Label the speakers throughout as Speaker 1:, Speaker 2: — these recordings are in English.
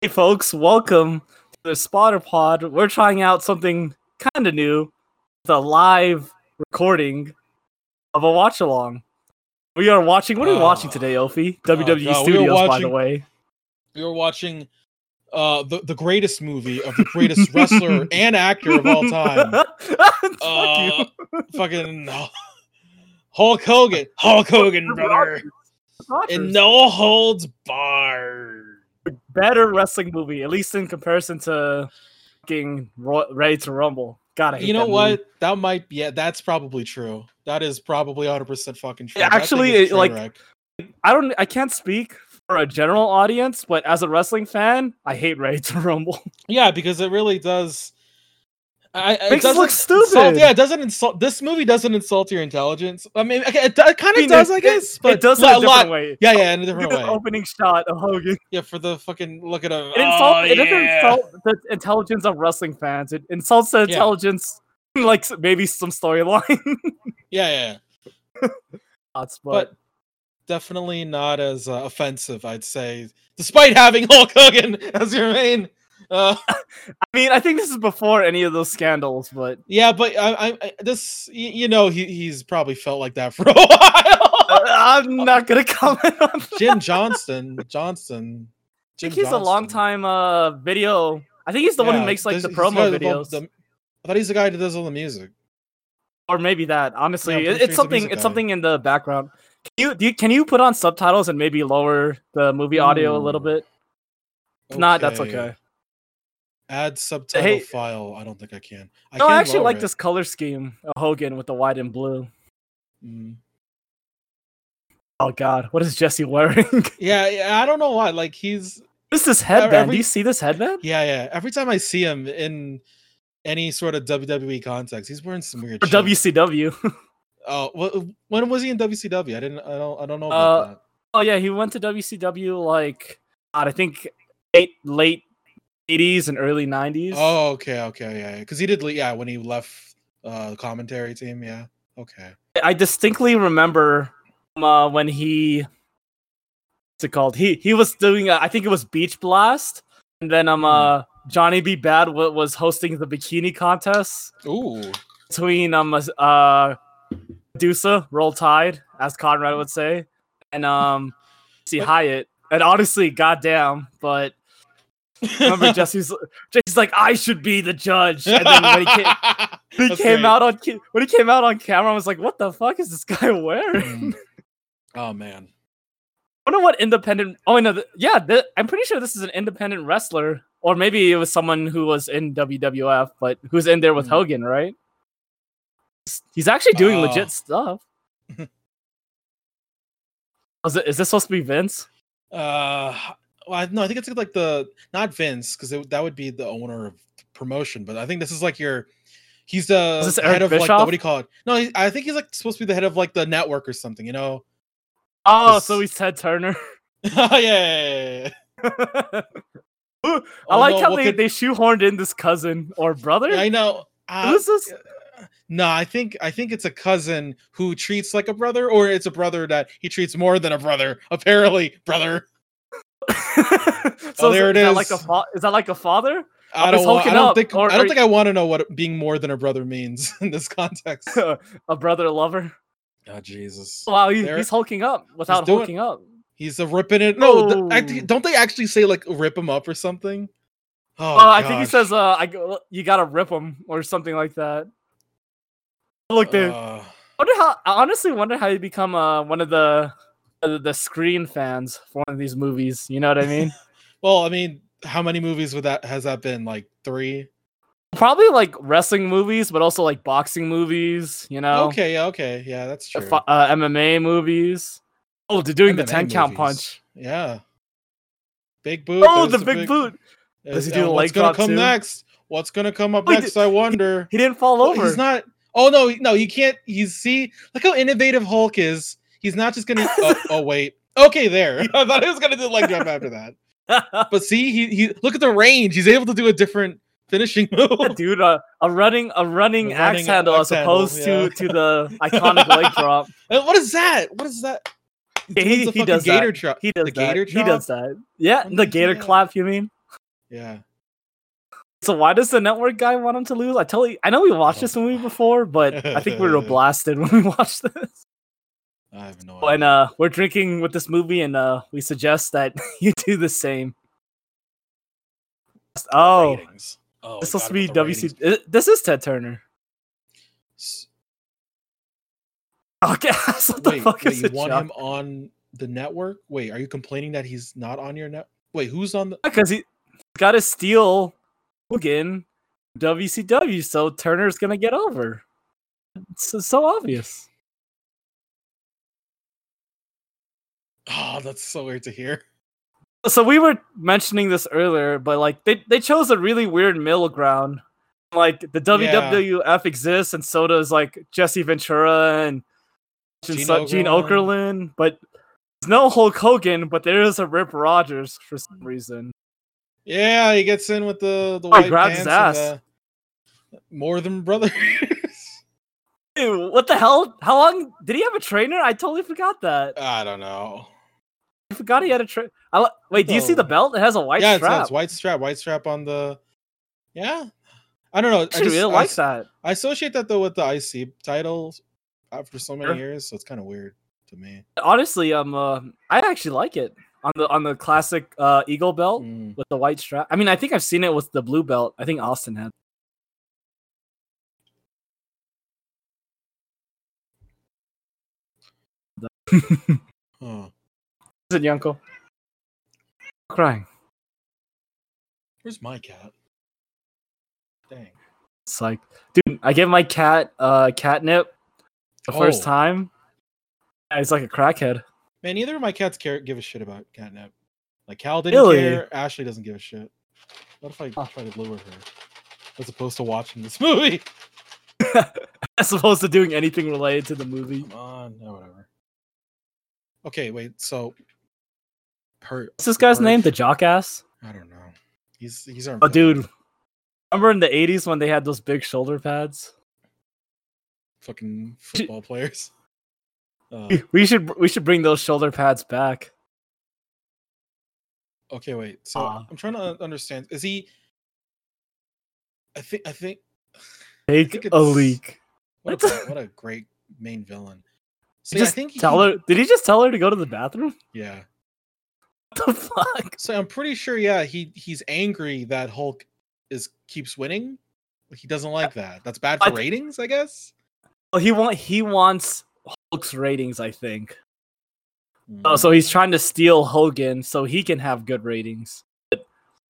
Speaker 1: Hey, folks, welcome to the Spotter Pod. We're trying out something kind of new the live recording of a watch along. We are watching, what are we
Speaker 2: Oh.
Speaker 1: watching today, Ophie? WWE
Speaker 2: God, we are
Speaker 1: E Studios, by the
Speaker 2: watching-
Speaker 1: way.
Speaker 2: we were watching uh the, the greatest movie of the greatest wrestler and actor of all time.
Speaker 1: Fuck
Speaker 2: Uh, fucking Hulk Hogan. Hulk Hogan, brother.
Speaker 1: you.
Speaker 2: And no holds barred.
Speaker 1: Better wrestling movie, at least in comparison to fucking Ro- Ready to Rumble. God, I hate
Speaker 2: You know
Speaker 1: that movie.
Speaker 2: what? That might be yeah, that's probably true. That is probably 100% fucking true.
Speaker 1: Yeah,
Speaker 2: That thing
Speaker 1: actually,
Speaker 2: is a
Speaker 1: it,
Speaker 2: train
Speaker 1: like-
Speaker 2: wreck.
Speaker 1: I don't I can't speak for a general audience, but as a wrestling fan, I hate Ready to Rumble.
Speaker 2: Yeah, because it really does I, I- it
Speaker 1: Makes it
Speaker 2: doesn't
Speaker 1: look stupid.
Speaker 2: insult- yeah, it doesn't insult. This movie doesn't insult your intelligence. I mean, okay, it, kind
Speaker 1: I
Speaker 2: of
Speaker 1: mean,
Speaker 2: does, I guess. But
Speaker 1: it does
Speaker 2: lo-
Speaker 1: it a different
Speaker 2: lot-
Speaker 1: way.
Speaker 2: Yeah, yeah, in a
Speaker 1: Look
Speaker 2: different
Speaker 1: at the
Speaker 2: way.
Speaker 1: opening shot of Hogan.
Speaker 2: Yeah, for the fucking look at him.
Speaker 1: It, insults,
Speaker 2: oh,
Speaker 1: it doesn't
Speaker 2: yeah.
Speaker 1: insult the intelligence of wrestling fans. It insults the
Speaker 2: Yeah.
Speaker 1: intelligence, like s- maybe some storyline.
Speaker 2: Yeah, yeah, yeah.
Speaker 1: Thoughts,
Speaker 2: but
Speaker 1: but,
Speaker 2: definitely not as uh, offensive, I'd say, despite having Hulk Hogan as your main. Uh,
Speaker 1: I mean, I think this is before any of those scandals. But
Speaker 2: yeah, but I, I, I this, y- you know, he, he's probably felt like that for a while.
Speaker 1: uh, I'm not gonna comment on. That.
Speaker 2: Jim Johnston, Johnston.
Speaker 1: I think he's a long time uh, video. I think he's the one who makes like the promo videos,
Speaker 2: I thought he's the guy that does all the music.
Speaker 1: or maybe that. Honestly,
Speaker 2: I'm
Speaker 1: it-
Speaker 2: pretty sure he's
Speaker 1: it's
Speaker 2: a
Speaker 1: something.
Speaker 2: music
Speaker 1: It's
Speaker 2: guy.
Speaker 1: something in the background. Can you, do you can you put on subtitles and maybe lower the movie audio a little
Speaker 2: Ooh.
Speaker 1: bit? If not, that's okay.
Speaker 2: Add subtitle
Speaker 1: Hey-
Speaker 2: file. I don't think I can. I
Speaker 1: No,
Speaker 2: can
Speaker 1: I actually
Speaker 2: lower
Speaker 1: like
Speaker 2: it.
Speaker 1: this color scheme of Hogan with the white and blue.
Speaker 2: Mm.
Speaker 1: Oh god, what is Jesse wearing?
Speaker 2: Yeah, yeah, I don't know why. Like he's
Speaker 1: What's this headband? Do
Speaker 2: every-
Speaker 1: you see this headband?
Speaker 2: yeah, yeah. Every time I see him in any sort of WWE context, he's wearing some weird.
Speaker 1: Or
Speaker 2: shit.
Speaker 1: WCW.
Speaker 2: Oh, wh- when was he in WCW? I didn't. I don't. I don't know about
Speaker 1: Uh,
Speaker 2: that.
Speaker 1: oh yeah, he went to WCW like God, I think eight, late 80s and early 90s.
Speaker 2: Oh, okay, okay, yeah. Because he did. le- Yeah, when he left uh, the commentary team. Yeah. Okay.
Speaker 1: I distinctly remember um, uh, when he what's it called? He he was doing uh, I think it was Beach Blast and then um
Speaker 2: Hmm.
Speaker 1: uh Johnny B Bad wa- was hosting the bikini contest.
Speaker 2: Ooh.
Speaker 1: between um as- uh Medusa, Roll Tide, as Conrad would say, and um see Hyatt. And honestly, goddamn, but remember Jesse's Jesse's like, I should be the judge. And then when he came, when he
Speaker 2: That's
Speaker 1: came
Speaker 2: great.
Speaker 1: out on ca- when he came out on camera, I was like, what the fuck is this guy wearing?
Speaker 2: Mm. oh man.
Speaker 1: I wonder what independent oh no th- yeah, th- I'm pretty sure this is an independent wrestler. Or maybe it was someone who was in WWF, but who's in there with
Speaker 2: Hmm.
Speaker 1: Hogan, right? S- He's actually doing
Speaker 2: Oh.
Speaker 1: legit stuff. Oh, is, it, is this supposed to be Vince?
Speaker 2: Uh, well, I, no, I think it's like the not Vince because that would be the owner of the promotion, but I think this is like your. He's the
Speaker 1: Is this Eric
Speaker 2: head of like the,
Speaker 1: Bischoff?
Speaker 2: what do you call it? No, he, I think he's like supposed to be the head of like the network or something. You know?
Speaker 1: Oh,
Speaker 2: This-
Speaker 1: so he's Ted Turner.
Speaker 2: yeah, yeah, yeah, yeah.
Speaker 1: I
Speaker 2: Oh,
Speaker 1: like
Speaker 2: no,
Speaker 1: how
Speaker 2: what
Speaker 1: they,
Speaker 2: could-
Speaker 1: they shoehorned in this cousin or brother.
Speaker 2: I know. Uh,
Speaker 1: Who's this?
Speaker 2: no, I think I think it's a cousin who treats like a brother, or it's a brother that he treats more than a brother. Apparently, brother.
Speaker 1: so
Speaker 2: Oh, there
Speaker 1: is,
Speaker 2: it
Speaker 1: is that like a
Speaker 2: is.
Speaker 1: fa- is that like a father?
Speaker 2: I
Speaker 1: was
Speaker 2: don't. wa- I
Speaker 1: hulking
Speaker 2: don't
Speaker 1: up,
Speaker 2: think.
Speaker 1: or-
Speaker 2: I don't
Speaker 1: or-
Speaker 2: think I want to know what being more than a brother means in this context.
Speaker 1: a brother lover?
Speaker 2: oh Jesus.
Speaker 1: Wow, he,
Speaker 2: There-
Speaker 1: he's hulking up without
Speaker 2: doing-
Speaker 1: hulking up.
Speaker 2: He's a ripping it. No, th- I thi-
Speaker 1: Oh.
Speaker 2: don't they actually say like rip him up or something? Oh,
Speaker 1: well, I think he
Speaker 2: gosh.
Speaker 1: says, uh, I, go- you gotta rip him or something like that. Look, dude.
Speaker 2: Uh,
Speaker 1: I wonder how. I honestly wonder how you become uh, one of the uh, the screen fans for one of these movies. You know what I mean?
Speaker 2: well, I mean, how many movies with that has that been? Like three.
Speaker 1: Probably like wrestling movies, but also like boxing movies. You know,
Speaker 2: Okay, yeah, okay, yeah, that's
Speaker 1: uh,
Speaker 2: true.
Speaker 1: fi- uh, MMA movies. Oh, they're doing the
Speaker 2: MMA
Speaker 1: ten count
Speaker 2: movies.
Speaker 1: punch.
Speaker 2: Yeah. Big boot.
Speaker 1: Oh,
Speaker 2: there's
Speaker 1: the big boot. Does
Speaker 2: there's-
Speaker 1: he do
Speaker 2: and
Speaker 1: the
Speaker 2: What's
Speaker 1: leg
Speaker 2: gonna
Speaker 1: drop
Speaker 2: come
Speaker 1: too?
Speaker 2: next? What's gonna come up
Speaker 1: Oh, he
Speaker 2: next?
Speaker 1: did-
Speaker 2: I wonder.
Speaker 1: He didn't fall
Speaker 2: Well,
Speaker 1: over.
Speaker 2: he's not. Oh no, no, you can't. You see, look how innovative Hulk is. He's not just gonna. oh, oh wait. Okay, there. I thought he was gonna do the leg drop after that. But see, he he look at the range. He's able to do a different finishing move.
Speaker 1: Dude, uh, a running a running
Speaker 2: A
Speaker 1: axe
Speaker 2: running
Speaker 1: handle
Speaker 2: axe
Speaker 1: as
Speaker 2: handle,
Speaker 1: opposed
Speaker 2: yeah.
Speaker 1: to to the iconic leg drop.
Speaker 2: And what is that? What is that?
Speaker 1: Yeah, he-
Speaker 2: does the
Speaker 1: he
Speaker 2: fucking
Speaker 1: does that.
Speaker 2: gator drop.
Speaker 1: He does
Speaker 2: The
Speaker 1: that.
Speaker 2: gator Oh
Speaker 1: He does that. Yeah,
Speaker 2: When
Speaker 1: the
Speaker 2: did he do
Speaker 1: gator
Speaker 2: that?
Speaker 1: clap. You mean?
Speaker 2: Yeah.
Speaker 1: So why does the network guy want him to lose? I totally I know we watched this movie before, but I think we were blasted when we watched this.
Speaker 2: I have no
Speaker 1: Oh, And uh we're drinking with this movie and uh we suggest that you do the same. Oh,
Speaker 2: Ratings. Oh,
Speaker 1: this must
Speaker 2: God,
Speaker 1: be
Speaker 2: about the
Speaker 1: WC
Speaker 2: ratings.
Speaker 1: uh, this is Ted Turner.
Speaker 2: S-
Speaker 1: Okay, Oh, what the
Speaker 2: Wait,
Speaker 1: fuck
Speaker 2: wait
Speaker 1: is
Speaker 2: you
Speaker 1: it,
Speaker 2: want
Speaker 1: Chuck?
Speaker 2: him on the network? Wait, are you complaining that he's not on your net? Wait, who's on the?
Speaker 1: because he got to steal Hogan WCW, so Turner's gonna get over. It's so- so obvious.
Speaker 2: Oh, that's so weird to hear.
Speaker 1: So we were mentioning this earlier, but like they they chose a really weird middle ground. Like the WWF exists, and so does like Jesse Ventura and Gene,
Speaker 2: Gene
Speaker 1: so- Gene
Speaker 2: Okerlund.
Speaker 1: Okerlund, but. There's no Hulk Hogan, but there is a Rip Rogers for some
Speaker 2: Mm.
Speaker 1: reason.
Speaker 2: Yeah, he gets in with the the
Speaker 1: Oh, he
Speaker 2: white
Speaker 1: grabs his
Speaker 2: pants and the more than brothers.
Speaker 1: Ew, what the hell? How long did he have a trainer? I totally forgot that.
Speaker 2: I don't know.
Speaker 1: I forgot he had a trip. I li- wait. Do you see the
Speaker 2: Oh.
Speaker 1: belt? It has a white
Speaker 2: yeah, It's, no,
Speaker 1: strap.
Speaker 2: it's white strap, white strap on the. Yeah, I don't know. I
Speaker 1: I actually
Speaker 2: just-
Speaker 1: really
Speaker 2: I
Speaker 1: like
Speaker 2: s-
Speaker 1: that.
Speaker 2: I associate that though with the IC titles after so many
Speaker 1: Sure.
Speaker 2: years, so it's kind of weird to me.
Speaker 1: Honestly, um, uh, I actually like it on the on the classic uh, eagle belt
Speaker 2: Mm.
Speaker 1: with the white strap. I mean, I think I've seen it with the blue belt. I think Austin had.
Speaker 2: Huh.
Speaker 1: Is it Yanko? Crying.
Speaker 2: Where's my cat? Dang.
Speaker 1: It's like, dude, I gave my cat uh catnip the first
Speaker 2: Oh.
Speaker 1: time. and It's like a crackhead.
Speaker 2: Man, neither of my cats care give a shit about catnip. Like Cal didn't
Speaker 1: Really?
Speaker 2: care. Ashley doesn't give a shit. What if I
Speaker 1: Huh.
Speaker 2: try to lure her as opposed to watching this movie?
Speaker 1: As opposed to doing anything related to the movie.
Speaker 2: Come on, no, whatever. Okay, wait. So, her,
Speaker 1: What's this guy's
Speaker 2: Or-
Speaker 1: name? The jockass.
Speaker 2: I don't know. He's he's our.
Speaker 1: Oh, dude. Remember in the 80s when they had those big shoulder pads?
Speaker 2: fucking football players. Uh,
Speaker 1: We should we should bring those shoulder pads back.
Speaker 2: okay, wait. So
Speaker 1: Aw.
Speaker 2: I'm trying to un- understand. Is he? I think I think think
Speaker 1: Take a
Speaker 2: it's-
Speaker 1: leak.
Speaker 2: what a,
Speaker 1: What?
Speaker 2: gr- what a great main villain. See,
Speaker 1: He just
Speaker 2: I think
Speaker 1: tell
Speaker 2: he-
Speaker 1: her. Did he just tell her to go to the bathroom?
Speaker 2: Yeah.
Speaker 1: What the fuck?
Speaker 2: So I'm pretty sure, yeah, he he's angry that Hulk is keeps winning. He doesn't like that. That's bad for
Speaker 1: I th-
Speaker 2: ratings, I guess.
Speaker 1: Well, he want he wants Hulk's ratings, I think. Oh, so he's trying to steal Hogan so he can have good ratings. But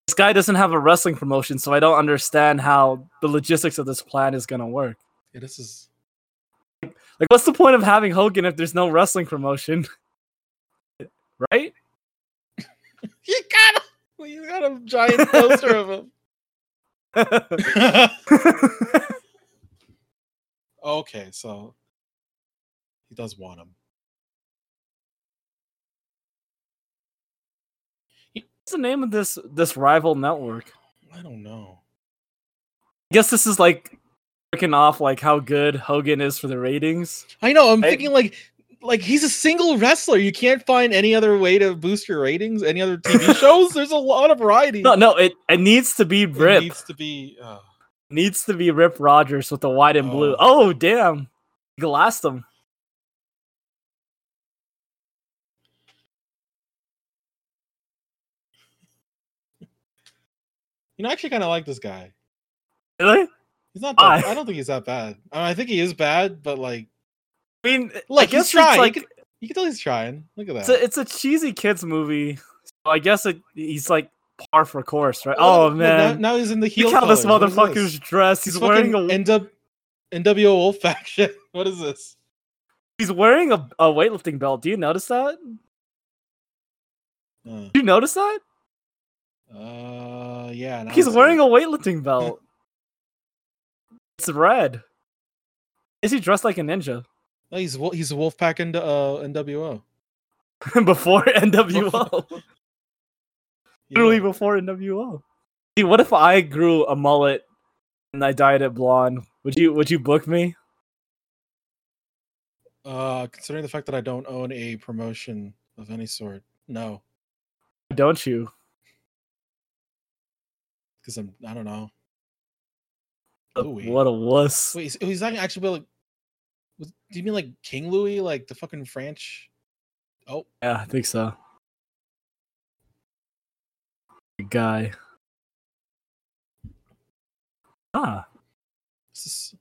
Speaker 1: This guy doesn't have a wrestling promotion, so I don't understand how the logistics of this plan is gonna work.
Speaker 2: Yeah, this is
Speaker 1: Like, what's the point of having Hogan if there's no wrestling promotion? right?
Speaker 2: you got him. You got a giant poster of him. okay, so he does want him.
Speaker 1: What's the name of this this rival network?
Speaker 2: I don't know.
Speaker 1: I guess this is like working off like how good Hogan is for the ratings.
Speaker 2: I know. I'm
Speaker 1: Right?
Speaker 2: thinking like like he's a single wrestler. You can't find any other way to boost your ratings. Any other TV shows? There's a lot of variety.
Speaker 1: No, no, it it needs to be
Speaker 2: It
Speaker 1: Rip. Needs,
Speaker 2: needs to be. Uh,
Speaker 1: to be Rip Rogers with the white and blue. Oh damn, glassed him.
Speaker 2: you know, I actually kind of like this guy.
Speaker 1: Really?
Speaker 2: He's not.
Speaker 1: Why?
Speaker 2: That, I don't think he's that bad. I, mean, I think he is bad, but like,
Speaker 1: I mean,
Speaker 2: like
Speaker 1: I
Speaker 2: he's
Speaker 1: guess it's
Speaker 2: trying.
Speaker 1: like
Speaker 2: you, can, you can tell he's trying. Look at that.
Speaker 1: it's a, it's a cheesy kids movie. So I guess it, he's like par for course, right?
Speaker 2: Look-
Speaker 1: Oh
Speaker 2: look,
Speaker 1: man,
Speaker 2: now, now he's in the heel.
Speaker 1: look how this
Speaker 2: colors. What is
Speaker 1: motherfucker's dressed. He's wearing
Speaker 2: fucking
Speaker 1: a
Speaker 2: NW, NWO faction. What is this?
Speaker 1: he's wearing a, a weightlifting belt. Do you notice that?
Speaker 2: Uh,
Speaker 1: Do you notice that?
Speaker 2: uh, yeah. now
Speaker 1: He's
Speaker 2: it's
Speaker 1: wearing a
Speaker 2: like-
Speaker 1: weightlifting belt. it's red. Is he dressed like a ninja
Speaker 2: No, he's wo- he's a Wolfpack and uh, NWO.
Speaker 1: before NWO?
Speaker 2: Yeah.
Speaker 1: Literally before NWO. Dude, what if I grew a mullet and I dyed it blonde? Would you would you book me?
Speaker 2: Uh, considering the fact that I don't own a promotion of any sort, no.
Speaker 1: Don't you?
Speaker 2: because I'm I don't know. Louis.
Speaker 1: What a wuss.
Speaker 2: Wait, is- oh, he's not actually but, like. Was, do you mean like King Louis, like the fucking French? Oh,
Speaker 1: Yeah, I think so. Good guy. Ah,
Speaker 2: this is-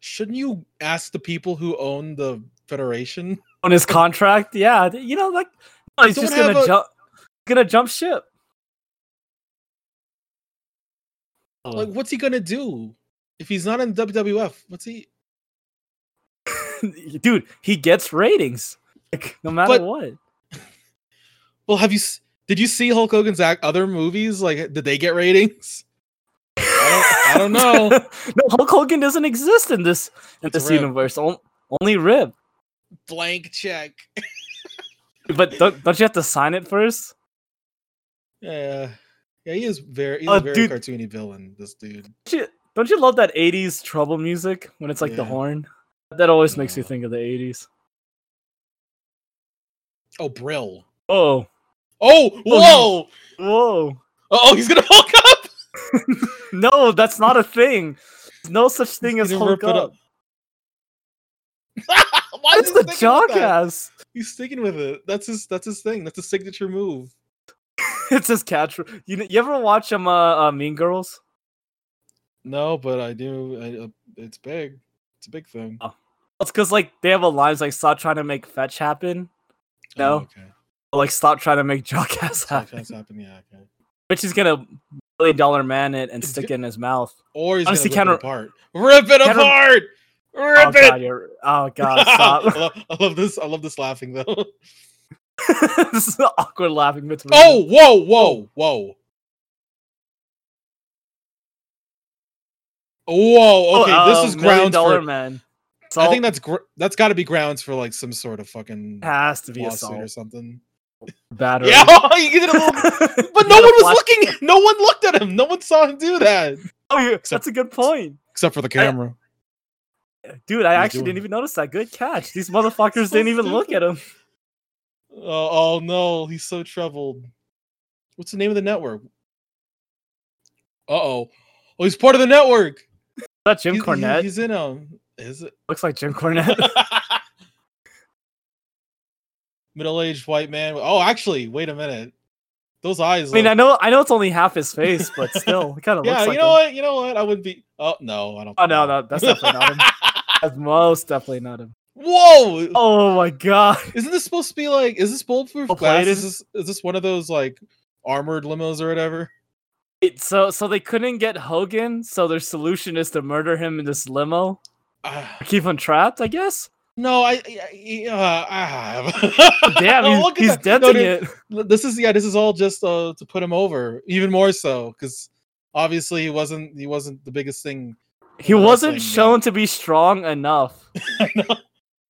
Speaker 2: shouldn't you ask the people who own the Federation?
Speaker 1: on his contract. Yeah, th- you know, like no, he's
Speaker 2: Don't
Speaker 1: just gonna
Speaker 2: have a-
Speaker 1: jump. Gonna jump ship. Oh,
Speaker 2: Like, what's he gonna do if he's not in WWF? What's he?
Speaker 1: dude, he gets ratings. Like, no matter
Speaker 2: But-
Speaker 1: what.
Speaker 2: Well, have you? s- Did you see Hulk Hogan's act other movies? Like, did they get ratings? I don't- I don't know.
Speaker 1: no, Hulk Hogan doesn't exist in this in
Speaker 2: It's
Speaker 1: this
Speaker 2: Rip.
Speaker 1: universe. On- Only Rib.
Speaker 2: Blank check.
Speaker 1: But don't, don't you have to sign it first?
Speaker 2: Yeah, yeah, he is very. He's
Speaker 1: Uh,
Speaker 2: a very
Speaker 1: dude.
Speaker 2: cartoony villain. This dude.
Speaker 1: Don't you, don't you love that 80s trouble music when it's like the
Speaker 2: Yeah.
Speaker 1: horn? That always makes me
Speaker 2: Yeah.
Speaker 1: think of the 80s.
Speaker 2: Oh, Brill.
Speaker 1: Oh,
Speaker 2: Oh, whoa!
Speaker 1: whoa.
Speaker 2: Oh, he's gonna Hulk up.
Speaker 1: No, that's not a thing. There's no such thing as
Speaker 2: gonna
Speaker 1: Hulk
Speaker 2: rip it
Speaker 1: up.
Speaker 2: up. Why is
Speaker 1: That's
Speaker 2: he
Speaker 1: the
Speaker 2: sticking with that?
Speaker 1: jockass.
Speaker 2: He's sticking with it. That's his. That's his thing. That's his signature move.
Speaker 1: It's his catch. You, kn- you ever watch um, uh, uh, Mean Girls?
Speaker 2: No, but I do. I, uh, it's big. It's a big thing.
Speaker 1: Uh, It's because like they have a line like stop trying to make fetch happen, No.
Speaker 2: Oh, okay.
Speaker 1: or, like stop trying to make jockass
Speaker 2: That's
Speaker 1: happen.
Speaker 2: that's happened. Yeah. Okay.
Speaker 1: Which he's gonna million dollar man it and
Speaker 2: It's
Speaker 1: stick
Speaker 2: go-
Speaker 1: it in his mouth.
Speaker 2: Or he's
Speaker 1: Honestly,
Speaker 2: gonna
Speaker 1: Ken-
Speaker 2: rip it apart. Rip it
Speaker 1: Ken-
Speaker 2: apart. Rip
Speaker 1: oh
Speaker 2: it.
Speaker 1: god, you're oh god,
Speaker 2: I,
Speaker 1: stop.
Speaker 2: love, I love this. I love this laughing though.
Speaker 1: this is awkward laughing between
Speaker 2: Oh, whoa, whoa, whoa.
Speaker 1: Oh,
Speaker 2: Whoa, okay, this is
Speaker 1: ground
Speaker 2: grounds
Speaker 1: dollar
Speaker 2: for
Speaker 1: man.
Speaker 2: I
Speaker 1: Salt
Speaker 2: think that's gr- that's got to be grounds for like some sort of fucking
Speaker 1: has to be
Speaker 2: lawsuit
Speaker 1: assault
Speaker 2: or something.
Speaker 1: battery.
Speaker 2: Oh, Yeah, Oh, you did a little But
Speaker 1: but
Speaker 2: no one was looking. No one looked at him. No one saw him do that
Speaker 1: Oh, you-
Speaker 2: Except-
Speaker 1: that's a good point,
Speaker 2: except for the camera.
Speaker 1: dude. I
Speaker 2: He's
Speaker 1: actually
Speaker 2: doing
Speaker 1: didn't
Speaker 2: it.
Speaker 1: even notice that. Good catch. These motherfuckers
Speaker 2: So
Speaker 1: didn't even look at him.
Speaker 2: Oh, oh no, he's so troubled. What's the name of the network? Uh oh. Oh, he's part of the network.
Speaker 1: Is that Jim
Speaker 2: He's- he-
Speaker 1: Cornette?
Speaker 2: He's in um. Is it?
Speaker 1: Looks like Jim Cornette.
Speaker 2: Middle-aged white man. Oh, actually, wait a minute. Those eyes.
Speaker 1: I mean, I
Speaker 2: look-
Speaker 1: know, I know, it's only half his face, but still, it kind of looks
Speaker 2: yeah, you
Speaker 1: like.
Speaker 2: know
Speaker 1: him.
Speaker 2: what? You know what? I would be. Oh no, I don't.
Speaker 1: Oh, no, no, that's definitely not him. That's most definitely not him.
Speaker 2: Whoa!
Speaker 1: Oh my god!
Speaker 2: Isn't this supposed to be like? Is this bulletproof
Speaker 1: Well
Speaker 2: glass?
Speaker 1: plated.
Speaker 2: Is this, is this one of those like armored limos or whatever?
Speaker 1: It, so, so they couldn't get Hogan, so their solution is to murder him in this limo,
Speaker 2: Ah,
Speaker 1: keep him trapped, I guess.
Speaker 2: no, I. I, I- uh, ah.
Speaker 1: Damn,
Speaker 2: Oh,
Speaker 1: he's,
Speaker 2: look at
Speaker 1: he's
Speaker 2: that.
Speaker 1: denting
Speaker 2: No, dude,
Speaker 1: it.
Speaker 2: l- this is yeah this is all just uh to put him over even more so because obviously he wasn't he wasn't the biggest thing
Speaker 1: He
Speaker 2: wrestling,
Speaker 1: wasn't
Speaker 2: yeah.
Speaker 1: shown to be strong enough.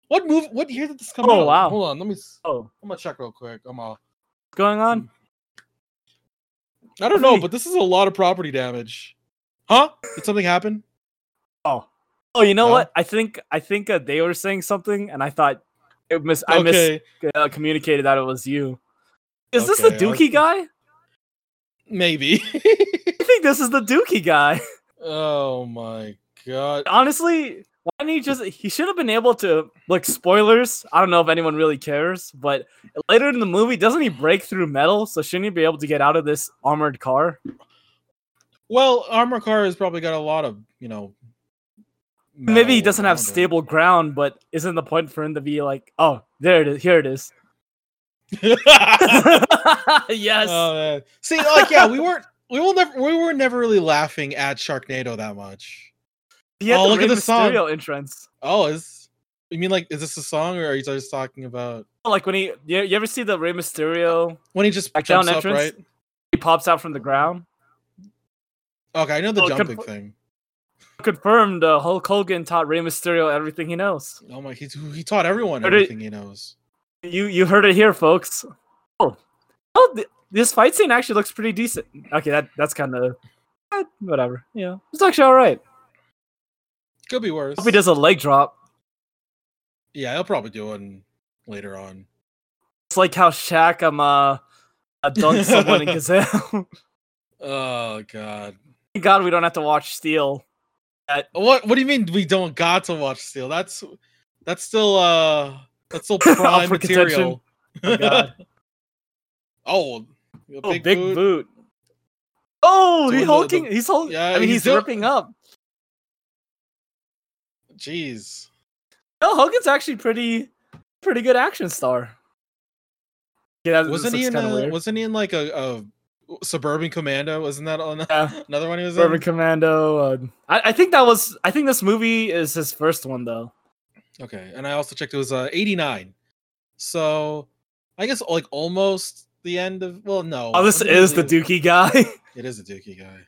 Speaker 2: what move what year did this come out
Speaker 1: Oh, wow.
Speaker 2: hold on let me s-
Speaker 1: Oh, what's
Speaker 2: i'm gonna check real quick i'm uh
Speaker 1: going on?
Speaker 2: i don't know
Speaker 1: Really?
Speaker 2: but this is a lot of property damage huh did something happen
Speaker 1: Oh, oh, you know
Speaker 2: No?
Speaker 1: what? I think I think uh, they were saying something, and I thought it mis- I mis-
Speaker 2: okay
Speaker 1: uh, communicated that it was you. Is this the
Speaker 2: Okay, I-
Speaker 1: Dookie guy?
Speaker 2: maybe
Speaker 1: I think this is the Dookie guy.
Speaker 2: oh my god
Speaker 1: honestly, why didn't he just? He should have been able to. Like spoilers, I don't know if anyone really cares, but later in the movie, doesn't he break through metal? So shouldn't he be able to get out of this armored car?
Speaker 2: well armor car has probably got a lot of you know
Speaker 1: Maybe he
Speaker 2: metal
Speaker 1: doesn't have
Speaker 2: around it.
Speaker 1: stable ground, but isn't the point for him to be like, oh, there it is, here it is? yes.
Speaker 2: Oh, man. See, like, yeah, we weren't, we will never, we were never really laughing at Sharknado that much.
Speaker 1: He had
Speaker 2: oh, look
Speaker 1: Rey
Speaker 2: at the song.
Speaker 1: Mysterio entrance.
Speaker 2: Oh, is you mean like, is this a song, or are you just talking about
Speaker 1: Oh, Like when he, you, you ever see the Rey Mysterio?
Speaker 2: when he just
Speaker 1: Back down
Speaker 2: jumps up, right?
Speaker 1: entrance? He pops out from the ground.
Speaker 2: Okay, I know the
Speaker 1: Oh, it could
Speaker 2: jumping
Speaker 1: put-
Speaker 2: thing.
Speaker 1: Confirmed, uh, Hulk Hogan taught Rey Mysterio everything he knows.
Speaker 2: Oh my, he's, he taught everyone
Speaker 1: Or did-
Speaker 2: everything he knows.
Speaker 1: You you heard it here, folks. Oh, oh th- this fight scene actually looks pretty decent. Okay, that that's kind of whatever. Yeah, it's actually all right.
Speaker 2: Could be worse.
Speaker 1: Hope he does a leg drop.
Speaker 2: Yeah, he'll probably do one later on.
Speaker 1: It's like how Shaq um uh, uh dunked someone in Gazelle.
Speaker 2: Oh god.
Speaker 1: Thank God we don't have to watch Steel.
Speaker 2: What what do you mean we don't got to watch Steel? That's that's still uh that's still prime
Speaker 1: for
Speaker 2: material.
Speaker 1: Oh, God.
Speaker 2: oh, you know,
Speaker 1: Oh, big, boot. Oh,
Speaker 2: Doing
Speaker 1: he's
Speaker 2: the-
Speaker 1: hulking.
Speaker 2: the-
Speaker 1: he's hulking.
Speaker 2: Yeah,
Speaker 1: I mean,
Speaker 2: he's
Speaker 1: he's,
Speaker 2: doing-
Speaker 1: ripping up.
Speaker 2: Jeez.
Speaker 1: No, Hogan's actually pretty, pretty good action star. Yeah, that-
Speaker 2: Wasn't
Speaker 1: this
Speaker 2: he
Speaker 1: looks
Speaker 2: in
Speaker 1: kinda
Speaker 2: a,
Speaker 1: weird.
Speaker 2: wasn't he in like a, a suburban commando? Wasn't that on
Speaker 1: Yeah.
Speaker 2: another one he was
Speaker 1: Urban Commando. Uh, I, I think that was. I think this movie is his first one though.
Speaker 2: in? Okay, and I also checked it was uh, 89. So I guess like almost the end of well no.
Speaker 1: Oh, this
Speaker 2: I think
Speaker 1: is
Speaker 2: it
Speaker 1: the Dookie guy. this
Speaker 2: It is a Dookie guy.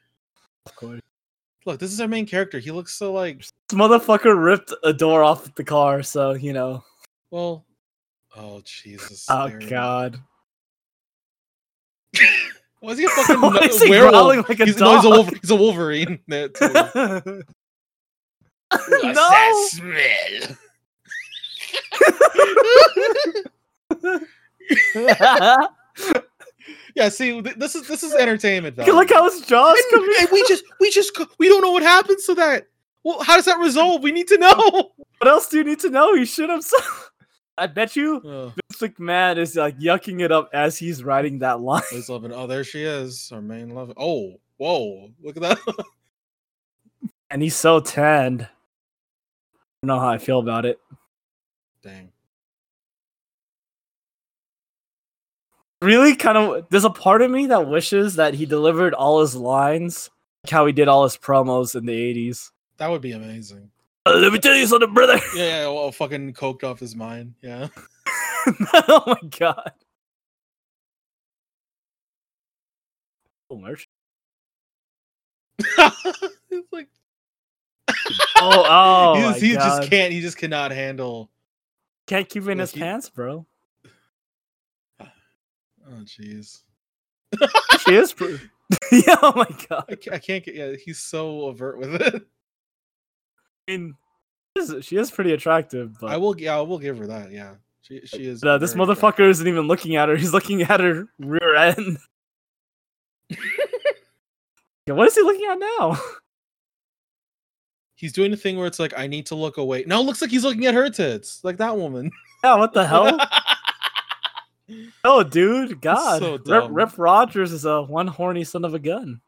Speaker 2: Look, this is our main character. He looks so like
Speaker 1: motherfucker ripped a door off the car, so you know.
Speaker 2: well. Oh Jesus!
Speaker 1: Oh
Speaker 2: there-
Speaker 1: God.
Speaker 2: Why is he a fucking
Speaker 1: Why
Speaker 2: no-
Speaker 1: is he
Speaker 2: werewolf?
Speaker 1: growling like a
Speaker 2: he's, no, he's a
Speaker 1: dog?
Speaker 2: wolver- he's a Wolverine. There, too.
Speaker 1: no.
Speaker 2: smell. Yeah, see, th- this is this is entertainment value.
Speaker 1: Look how his jaws
Speaker 2: And-
Speaker 1: coming.
Speaker 2: and we just we just c- we don't know what happens to that. Well, how does that resolve? We need to know.
Speaker 1: What else do you need to know? He should have. I bet you
Speaker 2: Oh,
Speaker 1: Vince McMahon is like yucking it up as he's writing that line.
Speaker 2: Liz Lovin. Oh, there she is, our main love. Oh, whoa, look at that.
Speaker 1: And he's so tanned. I don't know how I feel about it.
Speaker 2: Dang.
Speaker 1: Really, kind of. There's a part of me that wishes that he delivered all his lines like how he did all his promos in the 80s.
Speaker 2: That would be amazing.
Speaker 1: Uh, let me tell you something, brother.
Speaker 2: Yeah, yeah, well, fucking coked off his mind. Yeah.
Speaker 1: oh my god. Oh, merch.
Speaker 2: it's like
Speaker 1: Oh, oh
Speaker 2: he
Speaker 1: my
Speaker 2: just, he
Speaker 1: god.
Speaker 2: just
Speaker 1: can't,
Speaker 2: can't. He just cannot handle.
Speaker 1: keep it in
Speaker 2: Yeah,
Speaker 1: his
Speaker 2: he-
Speaker 1: pants, bro.
Speaker 2: Oh, jeez.
Speaker 1: She is. Pr- yeah. Oh my god.
Speaker 2: I, ca- I can't get. Yeah, he's so overt with it.
Speaker 1: I mean, she is, she is pretty attractive, but
Speaker 2: I will. Yeah, I will give her that. Yeah, she she is.
Speaker 1: uh, this
Speaker 2: very
Speaker 1: motherfucker
Speaker 2: attractive.
Speaker 1: isn't even looking at her. He's looking at her rear end. Yeah, what is he looking at now?
Speaker 2: He's doing a thing where it's like, I need to look away. No, it looks like he's looking at her tits, like that woman.
Speaker 1: Yeah, what the hell? oh, dude, God,
Speaker 2: so
Speaker 1: Rip,
Speaker 2: dumb.
Speaker 1: Rip Rogers is a one horny son of a gun.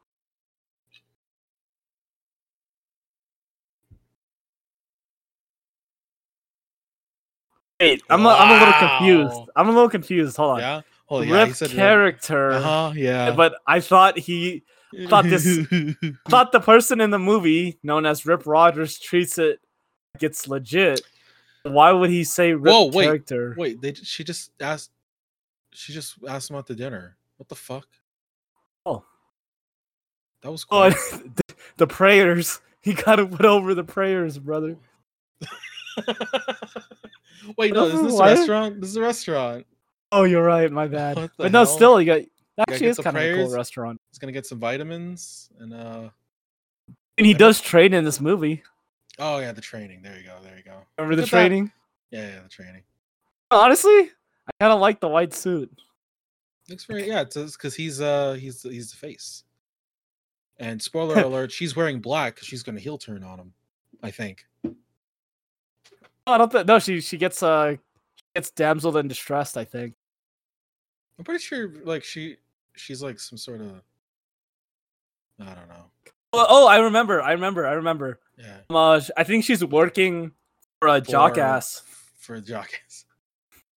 Speaker 1: Wait, I'm a, I'm a little
Speaker 2: Wow.
Speaker 1: confused. I'm a little confused. Hold on,
Speaker 2: yeah. Oh yeah.
Speaker 1: Rip character,
Speaker 2: Uh huh. Yeah.
Speaker 1: but I thought he thought this- But the person in the movie, known as Rip Rogers, treats it like it's legit. Why would he say Rip
Speaker 2: Whoa, wait,
Speaker 1: character?
Speaker 2: Wait, they. j- She just asked. She just asked him out to dinner. What the fuck?
Speaker 1: Oh.
Speaker 2: That was
Speaker 1: Oh,
Speaker 2: cool.
Speaker 1: the, the prayers. He got to put over the prayers, brother.
Speaker 2: Wait, no, is
Speaker 1: Whatever,
Speaker 2: this a
Speaker 1: why-
Speaker 2: restaurant? This is a restaurant.
Speaker 1: Oh, you're right. My bad.
Speaker 2: What the
Speaker 1: But no,
Speaker 2: hell?
Speaker 1: still, you got. That
Speaker 2: gotta
Speaker 1: actually
Speaker 2: get
Speaker 1: is
Speaker 2: the
Speaker 1: kind of a
Speaker 2: prayers.
Speaker 1: cool restaurant.
Speaker 2: He's gonna get some vitamins and uh.
Speaker 1: And he
Speaker 2: I don't-
Speaker 1: does train in this movie.
Speaker 2: Oh yeah, the training. There you go. There you go.
Speaker 1: Remember the
Speaker 2: Look at that.
Speaker 1: training?
Speaker 2: Yeah, yeah, the training.
Speaker 1: Honestly, I kind of like the white suit.
Speaker 2: Looks very yeah, it's because he's uh he's he's the face. And spoiler alert, she's wearing black because she's gonna heel turn on him, I think.
Speaker 1: No, I don't think. No, she she gets uh she gets damsel in distress. I think.
Speaker 2: I'm pretty sure like she she's like some sort of I don't know.
Speaker 1: Oh, oh, I remember. I remember. I remember.
Speaker 2: Yeah.
Speaker 1: Um, uh, sh- I think she's working for a
Speaker 2: for-
Speaker 1: jockass.
Speaker 2: For jockass.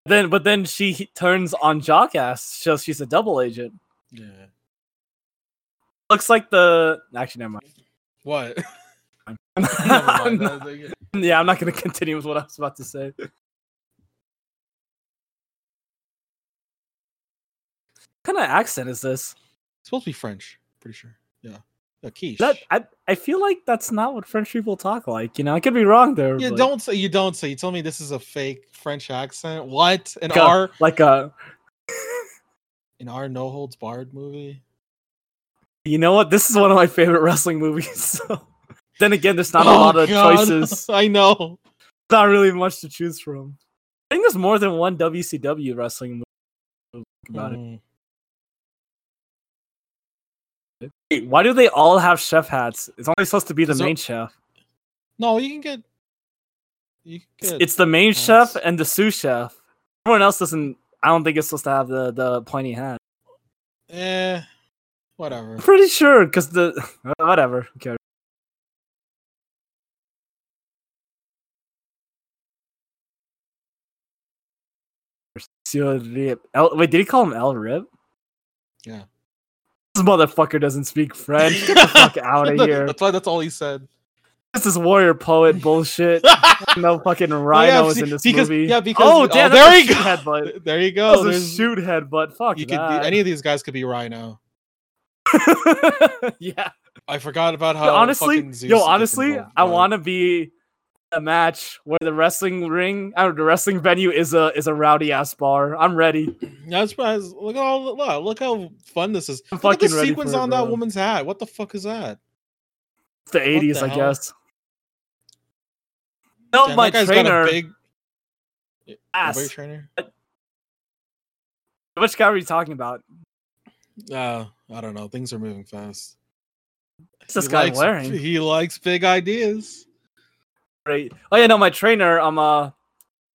Speaker 1: Then, but then she he- turns on jockass, so she's a double agent.
Speaker 2: Yeah.
Speaker 1: Looks like the actually, never mind.
Speaker 2: What? Never
Speaker 1: I'm
Speaker 2: mind.
Speaker 1: not-
Speaker 2: that was-
Speaker 1: yeah, I'm not going to continue with what I was about to say. kind of accent is this?
Speaker 2: It's supposed to be French, pretty sure. Yeah. A quiche.
Speaker 1: That I I feel like that's not what French people talk like. You know, I could be wrong there.
Speaker 2: you
Speaker 1: but
Speaker 2: don't say you don't say. You tell me this is a fake French accent. What? An
Speaker 1: Like a-
Speaker 2: R
Speaker 1: like uh, a.
Speaker 2: an R no holds barred movie?
Speaker 1: You know what? This is one of my favorite wrestling movies. So. Then again, there's not a
Speaker 2: Oh,
Speaker 1: lot of
Speaker 2: God,
Speaker 1: choices.
Speaker 2: I know.
Speaker 1: not really much to choose from. I think there's more than one WCW wrestling movie about
Speaker 2: Mm.
Speaker 1: Wait, why do they all have chef hats? It's only supposed to be the
Speaker 2: So-
Speaker 1: main chef.
Speaker 2: No, you can get. You can
Speaker 1: It's,
Speaker 2: get.
Speaker 1: it's the main
Speaker 2: hats.
Speaker 1: chef and the sous chef. Everyone else doesn't. I don't think it's supposed to have the the pointy hat.
Speaker 2: eh, whatever.
Speaker 1: I'm pretty sure because the whatever. who cares? Seal Rip. El, wait, did he call him El Rip?
Speaker 2: Yeah.
Speaker 1: This motherfucker doesn't speak French. Get the fuck out of here.
Speaker 2: That's why. That's all he said.
Speaker 1: This is warrior poet bullshit. No fucking
Speaker 2: Well,
Speaker 1: rhino is
Speaker 2: see-
Speaker 1: in this
Speaker 2: because,
Speaker 1: movie.
Speaker 2: Yeah, because
Speaker 1: oh damn,
Speaker 2: there
Speaker 1: that's a
Speaker 2: you go.
Speaker 1: shoot headbutt.
Speaker 2: There you
Speaker 1: That
Speaker 2: go.
Speaker 1: was a
Speaker 2: There's-
Speaker 1: shoot headbutt. Fuck
Speaker 2: You could be,
Speaker 1: that.
Speaker 2: any of these guys could be Rhino.
Speaker 1: yeah.
Speaker 2: I forgot about how
Speaker 1: Yo, honestly,
Speaker 2: fucking Zeus
Speaker 1: yo,
Speaker 2: gets
Speaker 1: honestly,
Speaker 2: involved,
Speaker 1: I
Speaker 2: but-
Speaker 1: want to be a match where the wrestling ring or the wrestling venue is a is a rowdy ass bar. I'm ready.
Speaker 2: Yeah, I'm surprised. Look at all look, look how fun this is.
Speaker 1: I'm
Speaker 2: look at
Speaker 1: fucking
Speaker 2: the
Speaker 1: ready
Speaker 2: sequins
Speaker 1: for it,
Speaker 2: on
Speaker 1: bro.
Speaker 2: that woman's hat. What the fuck is that?
Speaker 1: It's the 80s,
Speaker 2: the
Speaker 1: I
Speaker 2: hell?
Speaker 1: guess. No,
Speaker 2: Damn,
Speaker 1: Oh, my
Speaker 2: that guy's got a
Speaker 1: trainer
Speaker 2: big
Speaker 1: ass.
Speaker 2: weight trainer.
Speaker 1: Which guy are you talking about?
Speaker 2: Uh, I don't know. Things are moving fast.
Speaker 1: What's this
Speaker 2: He
Speaker 1: guy
Speaker 2: likes-
Speaker 1: wearing?
Speaker 2: He likes big ideas.
Speaker 1: Great. Oh yeah, no, my trainer. I'm uh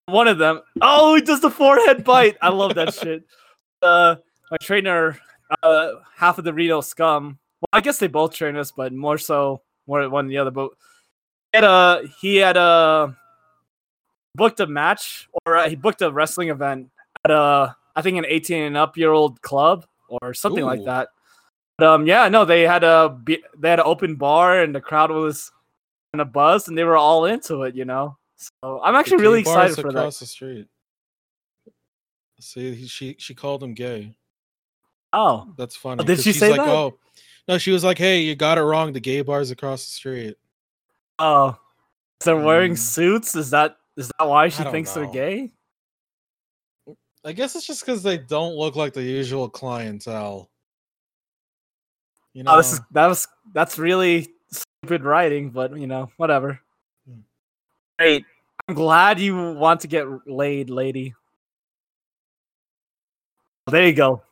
Speaker 1: one of them. Oh, he does the forehead bite. I love that shit. Uh, my trainer, uh, half of the Rito scum. Well, I guess they both train us, but more so more one than the other. But he had a he had a booked a match or uh, he booked a wrestling event at a I think an 18 and up year old club or something like
Speaker 2: Ooh.
Speaker 1: that. But um, yeah, no, they had a be- they had an open bar and the crowd was on a buzz and they were all into it, you know. So I'm actually
Speaker 2: The
Speaker 1: really
Speaker 2: gay bar's
Speaker 1: excited for that.
Speaker 2: across the street. See, he, she she called him gay.
Speaker 1: Oh,
Speaker 2: That's funny.
Speaker 1: did
Speaker 2: 'cause
Speaker 1: she
Speaker 2: she's
Speaker 1: say
Speaker 2: like,
Speaker 1: that?
Speaker 2: Oh, no, she was like, "Hey, you got it wrong. The gay bar's across the street."
Speaker 1: oh, so they're wearing
Speaker 2: Mm.
Speaker 1: suits. Is that is that why she
Speaker 2: don't
Speaker 1: thinks they're
Speaker 2: know.
Speaker 1: gay?
Speaker 2: I guess it's just because they don't look like the usual clientele. You know,
Speaker 1: Oh, this is that was that's really stupid writing, but you know, whatever.
Speaker 2: Mm.
Speaker 1: Great. I'm glad you want to get r- laid, lady. There you go.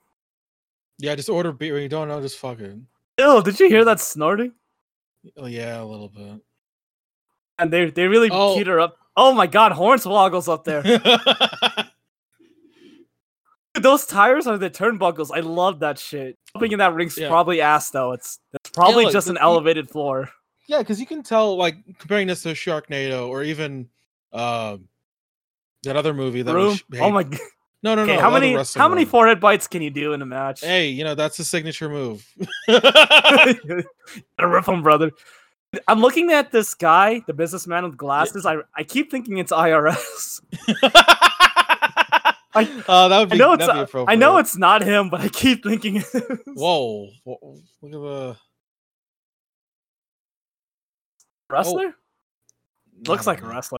Speaker 2: yeah, just order beer. When you don't know, just fuck it.
Speaker 1: Ew, did you hear that snorting?
Speaker 2: Oh yeah, a little bit.
Speaker 1: And they they really
Speaker 2: Oh.
Speaker 1: keyed her up. Oh my god, hornswoggles up there. Dude, those tires are the turnbuckles. I love that shit. Jumping in that ring's
Speaker 2: Yeah.
Speaker 1: probably ass though. It's it's probably
Speaker 2: look,
Speaker 1: just
Speaker 2: the-
Speaker 1: an
Speaker 2: E you-
Speaker 1: elevated floor.
Speaker 2: yeah, because you can tell, like comparing this to Sharknado or even uh, that other movie that
Speaker 1: Room.
Speaker 2: Was, hey,
Speaker 1: oh my god.
Speaker 2: no no no.
Speaker 1: Okay, how
Speaker 2: the other
Speaker 1: many
Speaker 2: wrestling
Speaker 1: how many
Speaker 2: one.
Speaker 1: forehead bites can you do in a match?
Speaker 2: Hey, you know that's a signature move.
Speaker 1: Gotta rip him, brother. I'm looking at this guy, the businessman with glasses. I I keep thinking it's IRS.
Speaker 2: I, uh, that would
Speaker 1: I
Speaker 2: be,
Speaker 1: know it's
Speaker 2: that'd be
Speaker 1: uh, I
Speaker 2: appropriate.
Speaker 1: know it's not him, but I keep thinking. it is.
Speaker 2: Whoa! wh- Look at the
Speaker 1: wrestler looks
Speaker 2: I
Speaker 1: like
Speaker 2: don't
Speaker 1: a
Speaker 2: know.
Speaker 1: wrestler,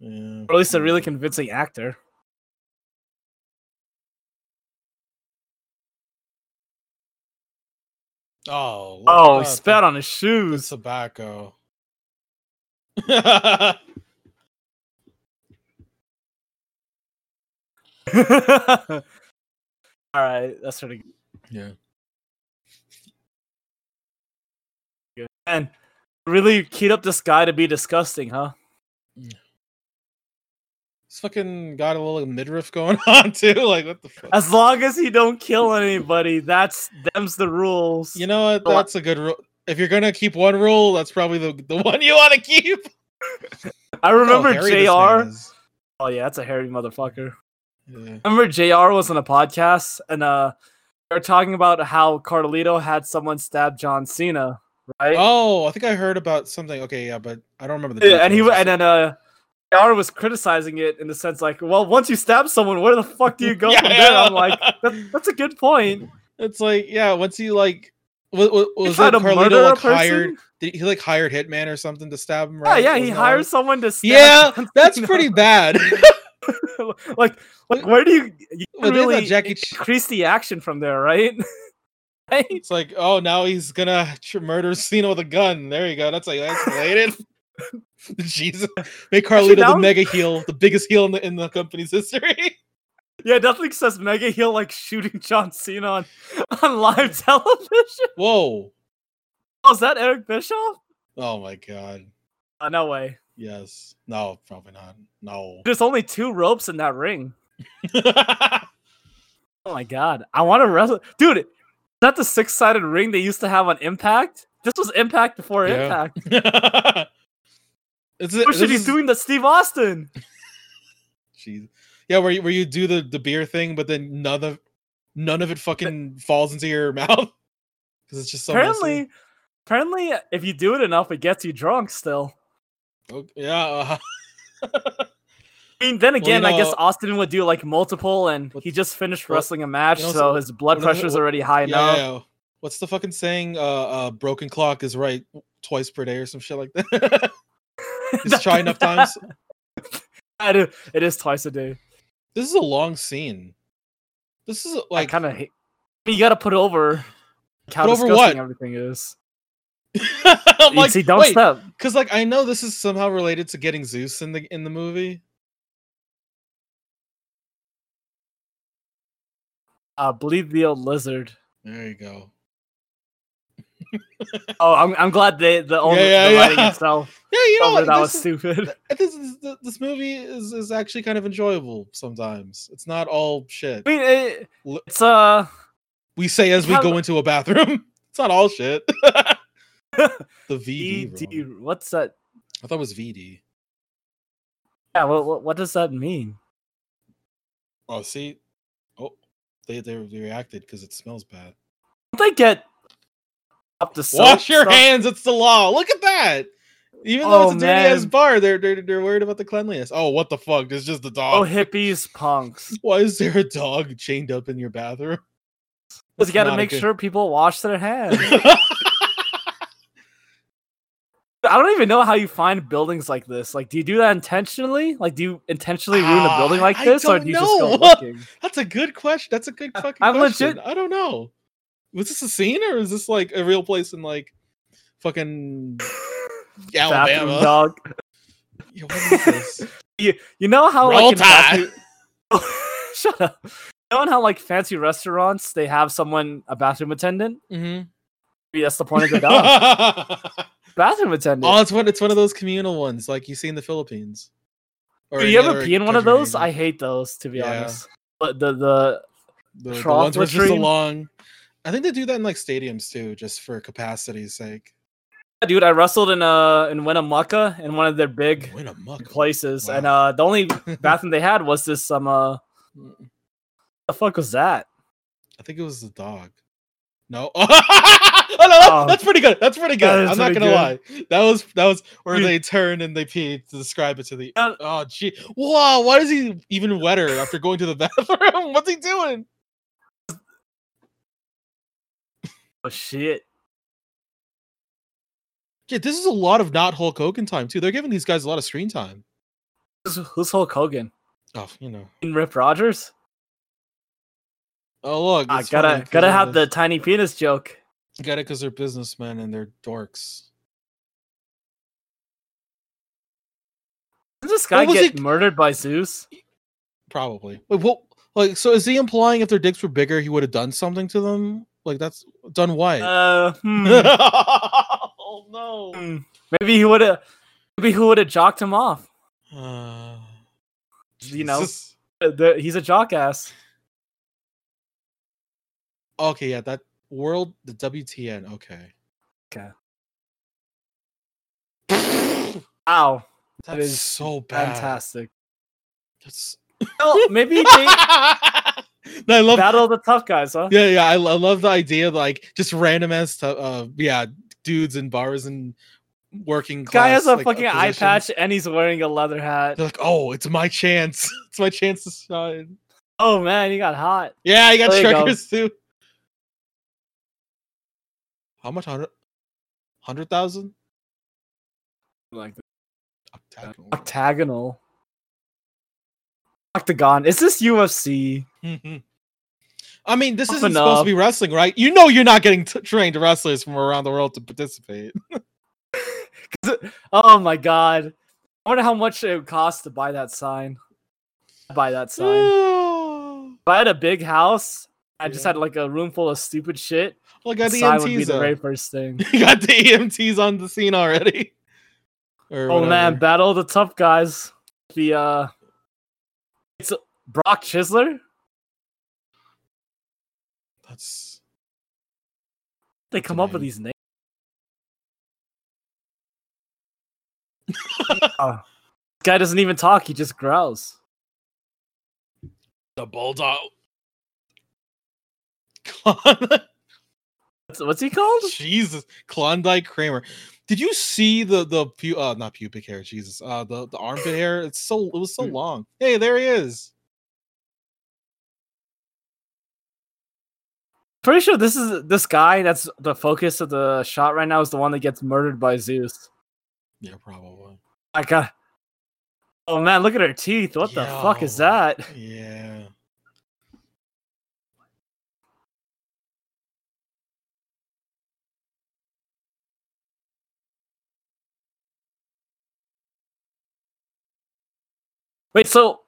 Speaker 2: Yeah,
Speaker 1: or at least a really
Speaker 2: mm.
Speaker 1: convincing actor.
Speaker 2: Oh, look
Speaker 1: Oh, he
Speaker 2: at that,
Speaker 1: spat on his
Speaker 2: the
Speaker 1: shoes.
Speaker 2: tobacco. yeah,
Speaker 1: All right, that's pretty good. And really keyed up this guy to be disgusting, huh?
Speaker 2: this fucking got a little midriff going on too. Like, what the fuck?
Speaker 1: As long as you don't kill anybody, that's them's the rules.
Speaker 2: you know what?
Speaker 1: a lot-
Speaker 2: That's a good rule. If you're gonna keep one rule, that's probably the the one you want to keep.
Speaker 1: I
Speaker 2: Look how
Speaker 1: remember
Speaker 2: hairy this man
Speaker 1: Jr.
Speaker 2: is.
Speaker 1: Oh yeah, that's a hairy motherfucker.
Speaker 2: Yeah.
Speaker 1: Remember Jr. was on a podcast and uh they were talking about how Carlito had someone stab John Cena, right?
Speaker 2: Oh, I think I heard about something. Okay, yeah, but I don't remember the.
Speaker 1: Yeah, and he
Speaker 2: details.
Speaker 1: and then uh Jr. was criticizing it in the sense like, well, once you stab someone, where the fuck do you go from there? I'm like, that, that's a good point.
Speaker 2: It's like, yeah, once you like, was, was
Speaker 1: tried
Speaker 2: it
Speaker 1: to murder
Speaker 2: Carlito
Speaker 1: a
Speaker 2: like hired?
Speaker 1: person?
Speaker 2: Did he like hired hitman or something to stab him?
Speaker 1: Yeah,
Speaker 2: Right?
Speaker 1: yeah,
Speaker 2: Wasn't
Speaker 1: he
Speaker 2: that
Speaker 1: hires someone to stab
Speaker 2: Yeah,
Speaker 1: John
Speaker 2: That's
Speaker 1: Cena.
Speaker 2: pretty bad.
Speaker 1: like, like, where do you, you
Speaker 2: Well,
Speaker 1: can
Speaker 2: there's that
Speaker 1: really
Speaker 2: Jackie Ch-
Speaker 1: increase the action from there, right? right?
Speaker 2: it's like, oh, now he's gonna tr- murder Cena with a gun. There you go. That's like escalated. Jesus, make Carlito
Speaker 1: now-
Speaker 2: the mega heel, the biggest heel in the, in the company's history.
Speaker 1: Yeah, nothing says Mega Heel like shooting John Cena on, on live television.
Speaker 2: Whoa.
Speaker 1: Oh, is that Eric Bischoff?
Speaker 2: Oh my god.
Speaker 1: Uh, no way.
Speaker 2: Yes. No, probably not. No.
Speaker 1: There's only two ropes in that ring. Oh my god. I want to wrestle. Dude, is that the six sided ring they used to have on Impact? This was Impact before
Speaker 2: Yeah.
Speaker 1: Impact.
Speaker 2: This is-
Speaker 1: Or should
Speaker 2: this
Speaker 1: he's
Speaker 2: is-
Speaker 1: doing the Steve Austin.
Speaker 2: Jeez. Yeah, where you, where you do the, the beer thing, but then none of none of it fucking falls into your mouth because it's just so
Speaker 1: apparently,
Speaker 2: messy.
Speaker 1: apparently, if you do it enough, it gets you drunk still.
Speaker 2: Okay, yeah, uh,
Speaker 1: I mean, then
Speaker 2: you
Speaker 1: again, I guess
Speaker 2: know-
Speaker 1: Austin would do like multiple, and
Speaker 2: What-
Speaker 1: he just finished
Speaker 2: well,
Speaker 1: wrestling a match,
Speaker 2: you know,
Speaker 1: so
Speaker 2: so-
Speaker 1: his blood
Speaker 2: well, then
Speaker 1: pressure's
Speaker 2: what-
Speaker 1: already high
Speaker 2: yeah,
Speaker 1: enough.
Speaker 2: yeah. What's the fucking saying? Uh, uh, broken clock is right twice per day or some shit like that. just try enough times.
Speaker 1: It is- it is twice a day.
Speaker 2: This is a long scene. This is
Speaker 1: I
Speaker 2: like
Speaker 1: kind of hate. You got to put over how
Speaker 2: Put over
Speaker 1: disgusting
Speaker 2: what?
Speaker 1: everything is.
Speaker 2: I'm
Speaker 1: You
Speaker 2: like,
Speaker 1: see, don't
Speaker 2: wait,
Speaker 1: step.
Speaker 2: because like I know this is somehow related to getting Zeus in the in the movie.
Speaker 1: Uh, bleed the old lizard.
Speaker 2: There you go.
Speaker 1: Oh, I'm, I'm glad they the only
Speaker 2: yeah,
Speaker 1: the writing
Speaker 2: yeah.
Speaker 1: itself
Speaker 2: Yeah, you know
Speaker 1: told me
Speaker 2: what?
Speaker 1: that
Speaker 2: this
Speaker 1: was
Speaker 2: is-
Speaker 1: stupid.
Speaker 2: I think this, this, this movie is, is actually kind of enjoyable sometimes. It's not all shit.
Speaker 1: I mean, it,
Speaker 2: L-
Speaker 1: it's uh,
Speaker 2: We say as we
Speaker 1: How-
Speaker 2: go into a bathroom. It's not all shit. the VD.
Speaker 1: ED,
Speaker 2: room.
Speaker 1: E what's that?
Speaker 2: I thought it was VD.
Speaker 1: Yeah, what, what what does that mean?
Speaker 2: Oh, see, oh, they they reacted because it smells bad.
Speaker 1: Don't they get up to soap
Speaker 2: Wash your
Speaker 1: stuff?
Speaker 2: hands. It's the law. Look at that. Even though
Speaker 1: Oh,
Speaker 2: it's a dirty ass
Speaker 1: man.
Speaker 2: bar, they're, they're they're worried about the cleanliness. Oh, what the fuck? There's just a
Speaker 1: Oh,
Speaker 2: dog.
Speaker 1: hippies, punks.
Speaker 2: Why is there a dog chained up in your bathroom?
Speaker 1: Because you got
Speaker 2: Not
Speaker 1: to
Speaker 2: a
Speaker 1: make
Speaker 2: good-
Speaker 1: sure people wash their hands. I don't even know how you find buildings like this. Like, do you do that intentionally? Like, do you intentionally ruin a
Speaker 2: Ah,
Speaker 1: building like
Speaker 2: I
Speaker 1: this, or
Speaker 2: don't
Speaker 1: do you just go
Speaker 2: know.
Speaker 1: looking?
Speaker 2: That's a good question. That's a good fucking
Speaker 1: I'm
Speaker 2: question.
Speaker 1: legit-
Speaker 2: I don't know. Was this a scene or is this like a real place in like fucking
Speaker 1: Bathroom
Speaker 2: Alabama?
Speaker 1: dog.
Speaker 2: Yeah, what is this?
Speaker 1: You, you know how
Speaker 2: Roll
Speaker 1: like in bathroom- shut up. You know how like fancy restaurants they have someone a bathroom attendant.
Speaker 2: Mhm.
Speaker 1: Maybe that's the point of the dog.
Speaker 2: oh,
Speaker 1: bathroom attendant.
Speaker 2: it's one. It's one of those communal ones, like you see in the Philippines. Or
Speaker 1: do
Speaker 2: any
Speaker 1: you ever
Speaker 2: other
Speaker 1: pee in one of
Speaker 2: country in
Speaker 1: those?
Speaker 2: Asia.
Speaker 1: I hate those to be
Speaker 2: Yeah.
Speaker 1: honest. But the the
Speaker 2: the, the
Speaker 1: trough
Speaker 2: ones where it's just a
Speaker 1: latrine?
Speaker 2: long. I think they do that in like stadiums too, just for capacity's sake.
Speaker 1: Yeah, dude, I wrestled in uh in Winnemucca in one of their big
Speaker 2: Win a muck.
Speaker 1: places, and uh the only bathroom they had was this um uh the fuck was that?
Speaker 2: I think it was the dog. No. oh no, that's,
Speaker 1: Oh.
Speaker 2: that's pretty good. That's pretty good.
Speaker 1: That is
Speaker 2: I'm not
Speaker 1: pretty
Speaker 2: gonna lie. That was that was where
Speaker 1: Dude.
Speaker 2: they turn and they pee to describe it to the
Speaker 1: Yeah.
Speaker 2: Oh gee. Wow, why is he even wetter after going to the bathroom? What's he doing?
Speaker 1: Oh shit!
Speaker 2: Yeah, this is a lot of not Hulk Hogan time too. They're giving these guys a lot of screen time.
Speaker 1: Who's, who's Hulk Hogan?
Speaker 2: Oh, you know.
Speaker 1: And Rip Rogers?
Speaker 2: Oh look,
Speaker 1: I
Speaker 2: it's
Speaker 1: gotta
Speaker 2: funny 'cause
Speaker 1: gotta
Speaker 2: of
Speaker 1: have the
Speaker 2: this.
Speaker 1: tiny penis joke.
Speaker 2: Got it because they're businessmen and they're dorks.
Speaker 1: Did this guy
Speaker 2: was
Speaker 1: get
Speaker 2: it-
Speaker 1: murdered by Zeus?
Speaker 2: Probably. Like, what? Like, so is he implying if their dicks were bigger, he would have done something to them? Like, that's done what?
Speaker 1: Uh, hmm,
Speaker 2: oh no.
Speaker 1: hmm. maybe he would have. Maybe who would have jocked him off?
Speaker 2: Uh,
Speaker 1: You know,
Speaker 2: Jesus.
Speaker 1: Uh, the- he's a jock ass.
Speaker 2: Okay, yeah, that world, the WTN. Okay.
Speaker 1: Okay.
Speaker 2: That's
Speaker 1: Ow! is
Speaker 2: so bad.
Speaker 1: Fantastic.
Speaker 2: That's.
Speaker 1: Well, maybe they
Speaker 2: No, I love.
Speaker 1: battle the tough guys, huh?
Speaker 2: Yeah, yeah, I, lo- I love the idea. of, Like, just random ass. tu- uh, yeah, dudes in bars and working class.
Speaker 1: Guy has a
Speaker 2: like,
Speaker 1: fucking eye
Speaker 2: positions.
Speaker 1: patch and he's wearing a leather hat.
Speaker 2: They're like, oh, it's my chance. It's my chance to shine.
Speaker 1: Oh man, he got hot.
Speaker 2: Yeah, I got
Speaker 1: There you go.
Speaker 2: strikers too. How much? Hundred? Hundred thousand?
Speaker 1: Like
Speaker 2: Octagonal.
Speaker 1: octagonal, octagon. Is this UFC?
Speaker 2: Mhm. I mean, this
Speaker 1: Tough
Speaker 2: isn't supposed to be wrestling, right? You know, you're not getting t- trained wrestlers from around the world to participate.
Speaker 1: 'Cause it- Oh my god! I wonder how much it would cost to buy that sign. Buy that sign. If I had a big house, I just
Speaker 2: Yeah.
Speaker 1: had like a room full of stupid shit.
Speaker 2: Well, I got the
Speaker 1: Psy would be
Speaker 2: EMTs.
Speaker 1: the
Speaker 2: up.
Speaker 1: very first thing.
Speaker 2: You got the EMTs on the scene already. Or
Speaker 1: Oh man,
Speaker 2: whatever.
Speaker 1: battle of the tough guys. The uh, it's Brock Chisler.
Speaker 2: that's
Speaker 1: They come up with
Speaker 2: name.
Speaker 1: these names. Uh, this guy doesn't even talk; he just growls.
Speaker 2: the bulldog. Klon-
Speaker 1: What's, what's he called?
Speaker 2: Jesus, Klondike Kramer. Did you see the the pu- uh, not pubic hair? Jesus, uh, the the armpit hair. It's so it was so
Speaker 1: Mm.
Speaker 2: long. Hey, there he is.
Speaker 1: Pretty sure this is this guy. That's the focus of the shot right now. Is the one that gets murdered by Zeus.
Speaker 2: Yeah, probably.
Speaker 1: I got. Oh man, look at her teeth. What the fuck is
Speaker 2: Yo.
Speaker 1: that?
Speaker 2: Yeah.
Speaker 1: Wait, so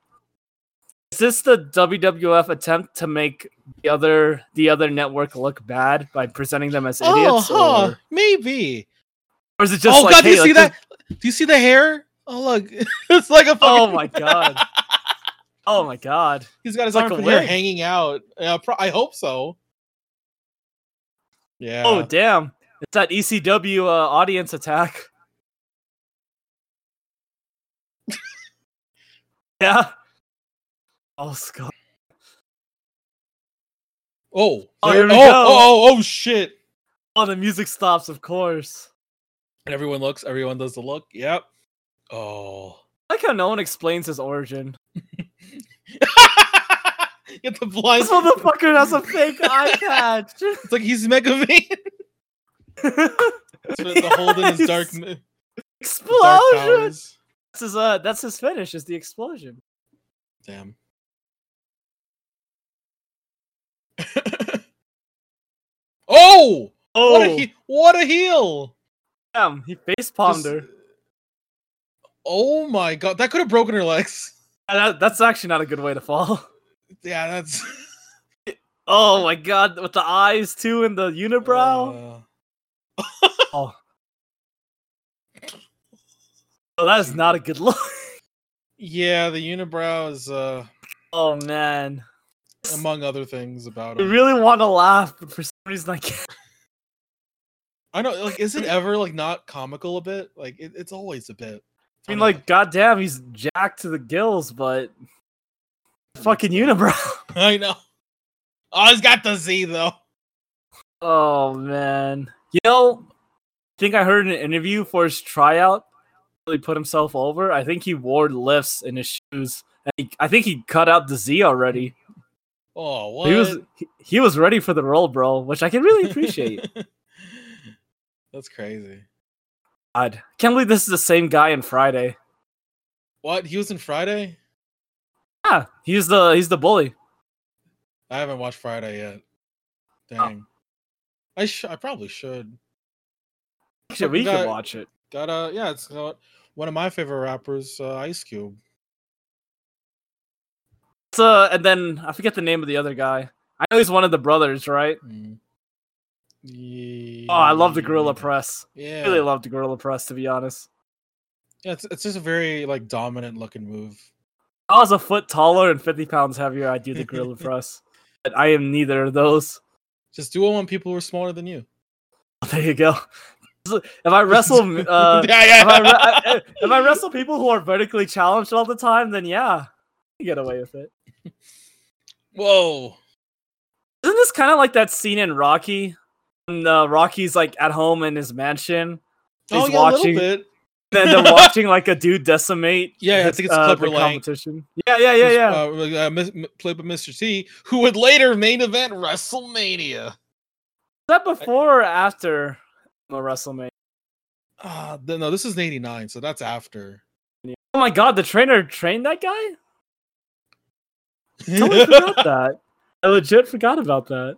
Speaker 1: is this the WWF attempt to make the other the other network look bad by presenting them as idiots?
Speaker 2: oh, huh,
Speaker 1: or,
Speaker 2: maybe.
Speaker 1: or is it just
Speaker 2: oh
Speaker 1: like,
Speaker 2: God, do
Speaker 1: hey,
Speaker 2: you
Speaker 1: like,
Speaker 2: see
Speaker 1: this-
Speaker 2: that? Do you see the hair? Oh look, it's like a. Fucking,
Speaker 1: Oh my god. oh my god.
Speaker 2: He's got his
Speaker 1: Like a
Speaker 2: armpit hair
Speaker 1: wig.
Speaker 2: hanging out. Yeah, pro- I hope so. Yeah.
Speaker 1: Oh damn. It's that ECW uh, audience attack. yeah. Oh Scott.
Speaker 2: oh,
Speaker 1: Oh,
Speaker 2: there-
Speaker 1: here
Speaker 2: oh,
Speaker 1: we
Speaker 2: oh,
Speaker 1: go.
Speaker 2: oh, oh, shit.
Speaker 1: Oh, the music stops, of course.
Speaker 2: And everyone looks, everyone does the look. Yep. Oh.
Speaker 1: I like how no one explains his origin.
Speaker 2: Get the blind.
Speaker 1: This motherfucker has a fake eye patch.
Speaker 2: It's like he's Mega Man. That's what the hold in his dark,
Speaker 1: Yes.
Speaker 2: m- dark
Speaker 1: explosion.
Speaker 2: powers.
Speaker 1: This is uh, that's his finish. Is the explosion?
Speaker 2: Damn. oh!
Speaker 1: Oh,
Speaker 2: What a, he- what a heel!
Speaker 1: damn! He face
Speaker 2: Just-
Speaker 1: palmed her.
Speaker 2: Oh my god, that could have broken her legs.
Speaker 1: And Uh, that- that's actually not a good way to fall.
Speaker 2: Yeah, that's
Speaker 1: Oh my god, with the eyes too and the
Speaker 2: Uh,
Speaker 1: unibrow. oh. Oh, that is not a good look.
Speaker 2: yeah, the unibrow is uh
Speaker 1: Oh man,
Speaker 2: among other things about
Speaker 1: I
Speaker 2: him.
Speaker 1: really want to laugh, but for some reason I can't.
Speaker 2: I know, like, is it ever like not comical a bit? Like, it, it's always a bit.
Speaker 1: I mean,
Speaker 2: don't
Speaker 1: like, goddamn, he's jacked to the gills, but fucking unibrow.
Speaker 2: know. I know. Oh, he's got the Z though.
Speaker 1: Oh man. You know, I think I heard in an interview for his tryout really put himself over. I think he wore lifts in his shoes. And he, I think he cut out the Z already.
Speaker 2: Oh, what?
Speaker 1: He was he, he was ready for the role, bro, which I can really appreciate.
Speaker 2: that's crazy.
Speaker 1: God. Can't believe this is the same guy in Friday.
Speaker 2: What? He was in Friday?
Speaker 1: Yeah, he's the he's the bully.
Speaker 2: I haven't watched Friday yet. Dang. I sh- I probably should.
Speaker 1: Shit, we
Speaker 2: Guy-
Speaker 1: could watch it.
Speaker 2: Got uh yeah, it's got one of my favorite rappers, uh, Ice Cube.
Speaker 1: So and then I forget the name of the other guy. I know he's one of the brothers, right?
Speaker 2: Mm. Ye-
Speaker 1: Oh, I love the Gorilla Press.
Speaker 2: Yeah,
Speaker 1: Really love the Gorilla Press, to be honest.
Speaker 2: yeah it's, it's just a very like dominant looking move.
Speaker 1: I was a foot taller and 50 pounds heavier, I'd do the gorilla press. But I am neither of those.
Speaker 2: Just do it when people who are smaller than you.
Speaker 1: There you go. So, If I wrestle, m- uh, if,
Speaker 2: yeah, yeah.
Speaker 1: I re- I- if I wrestle people who are vertically challenged all the time, then yeah, you get away with it.
Speaker 2: Whoa.
Speaker 1: Isn't this kind of like that scene in Rocky? When uh, Rocky's like at home in his mansion,
Speaker 2: oh,
Speaker 1: He's
Speaker 2: yeah,
Speaker 1: watching-
Speaker 2: a little bit.
Speaker 1: then they're watching like a dude decimate.
Speaker 2: Yeah, I
Speaker 1: his,
Speaker 2: think it's
Speaker 1: uh,
Speaker 2: Clipper
Speaker 1: the
Speaker 2: Lang.
Speaker 1: competition. Yeah, yeah, yeah,
Speaker 2: Who's,
Speaker 1: yeah.
Speaker 2: Uh, uh, mis- m- played by Mr. T, who would later main event WrestleMania.
Speaker 1: Was that before or after the WrestleMania?
Speaker 2: Ah, th- no, this is '89, so that's after.
Speaker 1: Oh my god, the trainer trained that guy. totally forgot
Speaker 2: Dude,
Speaker 1: that. I legit forgot about that.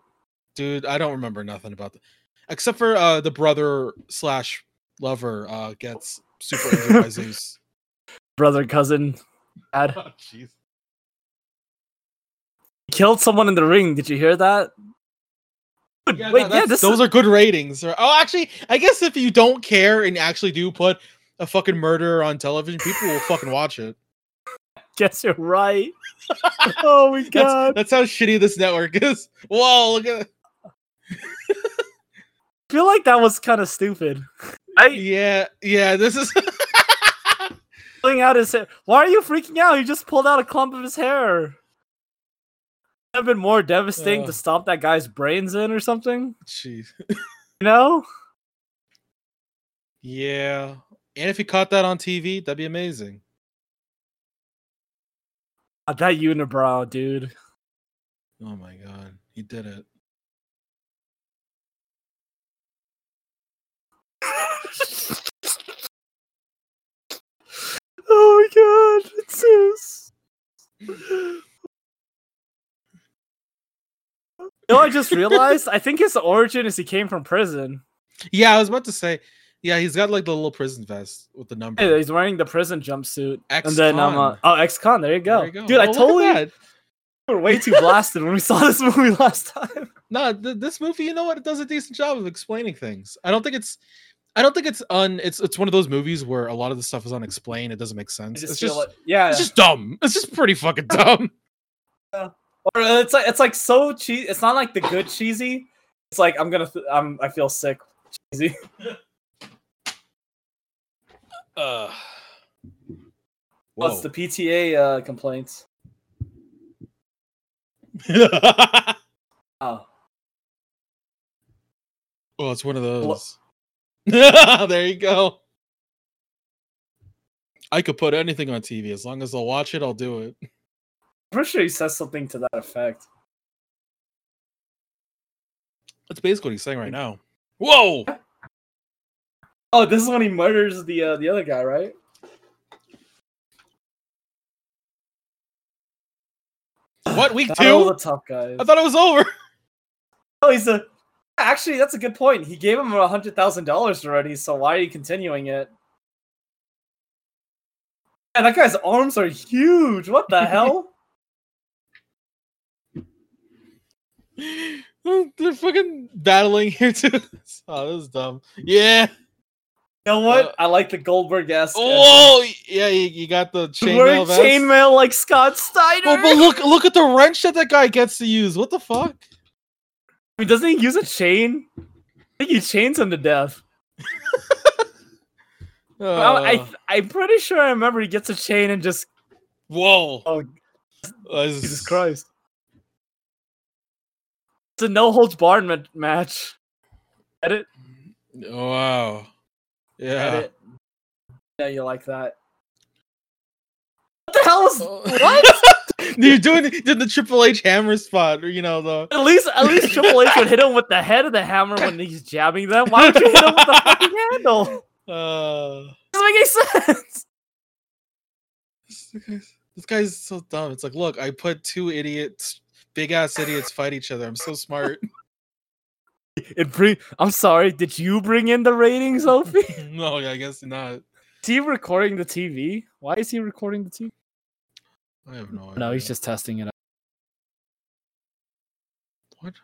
Speaker 2: I don't remember nothing about that, except for uh, the brother slash lover uh, gets super injured by Zeus.
Speaker 1: Brother, cousin, dad.
Speaker 2: Oh, jeez.
Speaker 1: killed someone in the ring. Did you hear that? Dude,
Speaker 2: Yeah, no,
Speaker 1: Wait, yeah,
Speaker 2: that's-
Speaker 1: this
Speaker 2: those
Speaker 1: is,
Speaker 2: are good ratings. Or- Oh, actually, I guess if you don't care and actually do put a fucking murderer on television, people will fucking watch it.
Speaker 1: guess you're right. oh my
Speaker 2: That's
Speaker 1: god.
Speaker 2: that's how shitty this network is. Whoa, look at
Speaker 1: I feel like that was kind of stupid. I
Speaker 2: yeah, yeah. This is
Speaker 1: pulling out his hair. Why are you freaking out? He just pulled out a clump of his hair. Would have been more devastating
Speaker 2: Ugh.
Speaker 1: to stomp that guy's brains in or something.
Speaker 2: jeez.
Speaker 1: You know?
Speaker 2: Yeah, and if you caught that on TV, that'd be amazing.
Speaker 1: Ah, That unibrow, dude.
Speaker 2: Oh my god, he did it.
Speaker 1: oh my god, it's Zeus. You know, I just realized. I think his origin is he came from prison.
Speaker 2: Yeah, I was about to say. Yeah, he's got like the little prison vest with the number.
Speaker 1: Yeah, he's wearing the prison jumpsuit, and then um, uh,
Speaker 2: Ex-con.
Speaker 1: oh, ex-con. There you go,
Speaker 2: There you go.
Speaker 1: dude. I
Speaker 2: Oh, look at
Speaker 1: totally
Speaker 2: that.
Speaker 1: we were way too blasted when we saw this movie last time.
Speaker 2: No, th- this movie, you know what? It does a decent job of explaining things. I don't think it's, I don't think it's un. It's it's one of those movies where a lot of the stuff is unexplained. It doesn't make sense. it's just,
Speaker 1: yeah,
Speaker 2: it's just dumb. It's just pretty fucking dumb.
Speaker 1: or uh, it's like it's like so cheesy. It's not like the good cheesy. It's like I'm gonna, th- I'm, I feel sick. Cheesy.
Speaker 2: Uh,
Speaker 1: What's the PTA uh, complaints? Oh,
Speaker 2: well, Oh, it's one of those. there you go. I could put anything on TV as long as they'll watch it. I'll do it.
Speaker 1: I'm pretty sure he says something to that effect.
Speaker 2: That's basically what he's saying right now. Whoa!
Speaker 1: Oh, this is when he murders the uh, the other guy, right?
Speaker 2: What week
Speaker 1: Battle of
Speaker 2: two?
Speaker 1: the tough guys.
Speaker 2: I thought it was over.
Speaker 1: Oh, he's a. Actually, that's a good point. He gave him a hundred thousand dollars already, so why are you continuing it? And that guy's arms are huge. What the hell?
Speaker 2: They're fucking battling here too. Oh, this is dumb. Yeah.
Speaker 1: You know what? I like the Goldberg esque.
Speaker 2: Oh, yeah. You, you got the
Speaker 1: Wearing
Speaker 2: chainmail vest.
Speaker 1: chainmail like Scott Steiner.
Speaker 2: Well, but look, look at the wrench that that guy gets to use. What the fuck?
Speaker 1: I mean, doesn't he use a chain? I think he chains him to death. But I,
Speaker 2: Uh,
Speaker 1: I, I'm pretty sure I remember he gets a chain and just.
Speaker 2: whoa.
Speaker 1: Oh,
Speaker 2: Uh, this
Speaker 1: Jesus
Speaker 2: is-
Speaker 1: Christ. It's a no holds barred ma- match. Edit.
Speaker 2: Wow. Yeah.
Speaker 1: edit. Yeah, you like that. What the hell is
Speaker 2: What? You're doing the, did the Triple H hammer spot, or you know the.
Speaker 1: at least at least Triple H would hit him with the head of the hammer when he's jabbing them. Why would you hit him with the fucking handle?
Speaker 2: Uh,
Speaker 1: Doesn't make any sense.
Speaker 2: this guy's- this guy's so dumb. It's like, look, I put two idiots, big ass idiots, fight each other. I'm so smart.
Speaker 1: It bring I'm sorry, did you bring in the ratings, Opie?
Speaker 2: no, I guess not.
Speaker 1: Is he recording the TV? Why is he recording the TV?
Speaker 2: I have no idea.
Speaker 1: No, he's just testing it out.
Speaker 2: What?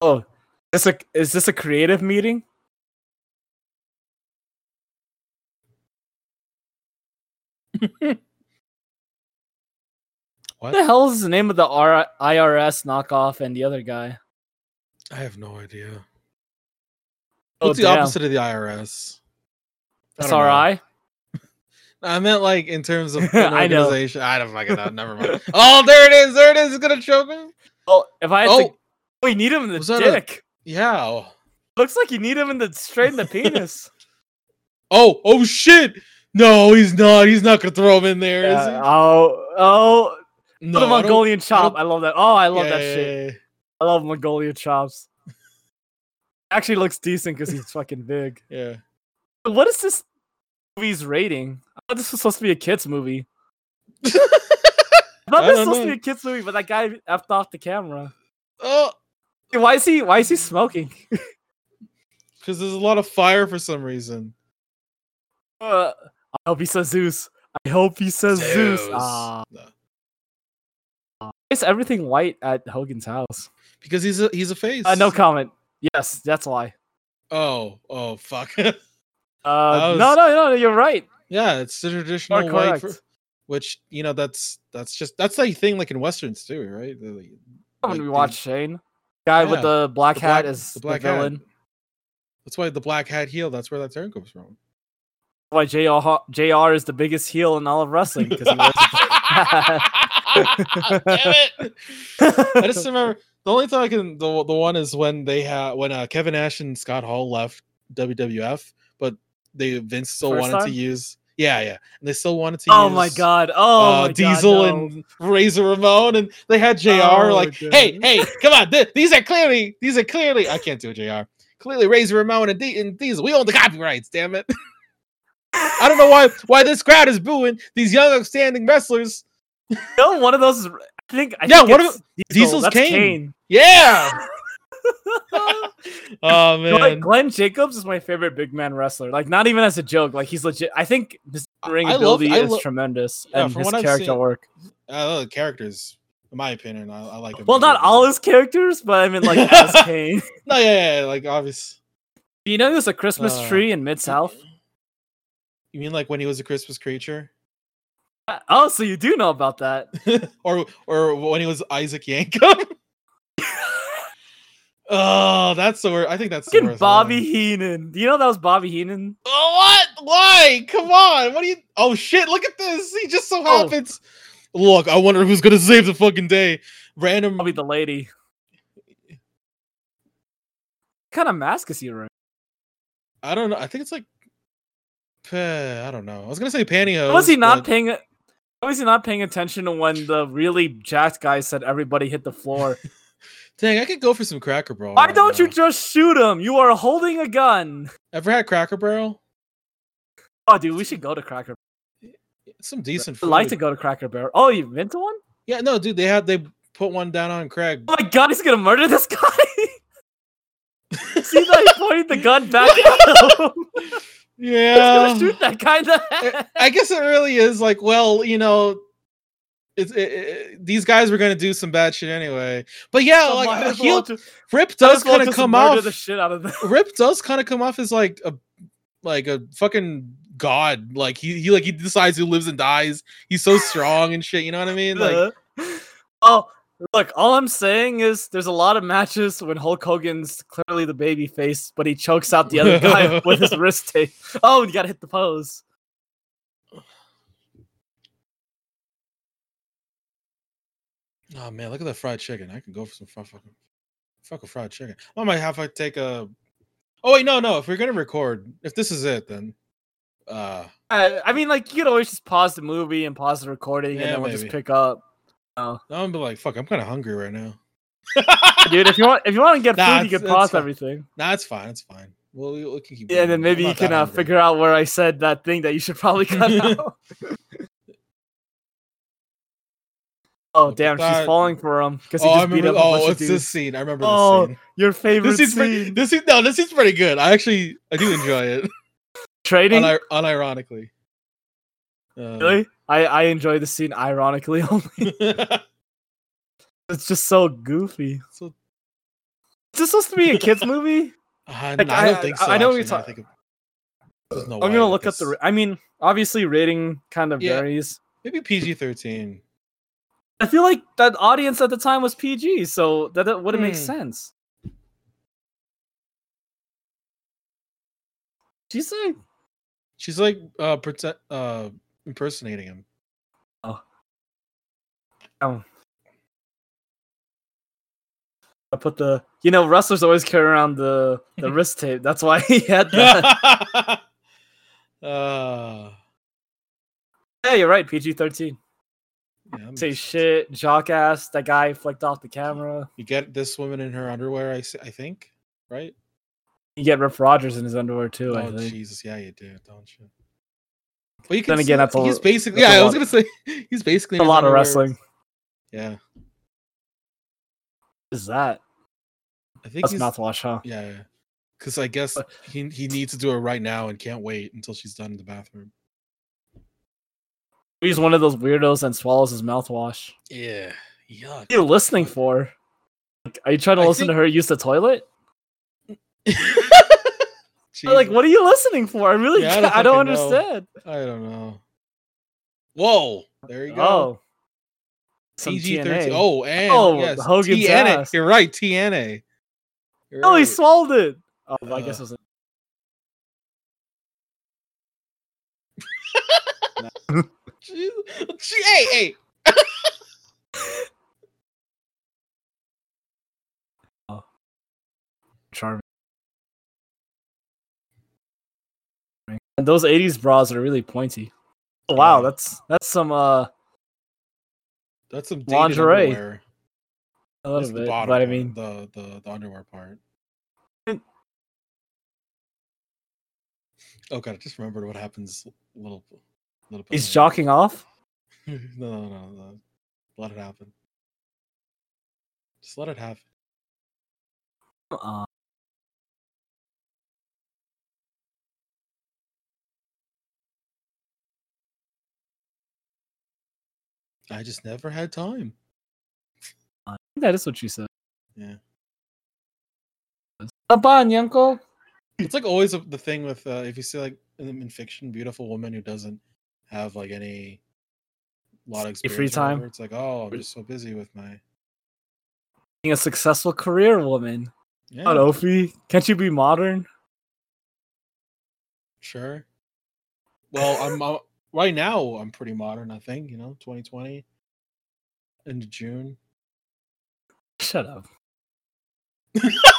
Speaker 1: Oh, is this a is this a creative meeting? What the
Speaker 2: What?
Speaker 1: hell is the name of the R- IRS knockoff and the other guy?
Speaker 2: I have no idea.
Speaker 1: Oh,
Speaker 2: What's the
Speaker 1: damn.
Speaker 2: opposite of the IRS? I don't know.
Speaker 1: SRI?
Speaker 2: I meant like in terms of an
Speaker 1: I know.
Speaker 2: organization. I don't fucking know. Never mind. Oh, there it is. There it is. It's gonna choke him.
Speaker 1: Oh, if I had to.
Speaker 2: Oh,
Speaker 1: Oh, you need him in the
Speaker 2: Was that a-
Speaker 1: dick.
Speaker 2: yeah. oh.
Speaker 1: Looks like you need him in the straight in the penis.
Speaker 2: Oh, oh shit. No, he's not. He's not gonna throw him in there. is
Speaker 1: Yeah, oh, oh, oh,
Speaker 2: he? No,
Speaker 1: the
Speaker 2: I don't-
Speaker 1: Mongolian chop.
Speaker 2: don't-
Speaker 1: I, love that. Oh, I love
Speaker 2: Yeah,
Speaker 1: that
Speaker 2: yeah,
Speaker 1: shit.
Speaker 2: yeah, yeah.
Speaker 1: I love Mongolian chops. Actually looks decent because he's fucking big.
Speaker 2: Yeah.
Speaker 1: But What is this movie's rating? I thought this was supposed to be a kids movie. I thought
Speaker 2: I
Speaker 1: this was
Speaker 2: don't
Speaker 1: supposed to
Speaker 2: know.
Speaker 1: be a kids movie, but that guy effed off the camera.
Speaker 2: Oh,
Speaker 1: Dude, Why is he? Why is he smoking?
Speaker 2: because there's a lot of fire for some reason.
Speaker 1: Uh, Ah. I hope he says Zeus. I hope he says Zeus. Ah,
Speaker 2: No.
Speaker 1: It's everything white at Hogan's house.
Speaker 2: because he's a he's a face.
Speaker 1: Uh, no comment. Yes, that's why.
Speaker 2: Oh, oh, fuck.
Speaker 1: Uh,
Speaker 2: was-
Speaker 1: No, no, no, no, you're right.
Speaker 2: yeah, it's the
Speaker 1: You
Speaker 2: traditional
Speaker 1: are correct.
Speaker 2: white. For, which you know, that's that's just that's the thing. Like in westerns too, right? They're like-
Speaker 1: I'm gonna
Speaker 2: like
Speaker 1: be
Speaker 2: the-
Speaker 1: watch Shane. Guy
Speaker 2: Yeah,
Speaker 1: with the black
Speaker 2: the
Speaker 1: hat
Speaker 2: black-
Speaker 1: is
Speaker 2: the
Speaker 1: the,
Speaker 2: black hat.
Speaker 1: villain.
Speaker 2: That's why the black hat heel. That's where that term comes from.
Speaker 1: Why JR, ho- JR is the biggest heel in all of wrestling because he
Speaker 2: Damn
Speaker 1: wears the-
Speaker 2: it! I just remember the only time I can the the one is when they had when uh, Kevin Nash and Scott Hall left WWF, but they Vince still
Speaker 1: First
Speaker 2: wanted to
Speaker 1: time?
Speaker 2: use yeah yeah, and they still wanted to.
Speaker 1: Oh my
Speaker 2: use,
Speaker 1: god! Oh,
Speaker 2: uh,
Speaker 1: my God,
Speaker 2: Diesel
Speaker 1: no.
Speaker 2: and Razor Ramon, and they had Jr.
Speaker 1: Oh,
Speaker 2: like,
Speaker 1: dude.
Speaker 2: hey, hey, come on, th- these are clearly, these are clearly, I can't do it, Jr. Clearly, Razor Ramon and, D- and Diesel, we own the copyrights, damn it. I don't know why why this crowd is booing these young outstanding wrestlers.
Speaker 1: No, one of those. is- I think. I
Speaker 2: Yeah,
Speaker 1: think
Speaker 2: one of
Speaker 1: it's
Speaker 2: Diesel's
Speaker 1: That's
Speaker 2: Kane. Yeah. oh
Speaker 1: like
Speaker 2: man,
Speaker 1: Glenn Jacobs is my favorite big man wrestler. Like, not even as a joke. Like, he's legit. I think his
Speaker 2: I-
Speaker 1: ring
Speaker 2: I love-
Speaker 1: ability
Speaker 2: I
Speaker 1: is
Speaker 2: lo-
Speaker 1: tremendous,
Speaker 2: Yeah,
Speaker 1: and
Speaker 2: from
Speaker 1: his
Speaker 2: what I've
Speaker 1: character
Speaker 2: seen-
Speaker 1: work.
Speaker 2: I love Uh, the characters. In my opinion, I, I like. them
Speaker 1: Well,
Speaker 2: better
Speaker 1: not
Speaker 2: than-
Speaker 1: all his characters, but I mean, like as Kane.
Speaker 2: No, yeah, yeah, yeah, like obvious.
Speaker 1: Do you know there's a Christmas
Speaker 2: Uh,
Speaker 1: tree in Mid South?
Speaker 2: You mean like when he was a Christmas creature,
Speaker 1: Oh, so you do know about that?
Speaker 2: or or when he was Isaac Yankum? oh, that's the word. I think that's the
Speaker 1: Fucking
Speaker 2: worst one.
Speaker 1: Bobby Heenan. Do you know that was Bobby Heenan?
Speaker 2: Oh, what? Why? Come on! What do you? Oh shit! Look at this. He just so
Speaker 1: Oh.
Speaker 2: happens. Look, I wonder who's gonna save the fucking day. Random
Speaker 1: Probably the lady. What kind of mask is he wearing?
Speaker 2: I don't know. I think it's like pa- I don't know. I was gonna say pantyhose.
Speaker 1: How was he not
Speaker 2: but-
Speaker 1: paying? How was he not paying attention to when the really jacked guy said everybody hit the floor?
Speaker 2: Oh, Dang, I could go for some Cracker Barrel.
Speaker 1: Why
Speaker 2: right
Speaker 1: don't you
Speaker 2: now.
Speaker 1: just shoot him? You are holding a gun.
Speaker 2: ever had Cracker Barrel?
Speaker 1: Oh, dude, we should go to Cracker.
Speaker 2: It's some decent.
Speaker 1: I'd like to
Speaker 2: food.
Speaker 1: go to Cracker Barrel. Oh, you've been to one?
Speaker 2: Yeah, no, dude. They had they put one down on Craig.
Speaker 1: Oh my god, he's gonna murder this guy. See that he pointed the gun back at him. He's
Speaker 2: Yeah,
Speaker 1: gonna shoot that guy in the head.
Speaker 2: I guess Um, it really is like, well, you know, it's it, it- these guys were gonna do some bad shit anyway. But yeah,
Speaker 1: So
Speaker 2: like
Speaker 1: might
Speaker 2: uh,
Speaker 1: as well
Speaker 2: heel,
Speaker 1: ju-
Speaker 2: Rip
Speaker 1: might
Speaker 2: does
Speaker 1: as well
Speaker 2: kind of
Speaker 1: just
Speaker 2: come
Speaker 1: murder
Speaker 2: off.
Speaker 1: the shit out of the
Speaker 2: Rip does kind of come off as like a like a fucking god. Like he, he like he decides who lives and dies. He's so strong and shit. You know what I mean? Like
Speaker 1: oh, look, all I'm saying is there's a lot of matches when Hulk Hogan's clearly the baby face, but he chokes out the other guy with his wrist tape. Oh, you gotta hit the pose. Uh-huh.
Speaker 2: oh man, look at that fried chicken. I can go for some fri- fucking fucking fried chicken. I might have to take a. Oh wait, no, no. If we're gonna record, if this is it, then uh
Speaker 1: I, I mean, like you could always just pause the movie and pause the recording,
Speaker 2: Yeah,
Speaker 1: and then we'll just
Speaker 2: maybe.
Speaker 1: pick up.
Speaker 2: I'm gonna be like, fuck, I'm kind of hungry right now.
Speaker 1: Dude, if you want, if you want to get
Speaker 2: Nah,
Speaker 1: food, you
Speaker 2: it's-
Speaker 1: can
Speaker 2: it's
Speaker 1: pause
Speaker 2: fine.
Speaker 1: everything.
Speaker 2: Nah, it's fine. It's fine. Well, we, we can keep.
Speaker 1: Yeah, and then
Speaker 2: going. I'm
Speaker 1: maybe you
Speaker 2: not that
Speaker 1: can uh,
Speaker 2: hungry.
Speaker 1: figure out where I said that thing that you should probably cut out. oh
Speaker 2: Look at
Speaker 1: damn, she's
Speaker 2: that.
Speaker 1: falling for him because he
Speaker 2: Oh, I
Speaker 1: just beat
Speaker 2: remember.
Speaker 1: up a
Speaker 2: Oh,
Speaker 1: bunch of
Speaker 2: it's this
Speaker 1: dudes.
Speaker 2: scene. I remember
Speaker 1: Oh,
Speaker 2: this scene.
Speaker 1: Your favorite
Speaker 2: This is pretty,
Speaker 1: scene,
Speaker 2: this is no, this is pretty good. I actually I do enjoy it.
Speaker 1: trading.
Speaker 2: Unir- unironically. Uh,
Speaker 1: Really, I I enjoy the scene ironically only. It's just so goofy.
Speaker 2: So-
Speaker 1: Is this supposed to be a kids movie?
Speaker 2: I,
Speaker 1: Like,
Speaker 2: I don't
Speaker 1: I-
Speaker 2: think
Speaker 1: I-
Speaker 2: so.
Speaker 1: I know
Speaker 2: actually,
Speaker 1: we
Speaker 2: now I
Speaker 1: talk-
Speaker 2: think of- there's no
Speaker 1: I'm
Speaker 2: way
Speaker 1: gonna look up
Speaker 2: this-
Speaker 1: the. ra- I mean, obviously, rating kind of
Speaker 2: Yeah.
Speaker 1: varies.
Speaker 2: maybe PG thirteen.
Speaker 1: I feel like that audience at the time was PG, so that, that wouldn't make
Speaker 2: Hmm.
Speaker 1: sense. She said,
Speaker 2: She's like uh, pretend, uh impersonating him.
Speaker 1: "I put the you know wrestlers always carry around the the wrist tape. That's why he had that."
Speaker 2: uh,
Speaker 1: yeah, you're right. PG thirteen.
Speaker 2: yeah,
Speaker 1: Say
Speaker 2: makes sense.
Speaker 1: shit, jock ass. That guy flicked off the camera.
Speaker 2: You get this woman in her underwear. I s- I think right.
Speaker 1: You get Rip Rogers in his underwear too. I
Speaker 2: Oh
Speaker 1: think.
Speaker 2: Jesus, yeah, you do, don't you? Well, you
Speaker 1: Then
Speaker 2: see
Speaker 1: again,
Speaker 2: that-
Speaker 1: that's a-
Speaker 2: he's basically.
Speaker 1: that's a
Speaker 2: Yeah, I was
Speaker 1: lot-
Speaker 2: gonna say he's basically
Speaker 1: A
Speaker 2: in his
Speaker 1: lot of
Speaker 2: underwear.
Speaker 1: wrestling.
Speaker 2: Yeah,
Speaker 1: What is that?
Speaker 2: I think
Speaker 1: That's
Speaker 2: he's.
Speaker 1: mouthwash, huh?
Speaker 2: Yeah, because I guess
Speaker 1: But-
Speaker 2: he he needs to do it right now and can't wait until she's done in the bathroom.
Speaker 1: He's one of those weirdos and swallows his mouthwash.
Speaker 2: Yeah, Yuck.
Speaker 1: are you listening for? Like, are you trying to
Speaker 2: I
Speaker 1: listen to
Speaker 2: think-
Speaker 1: her use the toilet? I'm
Speaker 2: like
Speaker 1: Like, what are you listening for? I really,
Speaker 2: Yeah, I
Speaker 1: I
Speaker 2: don't
Speaker 1: don't, I don't
Speaker 2: fucking know.
Speaker 1: understand.
Speaker 2: I don't know. Whoa. There you go.
Speaker 1: Oh, some
Speaker 2: PG
Speaker 1: TNA.
Speaker 2: thirteen. Oh, and
Speaker 1: Oh,
Speaker 2: yes,
Speaker 1: Hogan's
Speaker 2: TNA.
Speaker 1: ass.
Speaker 2: You're right, TNA. You're
Speaker 1: no, he
Speaker 2: right. Uh,
Speaker 1: swallowed it. Oh, but I guess it was.
Speaker 2: Jeez. Gee, Hey, hey.
Speaker 1: charming. And those '80s bras are really pointy. Oh, wow,
Speaker 2: Yeah.
Speaker 1: that's that's some uh
Speaker 2: That's some dated
Speaker 1: Lingerie.
Speaker 2: Underwear.
Speaker 1: a
Speaker 2: That's
Speaker 1: little
Speaker 2: the
Speaker 1: bit,
Speaker 2: bottom.
Speaker 1: but I
Speaker 2: part,
Speaker 1: mean,
Speaker 2: the, the the underwear part.
Speaker 1: And-
Speaker 2: Oh god, I just remembered what happens a little little bit.
Speaker 1: he's
Speaker 2: later.
Speaker 1: jocking off.
Speaker 2: no, no, no, no. Let it happen. Just let it happen.
Speaker 1: Uh,
Speaker 2: I just never had time.
Speaker 1: I think that is what you said.
Speaker 2: Yeah.
Speaker 1: Aban, uncle.
Speaker 2: It's like always a- the thing with uh, if you see like in, in fiction, beautiful woman who doesn't have like any lot of
Speaker 1: Any
Speaker 2: experience
Speaker 1: free
Speaker 2: or whatever,
Speaker 1: time?
Speaker 2: It's like oh, I'm just so busy with my.
Speaker 1: Being a successful career woman.
Speaker 2: Yeah,
Speaker 1: Not Ophi. Can't you be modern?
Speaker 2: sure. Well, I'm uh, right now. I'm pretty modern. I think you know, 2020 into June.
Speaker 1: Shut up. oh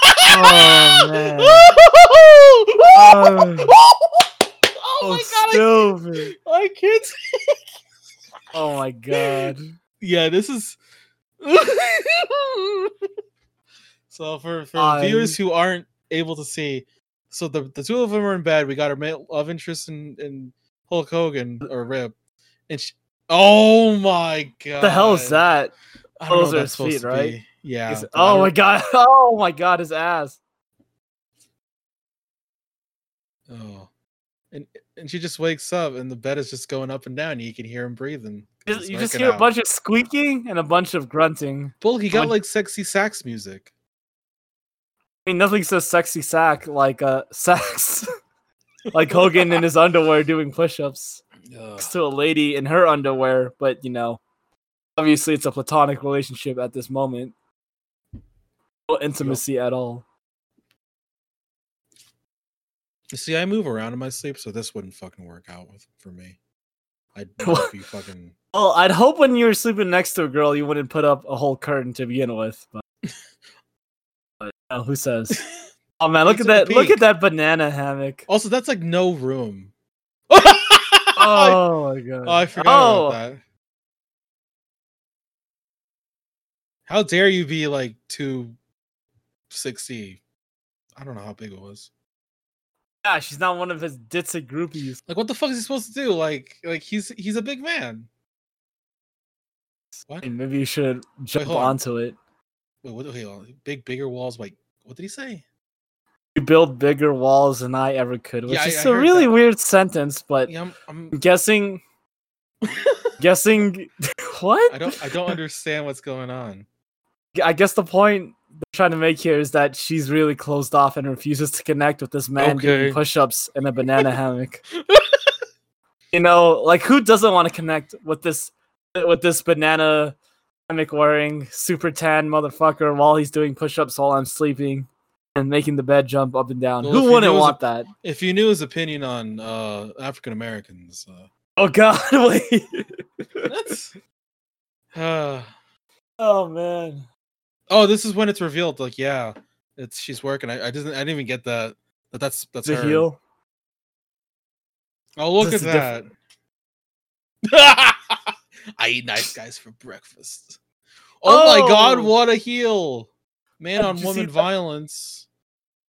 Speaker 1: man.
Speaker 2: oh,
Speaker 1: Oh,
Speaker 2: my god!
Speaker 1: stupid.
Speaker 2: I, I can't.
Speaker 1: Oh my god.
Speaker 2: yeah, this is. so for for
Speaker 1: I-
Speaker 2: viewers who aren't able to see, so the the two of them are in bed. We got our male love interest in, in Hulk Hogan or Rip, and she, oh my god,
Speaker 1: What the hell is that?
Speaker 2: I don't know
Speaker 1: Those
Speaker 2: what
Speaker 1: are his
Speaker 2: that's supposed
Speaker 1: feet,
Speaker 2: to
Speaker 1: right?
Speaker 2: be. Uh, Yeah.
Speaker 1: Is-
Speaker 2: but I
Speaker 1: oh
Speaker 2: don't-
Speaker 1: my god. Oh my god, his ass.
Speaker 2: Oh. And and she just wakes up, and the bed is just going up and down. And you can hear him breathing. 'cause
Speaker 1: Just-
Speaker 2: it's
Speaker 1: you just
Speaker 2: working
Speaker 1: hear a
Speaker 2: out.
Speaker 1: bunch of squeaking and a bunch of grunting.
Speaker 2: Well, he got
Speaker 1: bunch-
Speaker 2: like sexy sax music.
Speaker 1: I mean, nothing says sexy sack like uh sex. like Hogan in his underwear doing push-ups
Speaker 2: Ugh.
Speaker 1: next to a lady in her underwear, but you know, obviously it's a platonic relationship at this moment. No intimacy at all.
Speaker 2: You See, I move around in my sleep, so this wouldn't fucking work out with for me. I'd
Speaker 1: What?
Speaker 2: be fucking.
Speaker 1: Well, I'd hope when you were sleeping next to a girl, you wouldn't put up a whole curtain to begin with. But, but you know, who says? Oh man, look
Speaker 2: He
Speaker 1: at
Speaker 2: took a
Speaker 1: that! Look
Speaker 2: peek.
Speaker 1: at that banana hammock.
Speaker 2: Also, that's like no room. I,
Speaker 1: Oh my god!
Speaker 2: oh, I forgot about that. How dare you be like two sixty? I don't know how big it was.
Speaker 1: Yeah, she's not one of his ditzy groupies.
Speaker 2: Like, what the fuck is he supposed to do? Like, like he's he's a big man. What?
Speaker 1: I mean, maybe you should jump
Speaker 2: hold on.
Speaker 1: onto it.
Speaker 2: Wait, what? Hold on. Big, bigger walls. Like, what did he say?
Speaker 1: You build bigger walls than I ever could, which
Speaker 2: Yeah, I- I
Speaker 1: is a
Speaker 2: heard
Speaker 1: really
Speaker 2: that.
Speaker 1: weird sentence. But
Speaker 2: Yeah, I'm. I'm
Speaker 1: I'm guessing, guessing, what?
Speaker 2: I don't. I don't understand what's going on.
Speaker 1: I guess the point they're trying to make here is that she's really closed off and refuses to connect with this man
Speaker 2: Okay.
Speaker 1: doing push-ups in a banana hammock. you know, like who doesn't want to connect with this with this banana hammock wearing super tan motherfucker while he's doing push-ups while I'm sleeping and making the bed jump up and down?
Speaker 2: Well, if he
Speaker 1: who wouldn't
Speaker 2: knows-
Speaker 1: want that?
Speaker 2: If you knew his opinion on uh, African Americans, uh,
Speaker 1: Oh god, wait.
Speaker 2: that's. Uh,
Speaker 1: oh man.
Speaker 2: oh, this is when it's revealed. Like, yeah, it's she's working. I, I didn't. I didn't even get that. That that's that's
Speaker 1: The
Speaker 2: her.
Speaker 1: heel.
Speaker 2: Oh, look
Speaker 1: That's
Speaker 2: at
Speaker 1: a
Speaker 2: that.
Speaker 1: different-
Speaker 2: I eat nice guys for breakfast. Oh, my god,
Speaker 1: Oh!
Speaker 2: what a heel! Man
Speaker 1: Did
Speaker 2: on
Speaker 1: you see
Speaker 2: woman
Speaker 1: that?
Speaker 2: violence.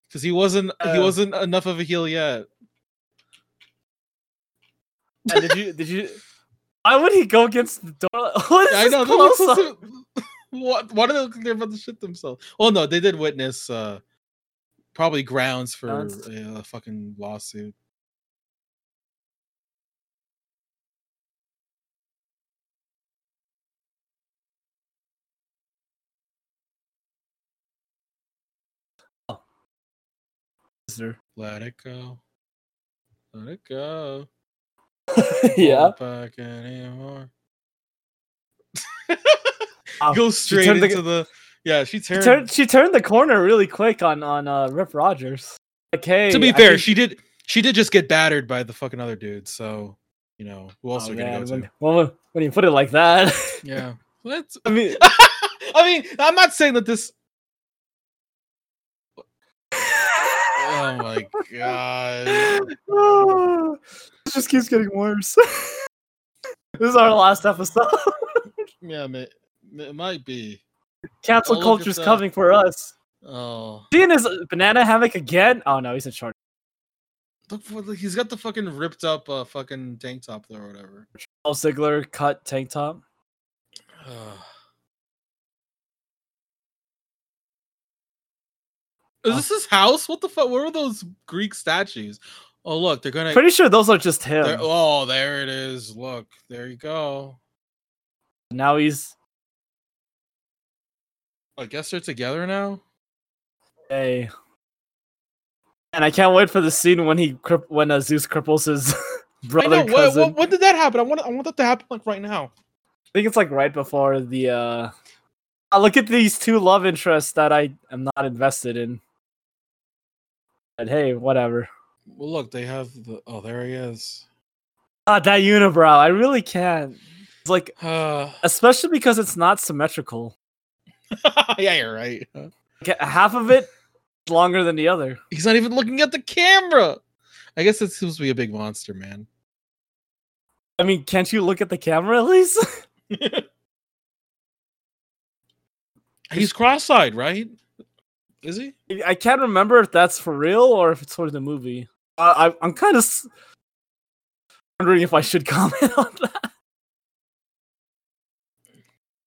Speaker 2: Because he wasn't he
Speaker 1: Uh.
Speaker 2: wasn't enough of a heel yet.
Speaker 1: And did you did you why would he go against the door? What is
Speaker 2: I
Speaker 1: this
Speaker 2: know.
Speaker 1: close
Speaker 2: They're not supposed to- what? Why do they look like they're about to shit themselves? Well, no, they did witness uh probably grounds for
Speaker 1: Grounds?
Speaker 2: a, a fucking lawsuit.
Speaker 1: Easter.
Speaker 2: Let it go. Let it go.
Speaker 1: yeah.
Speaker 2: Hold back anymore.
Speaker 1: Wow.
Speaker 2: Go
Speaker 1: Oh, She
Speaker 2: straight
Speaker 1: turned the-
Speaker 2: into the, Yeah, she
Speaker 1: She
Speaker 2: turned.
Speaker 1: turned, she turned the corner really quick on on uh, Rip Rogers. Like, hey,
Speaker 2: to be
Speaker 1: I
Speaker 2: fair,
Speaker 1: think-
Speaker 2: she did. She did just get battered by the fucking other dude. So you know who else
Speaker 1: Oh,
Speaker 2: are we gonna
Speaker 1: man,
Speaker 2: go
Speaker 1: when,
Speaker 2: to?
Speaker 1: Well, when you put it like that,
Speaker 2: Yeah. Let's.
Speaker 1: I mean,
Speaker 2: I mean, I'm not saying that this. Oh my god.
Speaker 1: it just keeps getting worse. this is our last episode.
Speaker 2: Yeah, ma- it might be.
Speaker 1: Cancel
Speaker 2: Well, look at
Speaker 1: culture's
Speaker 2: that.
Speaker 1: coming for us.
Speaker 2: Oh,
Speaker 1: Seeing his banana hammock again. Oh no, he's in short.
Speaker 2: look for the, he's got the fucking ripped up uh, fucking tank top there or whatever.
Speaker 1: Paul Ziggler cut tank top.
Speaker 2: Ugh. Is this his house? What the fuck? Where were those Greek statues? Oh, look, they're gonna.
Speaker 1: Pretty sure those are just him.
Speaker 2: they're- oh, there it is. Look, there you go.
Speaker 1: Now he's
Speaker 2: I guess they're together now.
Speaker 1: a. And I can't wait for the scene when he cri- when uh, Zeus cripples his brother
Speaker 2: I know. What,
Speaker 1: cousin.
Speaker 2: what, when did that happen? I want. I want that to happen like right now.
Speaker 1: I think it's like right before the. uh I look at these two love interests that I am not invested in. But hey, whatever.
Speaker 2: Well, look, they have the. Oh, there he is.
Speaker 1: God, that unibrow. I really can't. It's like,
Speaker 2: Uh,
Speaker 1: especially because it's not symmetrical.
Speaker 2: yeah, you're right.
Speaker 1: Like, half of it is longer than the other.
Speaker 2: He's not even looking at the camera. I guess it's supposed to be a big monster, man.
Speaker 1: I mean, can't you look at the camera at least?
Speaker 2: He's cross-eyed, right? Is he?
Speaker 1: I can't remember if that's for real or if it's for the movie. I, I, I'm kind of s- wondering if I should comment on that.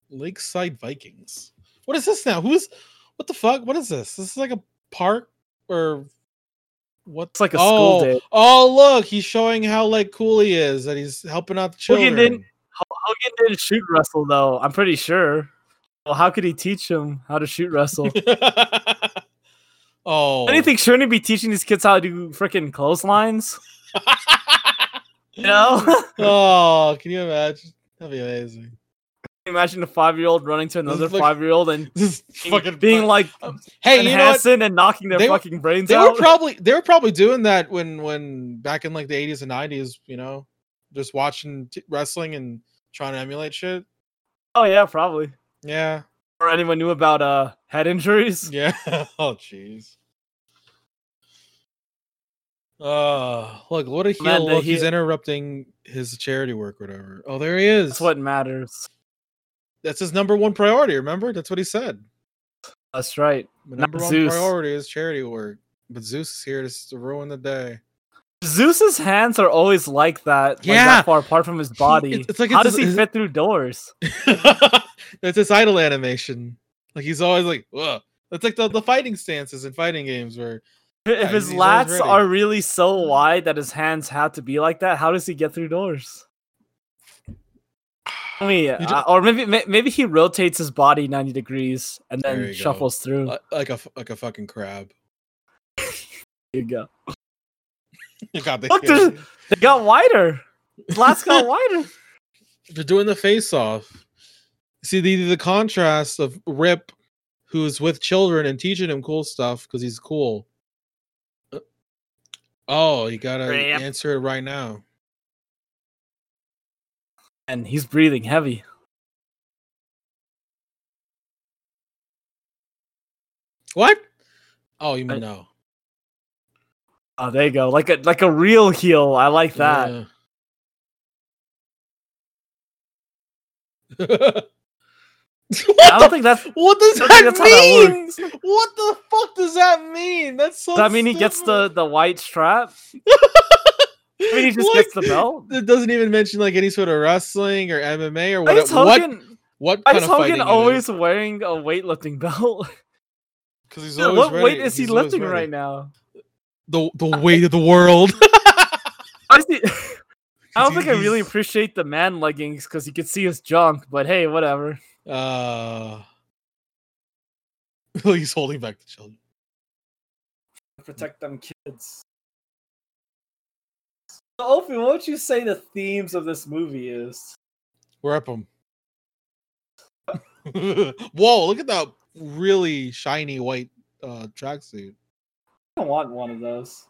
Speaker 2: Lakeside Vikings. What is this now? Who's? What the fuck? What is this? This is like a park or what?
Speaker 1: It's like a
Speaker 2: oh,
Speaker 1: school day.
Speaker 2: Oh, look, he's showing how like cool he is, and he's helping out the
Speaker 1: Well, he
Speaker 2: children.
Speaker 1: didn't- Ho- Hogan didn't shoot wrestle though. I'm pretty sure. Well, how could he teach him how to shoot wrestle?
Speaker 2: oh,
Speaker 1: Anything shouldn't he be teaching these kids how to do freaking clotheslines? You know.
Speaker 2: oh, can you imagine? That'd be amazing.
Speaker 1: Imagine a five-year-old running to another
Speaker 2: look-
Speaker 1: five-year-old and
Speaker 2: This is fucking Um,
Speaker 1: being like
Speaker 2: hey,
Speaker 1: Ben
Speaker 2: you know what?
Speaker 1: Hansen and knocking their
Speaker 2: They were-
Speaker 1: fucking brains
Speaker 2: They were
Speaker 1: out.
Speaker 2: probably they were probably doing that when when back in like the eighties and nineties, you know, just watching t- wrestling and trying to emulate shit.
Speaker 1: oh yeah, probably.
Speaker 2: Yeah,
Speaker 1: Or anyone knew about uh head injuries.
Speaker 2: yeah. oh, jeez. Uh look, what a heel!
Speaker 1: Man, the
Speaker 2: look, he's
Speaker 1: heel-
Speaker 2: interrupting his charity work, or whatever. Oh, there he is.
Speaker 1: That's what matters.
Speaker 2: that's his number one priority. Remember, that's what he said.
Speaker 1: That's right.
Speaker 2: The
Speaker 1: Not
Speaker 2: number one
Speaker 1: Zeus.
Speaker 2: priority is charity work. But Zeus is here to s- to ruin the day.
Speaker 1: Zeus's hands are always like that, like
Speaker 2: Yeah.
Speaker 1: that far apart from his
Speaker 2: He-
Speaker 1: body.
Speaker 2: it's- it's like
Speaker 1: How
Speaker 2: it's
Speaker 1: does
Speaker 2: his-
Speaker 1: he
Speaker 2: his-
Speaker 1: fit through doors?
Speaker 2: That's his idol animation. Like he's always like, Ugh. That's like the, the fighting stances in fighting games where
Speaker 1: If
Speaker 2: Yeah,
Speaker 1: if his
Speaker 2: he's always
Speaker 1: lats
Speaker 2: ready.
Speaker 1: are really so wide that his hands have to be like that, how does he get through doors? I mean,
Speaker 2: You
Speaker 1: uh, or maybe may- maybe he rotates his body ninety degrees and
Speaker 2: There
Speaker 1: then
Speaker 2: you go. Uh,
Speaker 1: shuffles through.
Speaker 2: li- like a f- like a fucking crab.
Speaker 1: There you go.
Speaker 2: God, they,
Speaker 1: Look, there's- They got wider. His lats got wider.
Speaker 2: they're doing the face off. See the the contrast of Rip, who's with children and teaching him cool stuff because he's cool. Uh, Oh, you gotta
Speaker 1: Rip.
Speaker 2: answer it right now.
Speaker 1: And he's breathing heavy.
Speaker 2: What? Oh, you mean
Speaker 1: I-
Speaker 2: no?
Speaker 1: Oh, there you go. Like a like a real heel. I like that.
Speaker 2: Yeah. what
Speaker 1: I
Speaker 2: the
Speaker 1: don't think that's.
Speaker 2: What does
Speaker 1: I don't
Speaker 2: that
Speaker 1: think that's how that
Speaker 2: mean? what the fuck does that mean? That's so.
Speaker 1: Does that mean he gets the the white strap?
Speaker 2: stupid.
Speaker 1: I mean, he just
Speaker 2: Like,
Speaker 1: gets the belt.
Speaker 2: It doesn't even mention like any sort of wrestling or MMA or
Speaker 1: Why
Speaker 2: what.
Speaker 1: is
Speaker 2: What,
Speaker 1: Hogan?
Speaker 2: what
Speaker 1: Why
Speaker 2: kind
Speaker 1: is
Speaker 2: of
Speaker 1: Hogan
Speaker 2: fighting?
Speaker 1: always wearing a weightlifting belt?
Speaker 2: Because he's
Speaker 1: Dude,
Speaker 2: always
Speaker 1: what
Speaker 2: ready.
Speaker 1: weight is he
Speaker 2: he's always
Speaker 1: lifting
Speaker 2: ready.
Speaker 1: right now?
Speaker 2: The the weight of the world.
Speaker 1: Why is he- I don't
Speaker 2: Dude,
Speaker 1: think I really
Speaker 2: he's-
Speaker 1: appreciate the man leggings because you can see his junk, but hey, whatever.
Speaker 2: Uh, he's holding back the children.
Speaker 3: to protect them kids. So, Opie, what would you say the themes of this movie is?
Speaker 2: We're up 'em. Whoa! Look at that really shiny white uh, tracksuit.
Speaker 3: I don't want one of those.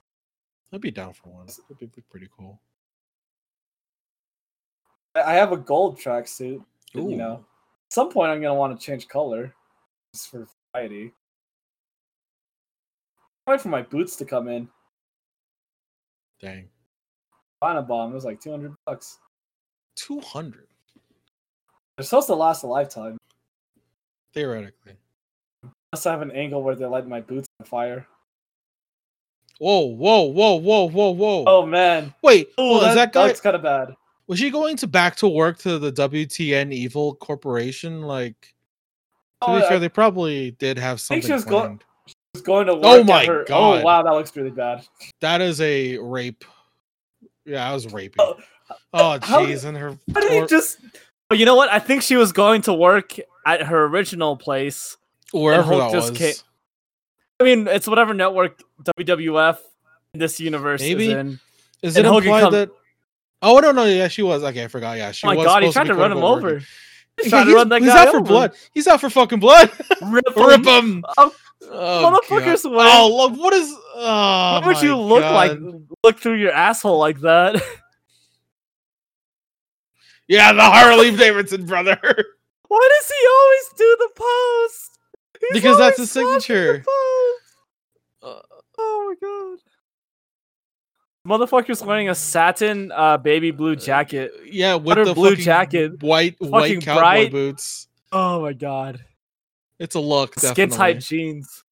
Speaker 2: I'd be down for one. It'd be pretty cool.
Speaker 3: I I have a gold tracksuit. that, You
Speaker 2: Ooh.
Speaker 3: know, at some point I'm gonna want to change color, just for variety. Wait for my boots to come in.
Speaker 2: Dang.
Speaker 3: Bonabomb it was like 200 bucks.
Speaker 2: Two hundred
Speaker 3: They're supposed to last a lifetime.
Speaker 2: theoretically.
Speaker 3: Unless I have an angle where they light my boots on fire.
Speaker 2: Whoa! Whoa! Whoa! Whoa! Whoa! Whoa!
Speaker 3: Oh man.
Speaker 2: Wait.
Speaker 3: Oh,
Speaker 2: hold on, is that guy?
Speaker 3: that's kind of bad.
Speaker 2: Was she going to back to work to the WTN Evil Corporation? Like, to
Speaker 3: Oh,
Speaker 2: be fair,
Speaker 3: I
Speaker 2: they probably did have
Speaker 3: think
Speaker 2: something.
Speaker 3: she was go-
Speaker 2: planned.
Speaker 3: was going to work.
Speaker 2: Oh
Speaker 3: at
Speaker 2: my
Speaker 3: her-
Speaker 2: God.
Speaker 3: Oh wow, that looks really bad.
Speaker 2: that is a rape. Yeah, I was raping.
Speaker 3: Oh,
Speaker 2: Oh,
Speaker 3: how-
Speaker 2: jeez, and her.
Speaker 3: How did he
Speaker 2: tor-
Speaker 3: just?
Speaker 1: But you know what? I think she was going to work at her original place.
Speaker 2: wherever
Speaker 1: Hulk
Speaker 2: that
Speaker 1: just
Speaker 2: was.
Speaker 1: ca- I mean, it's whatever network WWF in this universe
Speaker 2: Maybe.
Speaker 1: is in.
Speaker 2: Is it
Speaker 1: And Hogan
Speaker 2: implied
Speaker 1: come-
Speaker 2: that? Oh no, no, yeah, she was. Okay, I forgot. Yeah, she
Speaker 1: Oh my
Speaker 2: was.
Speaker 1: god, he
Speaker 2: supposed
Speaker 1: tried
Speaker 2: be
Speaker 1: to run him
Speaker 2: quote-unquote
Speaker 1: over.
Speaker 2: working.
Speaker 1: He's trying to
Speaker 2: He's-
Speaker 1: run that
Speaker 2: he's
Speaker 1: guy
Speaker 2: out for
Speaker 1: over.
Speaker 2: blood. He's out for fucking blood.
Speaker 1: Rip him.
Speaker 2: Rip him.
Speaker 1: Oh,
Speaker 2: Oh, God.
Speaker 1: motherfuckers went.
Speaker 2: oh look, what is? Oh,
Speaker 1: Why would you
Speaker 2: my
Speaker 1: look like
Speaker 2: God.
Speaker 1: look through your asshole like that?
Speaker 2: Yeah, the Harley Davidson brother.
Speaker 1: Why does he always do the pose? He's
Speaker 2: because that's his
Speaker 1: always fucking the
Speaker 2: signature.
Speaker 1: pose. oh my god. Motherfucker's wearing a satin uh, baby blue jacket.
Speaker 2: Yeah, with
Speaker 1: Butter
Speaker 2: the
Speaker 1: blue
Speaker 2: fucking
Speaker 1: jacket.
Speaker 2: white
Speaker 1: Fucking
Speaker 2: white cowboy
Speaker 1: bright.
Speaker 2: boots.
Speaker 1: Oh my god.
Speaker 2: It's a look.
Speaker 1: Skin tight
Speaker 2: definitely.
Speaker 1: jeans.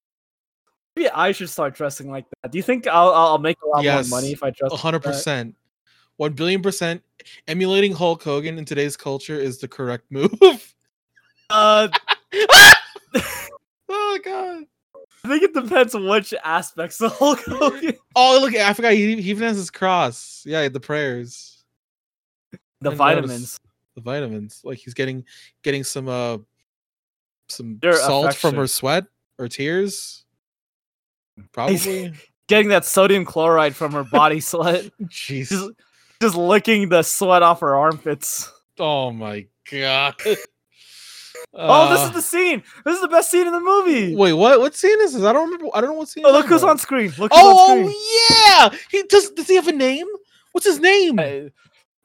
Speaker 1: Maybe I should start dressing like that. Do you think I'll I'll I'll make a lot
Speaker 2: Yes. Oh.
Speaker 1: more money if I dress?
Speaker 2: A hundred
Speaker 1: that.
Speaker 2: percent, one billion percent. Emulating Hulk Hogan in today's culture is the correct move.
Speaker 1: Uh,
Speaker 2: oh God.
Speaker 1: I think it depends on which aspects of Hulk Hogan.
Speaker 2: Oh look, I forgot. He, he even has his cross. Yeah, the prayers,
Speaker 1: The
Speaker 2: notice.
Speaker 1: vitamins.
Speaker 2: the vitamins. Like he's getting getting some uh some
Speaker 1: Their
Speaker 2: salt from her
Speaker 1: affection.
Speaker 2: sweat or tears. Probably.
Speaker 1: Getting that sodium chloride from her body sweat.
Speaker 2: Jesus.
Speaker 1: Just licking the sweat off her armpits.
Speaker 2: Oh my god.
Speaker 1: oh, this is
Speaker 2: Uh,
Speaker 1: the scene. This is the best scene in the movie.
Speaker 2: Wait, what? What scene is this? I don't remember. I don't know what scene.
Speaker 1: Oh,
Speaker 2: you're
Speaker 1: look
Speaker 2: talking
Speaker 1: who's
Speaker 2: about.
Speaker 1: on screen. Look who's on screen.
Speaker 2: Oh yeah. He does. Does he have a name? What's his name?
Speaker 1: Uh,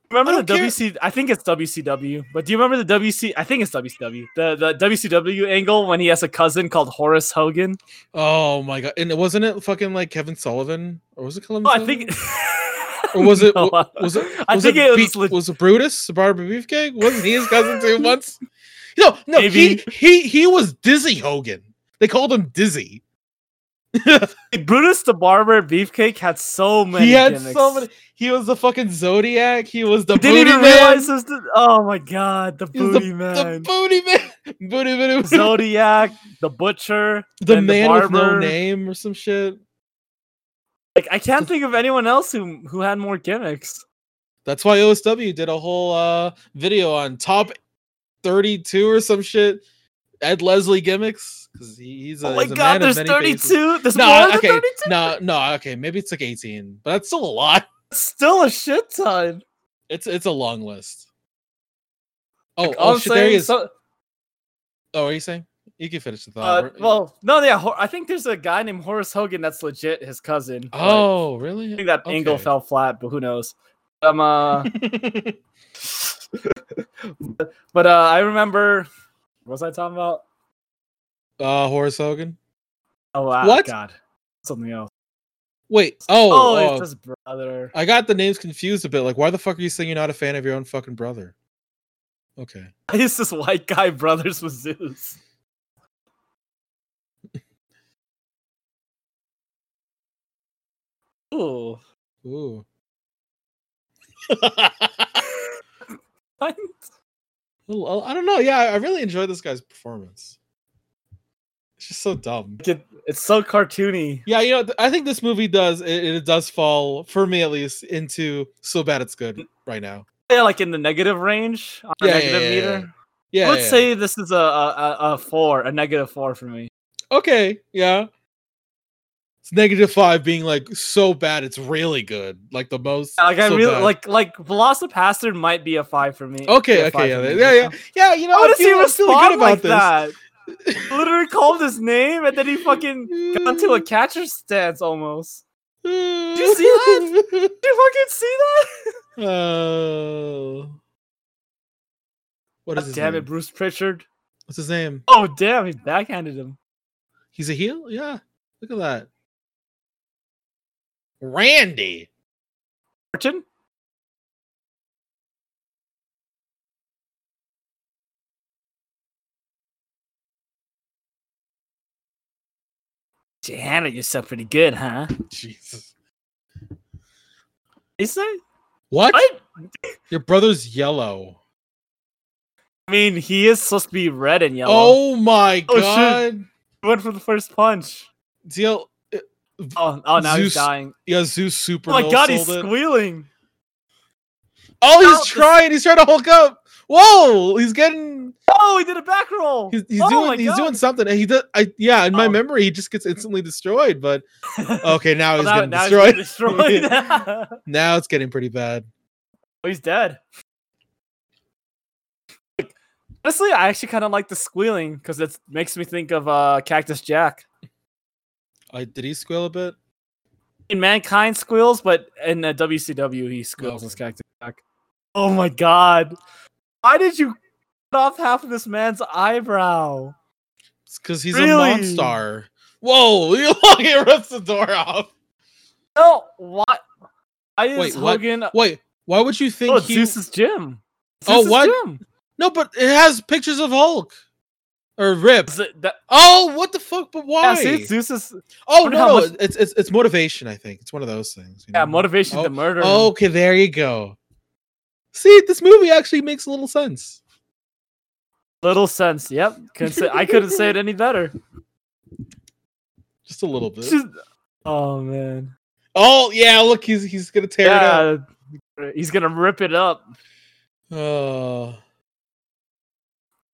Speaker 1: Remember
Speaker 2: don't
Speaker 1: the
Speaker 2: care.
Speaker 1: WC? I think it's WCW. But do you remember the WC? I think it's WCW. The the WCW angle when he has a cousin called Horace Hogan.
Speaker 2: Oh my god! And wasn't it fucking like Kevin Sullivan, or was it Kevin?
Speaker 1: Oh, I
Speaker 2: Sullivan?
Speaker 1: think.
Speaker 2: Or was it-
Speaker 1: No,
Speaker 2: Was it?
Speaker 1: I
Speaker 2: was
Speaker 1: think
Speaker 2: it,
Speaker 1: it
Speaker 2: Be-
Speaker 1: was leg-
Speaker 2: was it Brutus, the Barber Beefcake? Wasn't he his cousin too once? No, no. He
Speaker 1: Maybe.
Speaker 2: he he was Dizzy Hogan. They called him Dizzy.
Speaker 1: Brutus the Barber Beefcake had so many.
Speaker 2: he had
Speaker 1: gimmicks.
Speaker 2: so many. He was the fucking Zodiac. He was the
Speaker 1: I didn't
Speaker 2: booty
Speaker 1: even
Speaker 2: man.
Speaker 1: realize this. was- Oh my god, the
Speaker 2: He was
Speaker 1: booty
Speaker 2: the
Speaker 1: man,
Speaker 2: booty man. Booty man.
Speaker 1: Zodiac, the butcher,
Speaker 2: the
Speaker 1: and
Speaker 2: man
Speaker 1: the
Speaker 2: with no
Speaker 1: barber.
Speaker 2: name or some shit.
Speaker 1: Like I can't think of anyone else who who had more gimmicks.
Speaker 2: That's why OSW did a whole uh video on top 32 or some shit. Ed Leslie gimmicks because he, he's a,
Speaker 1: oh my
Speaker 2: he's a
Speaker 1: god,
Speaker 2: man of
Speaker 1: there's
Speaker 2: many
Speaker 1: 32.
Speaker 2: faces.
Speaker 1: There's
Speaker 2: No,
Speaker 1: more
Speaker 2: okay,
Speaker 1: than 32.
Speaker 2: no, no, okay. Maybe it's like 18, but that's still a lot.
Speaker 1: It's Still a shit ton.
Speaker 2: It's it's a long list. Oh,
Speaker 1: All
Speaker 2: oh
Speaker 1: I'm
Speaker 2: shit, there he
Speaker 1: saying,
Speaker 2: is.
Speaker 1: so-
Speaker 2: oh, what are you saying? You can finish the thought.
Speaker 1: uh,
Speaker 2: We're-
Speaker 1: well, no, yeah, Hor- I think there's a guy named Horace Hogan that's legit his cousin. but
Speaker 2: oh,
Speaker 1: I
Speaker 2: really?
Speaker 1: think that angle
Speaker 2: okay.
Speaker 1: fell flat, but who knows? Um, uh, but uh, I remember. What was I talking about?
Speaker 2: uh, Horace Hogan.
Speaker 1: Oh wow,
Speaker 2: What?
Speaker 1: God, something else.
Speaker 2: Wait. Oh,
Speaker 1: Oh, it's
Speaker 2: uh,
Speaker 1: his brother.
Speaker 2: I got the names confused a bit. Like, why the fuck are you saying you're not a fan of your own fucking brother? Okay.
Speaker 1: It's this white guy brothers with Zeus. Ooh.
Speaker 2: Ooh.
Speaker 1: What?
Speaker 2: Well, I don't know. Yeah, I really enjoyed this guy's performance. It's just so dumb.
Speaker 1: Like it- it's so cartoony.
Speaker 2: Yeah, you know, th- I think this movie does it, it does fall for me at least into so bad it's
Speaker 1: Mm.
Speaker 2: good right now.
Speaker 1: Yeah, like in the negative range on the
Speaker 2: Yeah, yeah,
Speaker 1: negative
Speaker 2: yeah,
Speaker 1: meter.
Speaker 2: yeah, Yeah.
Speaker 1: Let's
Speaker 2: yeah.
Speaker 1: say this is a, a a- a four, a negative four for me.
Speaker 2: okay. Yeah. It's negative five being like so bad it's really good. Like the most.
Speaker 1: Like I
Speaker 2: so
Speaker 1: really
Speaker 2: bad.
Speaker 1: like like Velocipaster might be a five for me. be
Speaker 2: Okay,
Speaker 1: a
Speaker 2: okay,
Speaker 1: five
Speaker 2: yeah,
Speaker 1: for
Speaker 2: yeah,
Speaker 1: me.
Speaker 2: yeah, yeah, yeah. You know,
Speaker 1: How
Speaker 2: I'm
Speaker 1: does he
Speaker 2: feeling, I'm feeling
Speaker 1: respond
Speaker 2: good
Speaker 1: like
Speaker 2: about this.
Speaker 1: that? Literally called his name and then he fucking got to a catcher stance almost.
Speaker 2: Did
Speaker 1: you see Did you fucking see that?
Speaker 2: that? Oh. What is
Speaker 1: God
Speaker 2: his
Speaker 1: damn
Speaker 2: name?
Speaker 1: it, Bruce Pritchard.
Speaker 2: What's his name?
Speaker 1: Oh damn, he backhanded him.
Speaker 2: He's a heel? Yeah. Look at that. Randy.
Speaker 1: Fortune? You handled yourself pretty good, huh?
Speaker 2: Jesus.
Speaker 1: You say?
Speaker 2: What?
Speaker 1: What?
Speaker 2: Your brother's yellow.
Speaker 1: I mean, he is supposed to be red and yellow.
Speaker 2: Oh my
Speaker 1: Oh, shit.
Speaker 2: god.
Speaker 1: He went for the first punch.
Speaker 2: Deal.
Speaker 1: Oh, oh now he's
Speaker 2: Zeus
Speaker 1: dying.
Speaker 2: Yeah, Zeus super.
Speaker 1: Oh my god, he's
Speaker 2: sold it.
Speaker 1: squealing.
Speaker 2: Oh, he's
Speaker 1: out.
Speaker 2: trying. He's trying to hulk up. Whoa, he's getting.
Speaker 1: Oh, he did a back roll.
Speaker 2: He's, he's
Speaker 1: oh my
Speaker 2: doing. He's
Speaker 1: God.
Speaker 2: doing something. He does. I yeah. In my
Speaker 1: Oh.
Speaker 2: memory, he just gets instantly destroyed. But okay, now he's
Speaker 1: Well,
Speaker 2: getting
Speaker 1: now- now
Speaker 2: destroyed.
Speaker 1: getting destroyed.
Speaker 2: now it's getting pretty bad.
Speaker 1: Oh, he's dead. Honestly, I actually kind of like the squealing because it makes me think of uh, Cactus Jack.
Speaker 2: I did he squeal a bit?
Speaker 1: In Mankind squeals, but in uh, WCW he squeals
Speaker 2: Oh.
Speaker 1: as Cactus Jack. Oh my god! Why did you cut off half of this man's eyebrow?
Speaker 2: It's because he's
Speaker 1: Really?
Speaker 2: a monster. Whoa! He fucking rips the door off.
Speaker 1: No, what? Why is
Speaker 2: Wait, what?
Speaker 1: Hogan?
Speaker 2: Wait, why would you think
Speaker 1: Oh, it's
Speaker 2: he?
Speaker 1: Zeus's gym.
Speaker 2: Oh,
Speaker 1: Zeus's
Speaker 2: what?
Speaker 1: Gym.
Speaker 2: No, but it has pictures of Hulk or Rip.
Speaker 1: Is it- that-
Speaker 2: Oh, what the fuck? But why?
Speaker 1: yeah, see, it's Zeus's
Speaker 2: oh
Speaker 1: wonder how
Speaker 2: no,
Speaker 1: much-
Speaker 2: it's, it's it's motivation. I think it's one of those things. you
Speaker 1: yeah,
Speaker 2: know?
Speaker 1: motivation
Speaker 2: Oh,
Speaker 1: to murder. him.
Speaker 2: Okay, there you go. See, this movie actually makes a little sense.
Speaker 1: Little sense. Yep. Couldn't say, I couldn't say it any better.
Speaker 2: Just a little bit.
Speaker 1: Just- oh man.
Speaker 2: Oh yeah, look, he's he's gonna tear it up.
Speaker 1: Yeah. He's gonna rip it up.
Speaker 2: Oh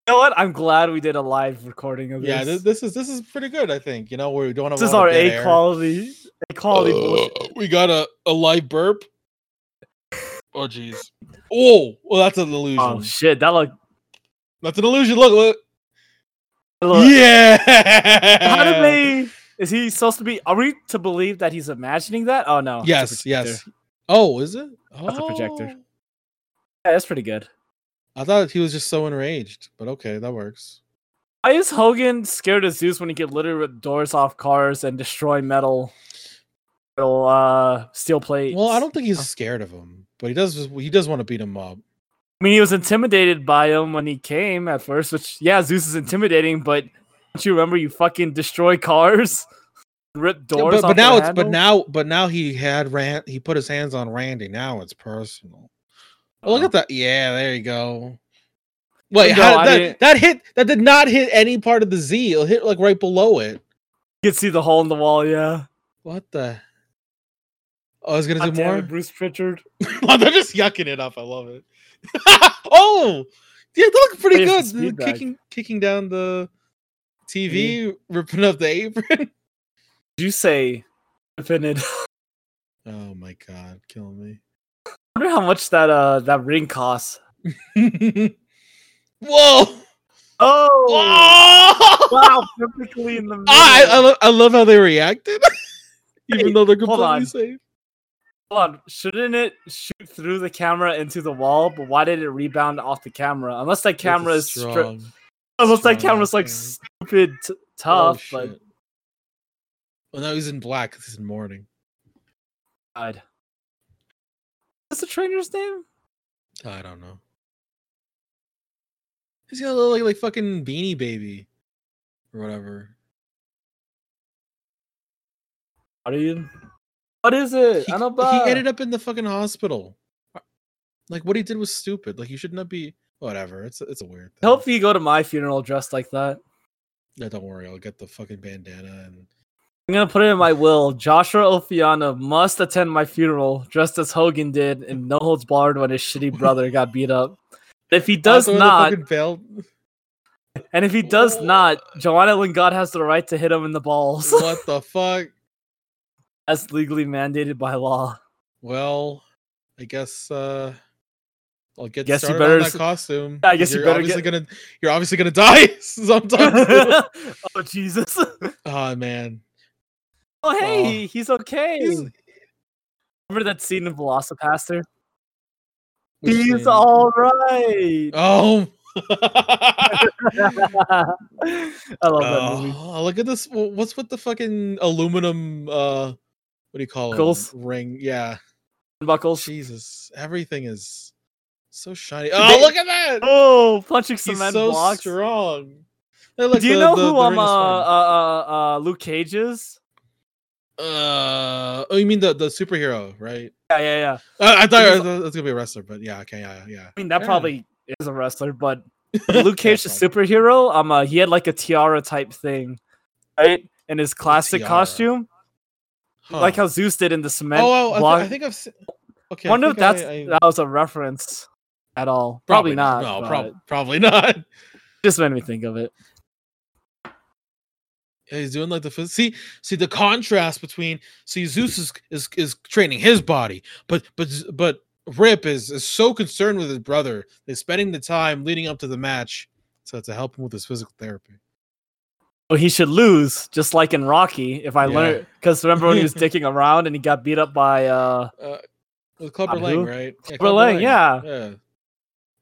Speaker 1: You know what? I'm glad we did a live recording of this.
Speaker 2: yeah, this, this is this is pretty good, I think. You know, where we don't have
Speaker 1: This is
Speaker 2: lot
Speaker 1: our
Speaker 2: of dead
Speaker 1: A
Speaker 2: air.
Speaker 1: quality. A quality bullshit.
Speaker 2: Uh, we got a, a live burp. Oh jeez. Oh, well that's an illusion.
Speaker 1: Oh shit, that looked.
Speaker 2: that's an illusion. Look, look.
Speaker 1: look.
Speaker 2: Yeah.
Speaker 1: How did they? Is he supposed to be? Are we to believe that he's imagining that? Oh no. it's a
Speaker 2: Yes, yes.
Speaker 1: projector.
Speaker 2: Oh, is it? Oh.
Speaker 1: That's a projector. Yeah, that's pretty good.
Speaker 2: I thought he was just so enraged, but okay, that works.
Speaker 1: Why is Hogan scared of Zeus when he get littered with doors off cars and destroy metal, metal uh, steel plates?
Speaker 2: Well, I don't think he's scared of him, but he does. He does want to beat him up.
Speaker 1: I mean, he was intimidated by him when he came at first, which yeah, Zeus is intimidating, but don't you remember you fucking destroy cars, rip
Speaker 2: Yeah,
Speaker 1: doors
Speaker 2: but,
Speaker 1: off
Speaker 2: but now
Speaker 1: their
Speaker 2: it's but
Speaker 1: handle?
Speaker 2: now but now he had ran. He put his hands on Randy. Now it's personal. Oh, Look
Speaker 1: Uh-oh.
Speaker 2: at that. Yeah, there you go. Wait,
Speaker 1: No,
Speaker 2: how
Speaker 1: I
Speaker 2: did that,
Speaker 1: didn't-
Speaker 2: that hit? That did not hit any part of the Z. It hit like right below it.
Speaker 1: you can see the hole in the wall. Yeah,
Speaker 2: What the? Oh, I was gonna
Speaker 1: God
Speaker 2: do
Speaker 1: damn
Speaker 2: more.
Speaker 1: it, Bruce Pritchard.
Speaker 2: Oh, they're just yucking it up. I love it. oh, yeah, they look pretty
Speaker 1: Play us the
Speaker 2: good. They're
Speaker 1: speed bag.
Speaker 2: Kicking, kicking down the TV, ripping up the apron.
Speaker 1: Did you say infinite? I
Speaker 2: Oh my god, kill me.
Speaker 1: wonder how much that uh that ring costs.
Speaker 2: Whoa!
Speaker 1: Oh,
Speaker 2: Whoa!
Speaker 1: wow, perfectly in the middle.
Speaker 2: I, I, love, I love how they reacted, even
Speaker 1: Hey,
Speaker 2: though they're
Speaker 1: hold
Speaker 2: completely
Speaker 1: on.
Speaker 2: safe.
Speaker 1: Hold on, shouldn't it shoot through the camera into the wall? But why did it rebound off the camera? Unless that camera is stri-
Speaker 2: strong.
Speaker 1: Unless that
Speaker 2: Strong
Speaker 1: camera's like
Speaker 2: ass
Speaker 1: stupid t-
Speaker 2: Oh,
Speaker 1: tough, but
Speaker 2: shit. well, no, he's in black. 'cause He's in mourning.
Speaker 1: God. What's the trainer's name?
Speaker 2: I don't know. He's got a little like, like fucking beanie baby or whatever.
Speaker 1: What are you? What is it?
Speaker 2: He,
Speaker 1: I don't
Speaker 2: he
Speaker 1: know.
Speaker 2: ended up in the fucking hospital. Like what he did was stupid. Like you should not be whatever. It's a- it's a weird thing.
Speaker 1: Hope you go to my funeral dressed like that.
Speaker 2: Yeah, don't worry. I'll get the fucking bandana and
Speaker 1: I'm gonna put it in my will. Joshua Ofiana must attend my funeral dressed as Hogan did in No Holds Barred when his shitty brother got beat up. If he does
Speaker 2: Also, the
Speaker 1: not,
Speaker 2: fucking belt.
Speaker 1: and if he does not, Joanna Lingard has the right to hit him in the balls.
Speaker 2: What the fuck?
Speaker 1: as legally mandated by law.
Speaker 2: Well, I guess uh I'll get
Speaker 1: Guess you
Speaker 2: started
Speaker 1: better
Speaker 2: on that
Speaker 1: s-
Speaker 2: costume.
Speaker 1: Yeah, I guess you
Speaker 2: you're
Speaker 1: better
Speaker 2: obviously gonna you're obviously gonna die sometime. soon.
Speaker 1: oh Jesus!
Speaker 2: oh man.
Speaker 1: Oh hey, he's okay.
Speaker 2: He's-
Speaker 1: Remember that scene in Velocipaster?
Speaker 2: Which
Speaker 1: He's
Speaker 2: thing?
Speaker 1: all right.
Speaker 2: Oh,
Speaker 1: I love that movie.
Speaker 2: Oh, look at this. Wh- What's with the fucking aluminum uh what do you call
Speaker 1: Buckles?
Speaker 2: it? Ring. Yeah.
Speaker 1: Buckles.
Speaker 2: Jesus. Everything is so shiny. Oh, look at that.
Speaker 1: Oh, punching
Speaker 2: He's
Speaker 1: cement
Speaker 2: so
Speaker 1: blocks.
Speaker 2: strong. Hey, look,
Speaker 1: Do you
Speaker 2: the-
Speaker 1: know
Speaker 2: the-
Speaker 1: who
Speaker 2: the
Speaker 1: um
Speaker 2: ring
Speaker 1: uh,
Speaker 2: is fine.
Speaker 1: uh uh uh Luke Cage is?
Speaker 2: Uh, oh, you mean the the superhero, right?
Speaker 1: Yeah, yeah, yeah.
Speaker 2: Uh, I
Speaker 1: He's-
Speaker 2: thought that's gonna be a wrestler, but yeah, okay, yeah, yeah.
Speaker 1: I mean that
Speaker 2: Yeah.
Speaker 1: probably is a wrestler, but
Speaker 2: yeah.
Speaker 1: Luke Cage the
Speaker 2: probably.
Speaker 1: superhero. Um, uh, he had like a tiara type thing, right? In his classic
Speaker 2: tiara?
Speaker 1: costume,
Speaker 2: Huh.
Speaker 1: like how Zeus did in the cement.
Speaker 2: Oh, oh I,
Speaker 1: block.
Speaker 2: th- I think I've. Seen... Okay, I
Speaker 1: wonder if
Speaker 2: think I-
Speaker 1: that's
Speaker 2: I-
Speaker 1: that was a reference at all. Probably, not.
Speaker 2: No,
Speaker 1: but
Speaker 2: prob- probably not.
Speaker 1: Just made me think of it.
Speaker 2: Yeah, he's doing like the phys- see see the contrast between see Zeus is is, is training his body, but but Z- but Rip is is so concerned with his brother. They're spending the time leading up to the match to to help him with his physical therapy.
Speaker 1: Well, he should lose, just like in Rocky. If I
Speaker 2: Yeah.
Speaker 1: learned, because remember when he was dicking around and he got beat up by uh
Speaker 2: With Clubber
Speaker 1: Uh,
Speaker 2: Lang,
Speaker 1: who?
Speaker 2: right? Yeah,
Speaker 1: Clubber Lang, yeah.
Speaker 2: yeah.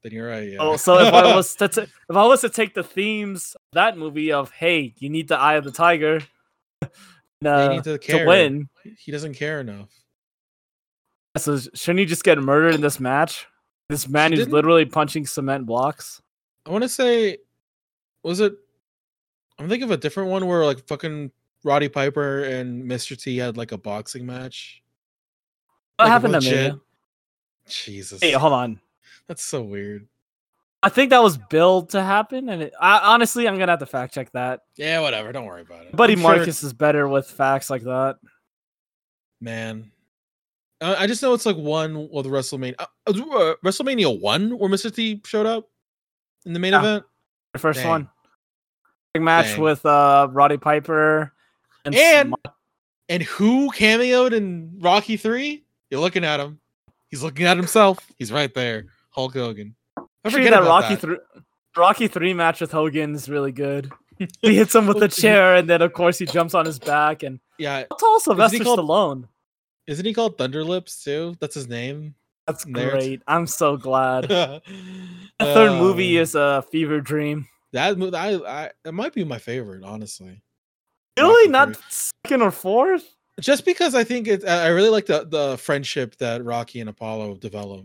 Speaker 2: Then you're right. Yeah.
Speaker 1: Oh, so if I was to ta- if I was to take the themes of that movie of hey, you need the eye of the tiger, and,
Speaker 2: They
Speaker 1: uh,
Speaker 2: need
Speaker 1: to
Speaker 2: to care.
Speaker 1: win.
Speaker 2: He doesn't care enough.
Speaker 1: So sh- shouldn't he just get murdered in this match? This man who's
Speaker 2: didn't-
Speaker 1: literally punching cement blocks.
Speaker 2: I want to say, was it? I'm thinking of a different one where like fucking Roddy Piper and Mr. T had like a boxing match.
Speaker 1: What
Speaker 2: Like,
Speaker 1: happened to
Speaker 2: legit.
Speaker 1: me?
Speaker 2: Jesus,
Speaker 1: Hey, hold on.
Speaker 2: that's so weird.
Speaker 1: I think that was billed to happen, and it, I, honestly, I'm gonna have to fact check that.
Speaker 2: Yeah, whatever. Don't worry about it.
Speaker 1: Buddy
Speaker 2: I'm sure-
Speaker 1: Marcus is better with facts like that.
Speaker 2: man. Uh, I just know it's like one of the WrestleMania, uh, uh, uh, WrestleMania one, where Mr. T showed up in the main
Speaker 1: Yeah.
Speaker 2: event,
Speaker 1: The first
Speaker 2: Dang.
Speaker 1: one, Big match
Speaker 2: Dang.
Speaker 1: with uh Roddy Piper and,
Speaker 2: And-
Speaker 1: Sm-
Speaker 2: and who cameoed in Rocky three? You're looking at him. He's looking at himself. He's right there, Hulk Hogan. I
Speaker 1: Actually,
Speaker 2: forget
Speaker 1: that
Speaker 2: about
Speaker 1: Rocky
Speaker 2: that.
Speaker 1: three Rocky three match with Hogan is really good. he hits him with a chair, and then of course he jumps on his back. And
Speaker 2: Yeah,
Speaker 1: it's all Sylvester
Speaker 2: called-
Speaker 1: Stallone.
Speaker 2: isn't he called Thunderlips too? That's his name.
Speaker 1: That's
Speaker 2: There it's-
Speaker 1: great. I'm so glad. The
Speaker 2: the
Speaker 1: third movie
Speaker 2: Um,
Speaker 1: is a fever dream.
Speaker 2: that movie. I, I it might be my favorite, honestly.
Speaker 1: Really,
Speaker 2: Rocky
Speaker 1: not second or fourth.
Speaker 2: just because I think it, I I really like the the friendship that Rocky and Apollo develop,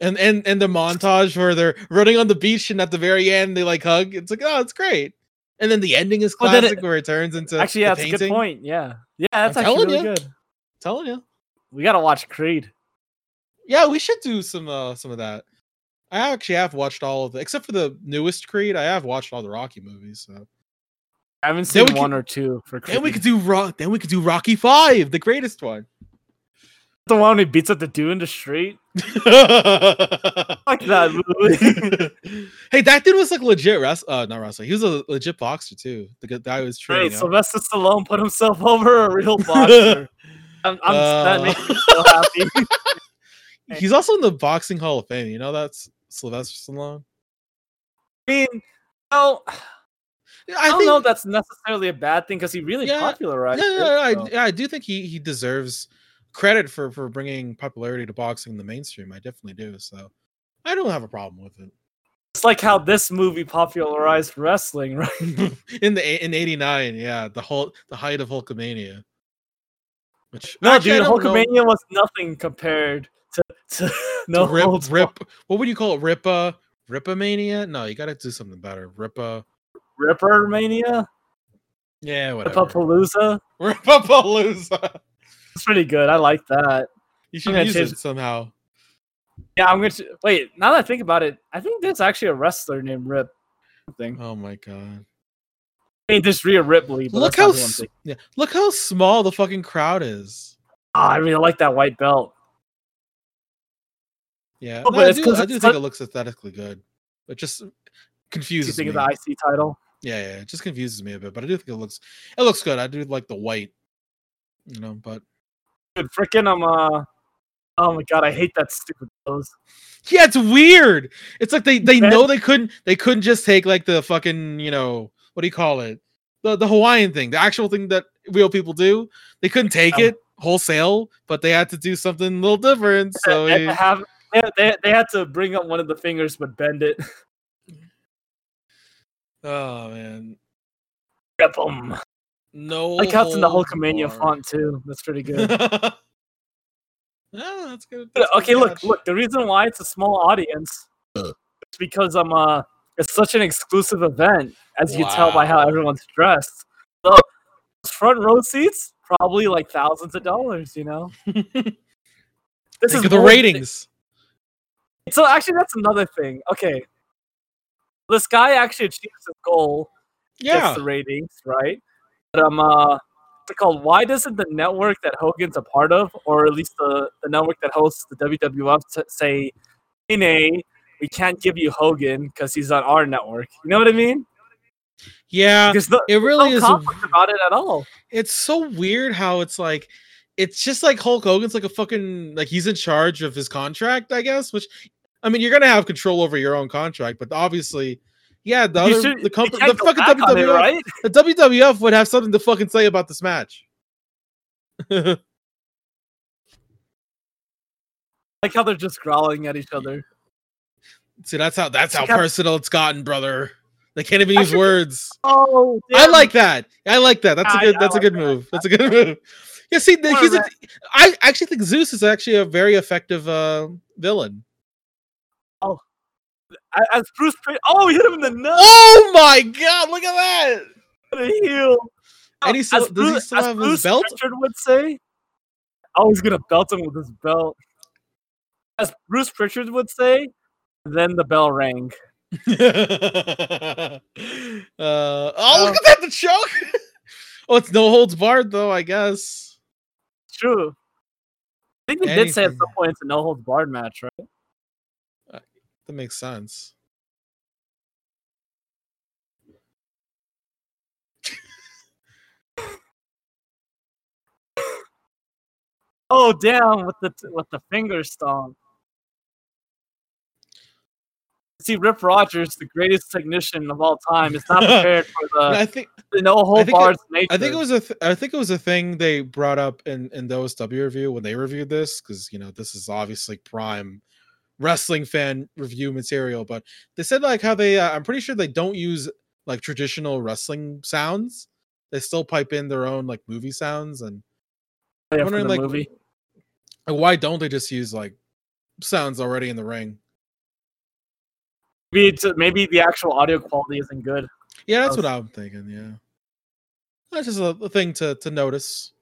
Speaker 2: and and and the montage where they're running on the beach and at the very end they like hug. It's like oh, it's great, and then the ending is
Speaker 1: Well, then it-
Speaker 2: classic where it turns into
Speaker 1: Actually, yeah,
Speaker 2: the
Speaker 1: that's a good
Speaker 2: painting.
Speaker 1: point. Yeah, yeah, that's
Speaker 2: I'm
Speaker 1: actually
Speaker 2: telling
Speaker 1: really
Speaker 2: ya.
Speaker 1: good.
Speaker 2: telling you,
Speaker 1: We gotta watch Creed.
Speaker 2: yeah, we should do some uh, some of that. I actually have watched all of the except for the newest Creed. I have watched all the Rocky movies. So
Speaker 1: I haven't
Speaker 2: Then
Speaker 1: seen
Speaker 2: we
Speaker 1: one
Speaker 2: could-
Speaker 1: or two for Creed.
Speaker 2: then we could do rock. Then we could do Rocky Five, the greatest one.
Speaker 1: the one who beats up the dude in the street. Fuck that movie.
Speaker 2: hey, that dude was like legit wrestler. Uh, not wrestler. He was a legit boxer too. The good guy who was
Speaker 1: Great,
Speaker 2: training. up.
Speaker 1: Sylvester Stallone put himself over a real boxer. I'm, I'm, that
Speaker 2: Uh,
Speaker 1: makes me so happy.
Speaker 2: He's also in the boxing Hall of Fame. You know that's Sylvester Stallone.
Speaker 1: I mean, well, I,
Speaker 2: I,
Speaker 1: don't
Speaker 2: think,
Speaker 1: know if that's necessarily a bad thing because he really
Speaker 2: Yeah, Yeah,
Speaker 1: popularized
Speaker 2: yeah, yeah, I,
Speaker 1: it. so.
Speaker 2: yeah, I do think he he deserves credit for for bringing popularity to boxing in the mainstream. I definitely do. So I don't have a problem with it.
Speaker 1: It's like how this movie popularized wrestling, right?
Speaker 2: in the eight- in '89, yeah, the whole the height of Hulkamania. Which
Speaker 1: No,
Speaker 2: actually, I
Speaker 1: dude,
Speaker 2: don't know.
Speaker 1: Hulkamania was nothing compared to, to
Speaker 2: to
Speaker 1: no
Speaker 2: rip
Speaker 1: holds
Speaker 2: rip what would you call it ripa ripamania no you gotta do something better ripa
Speaker 1: Ripper Mania,
Speaker 2: yeah whatever
Speaker 1: Rippapalooza.
Speaker 2: ripapalooza
Speaker 1: It's pretty good. I like that.
Speaker 2: you should
Speaker 1: gonna
Speaker 2: use
Speaker 1: change-
Speaker 2: it somehow
Speaker 1: Yeah, I'm gonna ch- wait. Now that I think about it, I think there's actually a wrestler named Rip. Something.
Speaker 2: oh my god
Speaker 1: I mean, just Rhea Ripley. But
Speaker 2: look
Speaker 1: that's not
Speaker 2: how
Speaker 1: who I'm
Speaker 2: s-
Speaker 1: thinking.
Speaker 2: yeah look how small the fucking crowd is
Speaker 1: Ah, I really like that white belt.
Speaker 2: yeah
Speaker 1: Oh,
Speaker 2: no,
Speaker 1: but
Speaker 2: i
Speaker 1: it's
Speaker 2: do,
Speaker 1: 'cause
Speaker 2: I
Speaker 1: it's
Speaker 2: do
Speaker 1: not-
Speaker 2: think it looks aesthetically good it just
Speaker 1: Do you
Speaker 2: confuses
Speaker 1: think of
Speaker 2: me
Speaker 1: the IC title?
Speaker 2: yeah yeah it just confuses me a bit but i do think it looks it looks good i do like the white you know, but
Speaker 1: Dude, freaking, I'm uh, oh my god, I hate that stupid pose.
Speaker 2: yeah, it's weird. It's like they they
Speaker 1: Man.
Speaker 2: know they couldn't they couldn't just take like the fucking you know what do you call it the the Hawaiian thing, the actual thing that real people do. They couldn't take
Speaker 1: Yeah.
Speaker 2: it wholesale, but they had to do something a little different. So
Speaker 1: they, had
Speaker 2: it-
Speaker 1: to have, they, they, they had to bring up one of the fingers but bend it.
Speaker 2: oh man,
Speaker 1: Rip 'em.
Speaker 2: no.
Speaker 1: I like how it's in the
Speaker 2: Oh,
Speaker 1: Hulkamania
Speaker 2: font.
Speaker 1: font too. That's pretty good.
Speaker 2: yeah, Ah, that's good.
Speaker 1: But, uh,
Speaker 2: that's good
Speaker 1: okay, look,
Speaker 2: catch.
Speaker 1: look. The reason why it's a small audience
Speaker 2: Uh.
Speaker 1: is because I'm uh, it's such an exclusive event, as you can tell by how
Speaker 2: Wow.
Speaker 1: everyone's dressed. So those front row seats, probably like thousands of dollars. You know, this
Speaker 2: Think of the
Speaker 1: more-
Speaker 2: ratings.
Speaker 1: So actually, that's another thing. Okay, this guy actually achieves his goal,
Speaker 2: Yeah,
Speaker 1: gets the ratings, right? But um, uh, what's it called? Why doesn't the network that Hogan's a part of, or at least the, the network that hosts the WWF, t- say, "Hey, nay, we can't give you Hogan because he's on our network"? You know what I mean?
Speaker 2: yeah.
Speaker 1: Because the,
Speaker 2: It
Speaker 1: really
Speaker 2: really
Speaker 1: no
Speaker 2: Uh, is. a-
Speaker 1: conflict about it at all.
Speaker 2: It's so weird how it's like. It's just like Hulk Hogan's like a fucking like he's in charge of his contract, I guess. Which, I mean, you're gonna have control over your own contract, but obviously, yeah, the
Speaker 1: You
Speaker 2: other
Speaker 1: should-
Speaker 2: the
Speaker 1: you
Speaker 2: company,
Speaker 1: can't
Speaker 2: the
Speaker 1: go
Speaker 2: fucking
Speaker 1: back on it,
Speaker 2: WWF,
Speaker 1: right?
Speaker 2: the WWF would have something to fucking say about this match.
Speaker 1: Like how they're just growling at each other.
Speaker 2: See, that's how that's how
Speaker 1: Like how-
Speaker 2: personal it's gotten, brother. They can't even
Speaker 1: I
Speaker 2: use
Speaker 1: should-
Speaker 2: words.
Speaker 1: Oh,
Speaker 2: I like that. I like that. That's a
Speaker 1: I-
Speaker 2: good.
Speaker 1: I
Speaker 2: That's a
Speaker 1: like
Speaker 2: good
Speaker 1: that.
Speaker 2: move. That's a good move. Yeah, see, the,
Speaker 1: Or
Speaker 2: he's. A,
Speaker 1: Rat-
Speaker 2: I actually think Zeus is actually a very effective uh, villain.
Speaker 1: as Bruce. Prin- oh, he hit him in the nose.
Speaker 2: Oh my god! Look at that.
Speaker 1: with a heel.
Speaker 2: And he still-
Speaker 1: As
Speaker 2: does he
Speaker 1: Bruce-
Speaker 2: still
Speaker 1: as
Speaker 2: have his
Speaker 1: Bruce
Speaker 2: belt?
Speaker 1: Pritchard would say, "Oh, he's gonna belt him with his belt." As Bruce Pritchard would say, then the bell rang.
Speaker 2: uh, oh, look at that! The choke. oh, it's no holds barred though. I guess.
Speaker 1: It's True. I think they did say at
Speaker 2: Anything.
Speaker 1: some point it's a no holds barred match, right?
Speaker 2: That makes sense.
Speaker 1: Oh, damn! With the with the finger stomp. See, Rip Rogers, the greatest technician of all time, is not prepared for the,
Speaker 2: I think
Speaker 1: the no hold
Speaker 2: think it-
Speaker 1: barred nature.
Speaker 2: I think it was a th- I think it was a thing they brought up in in the OSW review when they reviewed this because you know this is obviously prime wrestling fan review material, but they said like how they uh, I'm pretty sure they don't use like traditional wrestling sounds. They still pipe in their own like movie sounds and
Speaker 1: yeah, from
Speaker 2: wondering,
Speaker 1: the
Speaker 2: like,
Speaker 1: movie.
Speaker 2: like, why don't they just use like sounds already in the ring?
Speaker 1: Maybe, it's, maybe the actual audio quality isn't good.
Speaker 2: Yeah, that's
Speaker 1: Oh.
Speaker 2: what I'm thinking. Yeah, that's just a, a thing to to notice.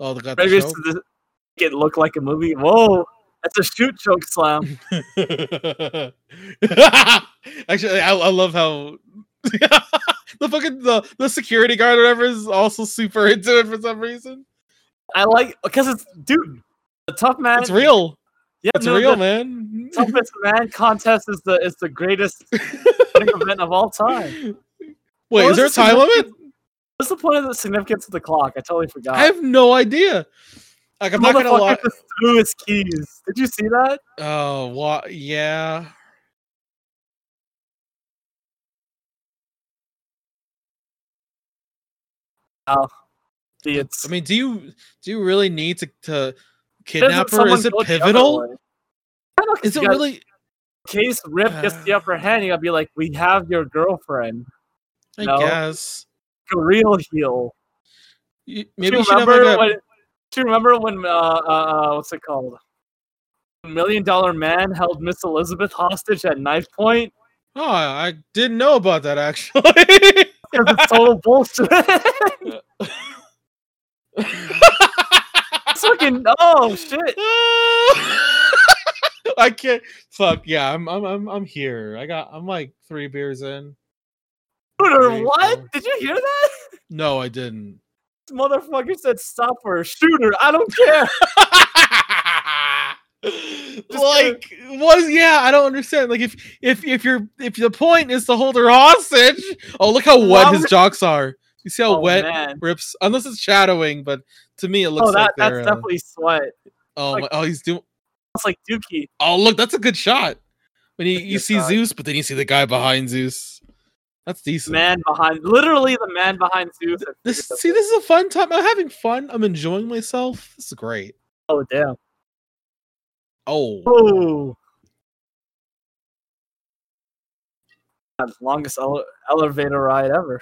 Speaker 2: Oh, they got the
Speaker 1: Maybe it's
Speaker 2: show.
Speaker 1: to just make it look like a movie. Whoa, that's a shoot choke slam.
Speaker 2: Actually, I, I love how the fucking the, the security guard or whatever is also super into it for some reason.
Speaker 1: I like because it's dude, the tough man.
Speaker 2: It's real.
Speaker 1: Yeah,
Speaker 2: It's
Speaker 1: no,
Speaker 2: real,
Speaker 1: The
Speaker 2: man.
Speaker 1: toughest man contest is the is the greatest sporting event of all time.
Speaker 2: Wait,
Speaker 1: What
Speaker 2: is there a
Speaker 1: was the
Speaker 2: time limit?
Speaker 1: significance- What's the point of the significance of the clock? I totally forgot.
Speaker 2: I have no idea. Like, I'm
Speaker 1: The
Speaker 2: not gonna
Speaker 1: motherfucker
Speaker 2: lie.
Speaker 1: just threw his keys. Did you see that?
Speaker 2: Oh, wha- yeah.
Speaker 1: See, it's
Speaker 2: I mean, do you do you really need to to
Speaker 1: doesn't
Speaker 2: kidnap her?
Speaker 1: someone
Speaker 2: Is it
Speaker 1: go the other
Speaker 2: pivotal?
Speaker 1: way? I don't know, 'cause
Speaker 2: Is
Speaker 1: you
Speaker 2: it
Speaker 1: gotta-
Speaker 2: really?
Speaker 1: in case Rip gets the upper hand? You gotta be like, we have your girlfriend.
Speaker 2: I
Speaker 1: No.
Speaker 2: guess.
Speaker 1: A real heel.
Speaker 2: You-
Speaker 1: Do
Speaker 2: Maybe
Speaker 1: you
Speaker 2: you should have
Speaker 1: remember
Speaker 2: like a,
Speaker 1: when? Do you remember when? Uh, uh, uh, what's it called? Million Dollar Man held Miss Elizabeth hostage at knife point.
Speaker 2: Oh, I didn't know about that actually.
Speaker 1: 'Cause it's total bullshit. It's fucking oh shit.
Speaker 2: I can't. Fuck yeah, I'm I'm I'm I'm here. I got I'm like three beers in.
Speaker 1: Dude, or
Speaker 2: Great, bro.
Speaker 1: what? Did you hear that?
Speaker 2: No, I didn't.
Speaker 1: This motherfucker said stop her, shoot her. I don't care.
Speaker 2: like was yeah, I don't understand. Like if if if your if the point is to hold her hostage, oh look how
Speaker 1: Why
Speaker 2: wet his
Speaker 1: would-
Speaker 2: jocks are. You see how
Speaker 1: Oh,
Speaker 2: wet
Speaker 1: man.
Speaker 2: rips? Unless it's shadowing, but to me it looks
Speaker 1: Oh, that,
Speaker 2: like
Speaker 1: that's
Speaker 2: they're, uh,
Speaker 1: definitely sweat.
Speaker 2: oh,
Speaker 1: like-
Speaker 2: my, oh, he's doing.
Speaker 1: It's like Dookie.
Speaker 2: Oh, look, that's a good shot. When you,
Speaker 1: That's a
Speaker 2: you
Speaker 1: good
Speaker 2: see
Speaker 1: shot.
Speaker 2: Zeus, but then you see the guy behind Zeus. That's decent.
Speaker 1: man behind literally the man behind Zeus. and
Speaker 2: This
Speaker 1: Peter.
Speaker 2: see, this is a fun time. I'm having fun. I'm enjoying myself. This is great.
Speaker 1: oh damn.
Speaker 2: Oh,
Speaker 1: Oh. God, it's the longest ele- elevator ride ever.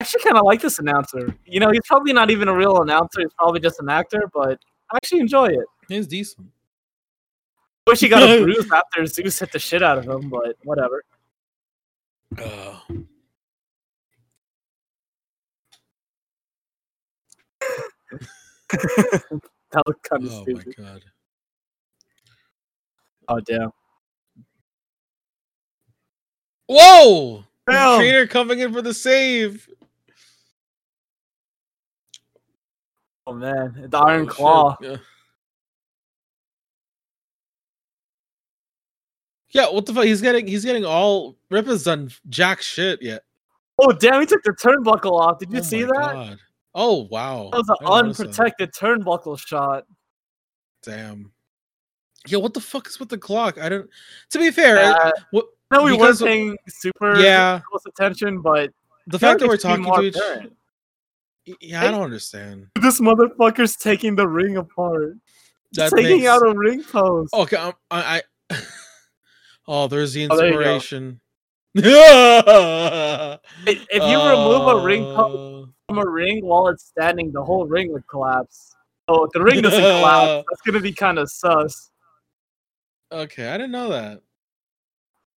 Speaker 1: I actually kind of like this announcer. You know, he's probably not even a real announcer. He's probably just an actor, but I actually enjoy it.
Speaker 2: it's decent.
Speaker 1: Wish he got a bruise after Zeus hit the shit out of him, but whatever.
Speaker 2: Uh,
Speaker 1: That looked kind of
Speaker 2: oh my
Speaker 1: stupid.
Speaker 2: god.
Speaker 1: Oh damn!
Speaker 2: Whoa!
Speaker 1: Damn.
Speaker 2: Trainer coming in for the save.
Speaker 1: Oh man, the Iron
Speaker 2: Oh, shit.
Speaker 1: Claw.
Speaker 2: Yeah. Yeah, what the fuck? He's getting he's getting all Rip has done jack shit yet.
Speaker 1: Oh damn! He took the turnbuckle off. Did you
Speaker 2: Oh
Speaker 1: see
Speaker 2: my
Speaker 1: that?
Speaker 2: God. Oh wow.
Speaker 1: That was
Speaker 2: I
Speaker 1: an
Speaker 2: didn't notice that.
Speaker 1: unprotected turnbuckle shot.
Speaker 2: Damn. Yeah, what the fuck is with the clock? I don't to be fair, I-
Speaker 1: Uh,
Speaker 2: what
Speaker 1: no, we weren't
Speaker 2: because-
Speaker 1: paying super
Speaker 2: Yeah.
Speaker 1: close attention, but
Speaker 2: the
Speaker 1: I feel
Speaker 2: fact that
Speaker 1: like
Speaker 2: we're
Speaker 1: it should be
Speaker 2: talking
Speaker 1: more
Speaker 2: to each
Speaker 1: apparent.
Speaker 2: Yeah, I don't understand.
Speaker 1: this motherfucker's taking the ring apart,
Speaker 2: That
Speaker 1: taking
Speaker 2: makes-
Speaker 1: out a ring post.
Speaker 2: Okay, I'm, I, I. Oh, there's the
Speaker 1: Oh, there you go.
Speaker 2: inspiration.
Speaker 1: If if you remove a
Speaker 2: uh,
Speaker 1: ring post from a ring while it's standing, the whole ring would collapse. Oh, if the ring doesn't collapse. That's gonna be kind of sus.
Speaker 2: Uh, Okay, I didn't know that.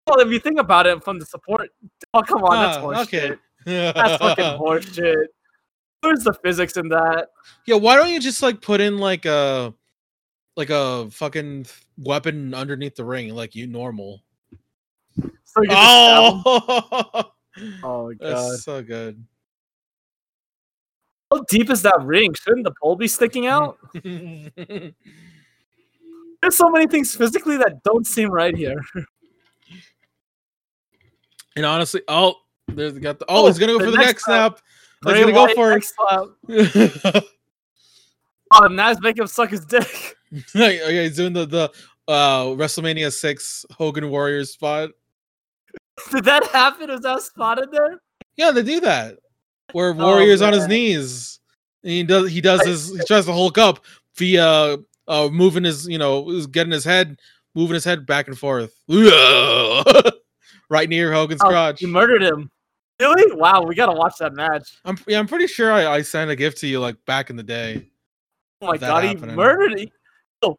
Speaker 1: Well, if you think about it from the support, oh come on, that's
Speaker 2: Ah,
Speaker 1: horseshit.
Speaker 2: okay.
Speaker 1: That's fucking horseshit. Where's the physics in that?
Speaker 2: yeah, why don't you just like put in like a, like a fucking th- weapon underneath the ring, like you normal.
Speaker 1: So you just stab him?
Speaker 2: Oh,
Speaker 1: oh my god.
Speaker 2: that's so good.
Speaker 1: How deep is that ring? Shouldn't the pole be
Speaker 2: Mm.
Speaker 1: sticking out? There's so many things physically that don't seem right here.
Speaker 2: and honestly, oh, there's got the. Oh, he's gonna go
Speaker 1: the
Speaker 2: for the
Speaker 1: next
Speaker 2: next
Speaker 1: snap.
Speaker 2: snap. He's
Speaker 1: Bray
Speaker 2: gonna go
Speaker 1: Wyatt
Speaker 2: for
Speaker 1: next slap.
Speaker 2: it.
Speaker 1: Oh, and that's making him suck his dick.
Speaker 2: Like, okay, he's doing the the uh WrestleMania six Hogan Warriors spot.
Speaker 1: Did that happen? Was that spotted there?
Speaker 2: Yeah, they do that. Where
Speaker 1: Oh,
Speaker 2: Warriors on his
Speaker 1: man.
Speaker 2: knees. And he does he does
Speaker 1: Right.
Speaker 2: his he tries to Hulk up via uh moving his you know is getting his head moving his head back and forth. right near Hogan's
Speaker 1: Oh,
Speaker 2: crotch.
Speaker 1: You murdered him. Really? Wow, we gotta watch that match.
Speaker 2: I'm yeah, I'm pretty sure I, I sent a gift to you like back in the day.
Speaker 1: Oh my
Speaker 2: That
Speaker 1: god,
Speaker 2: happening.
Speaker 1: he murdered he- Oh,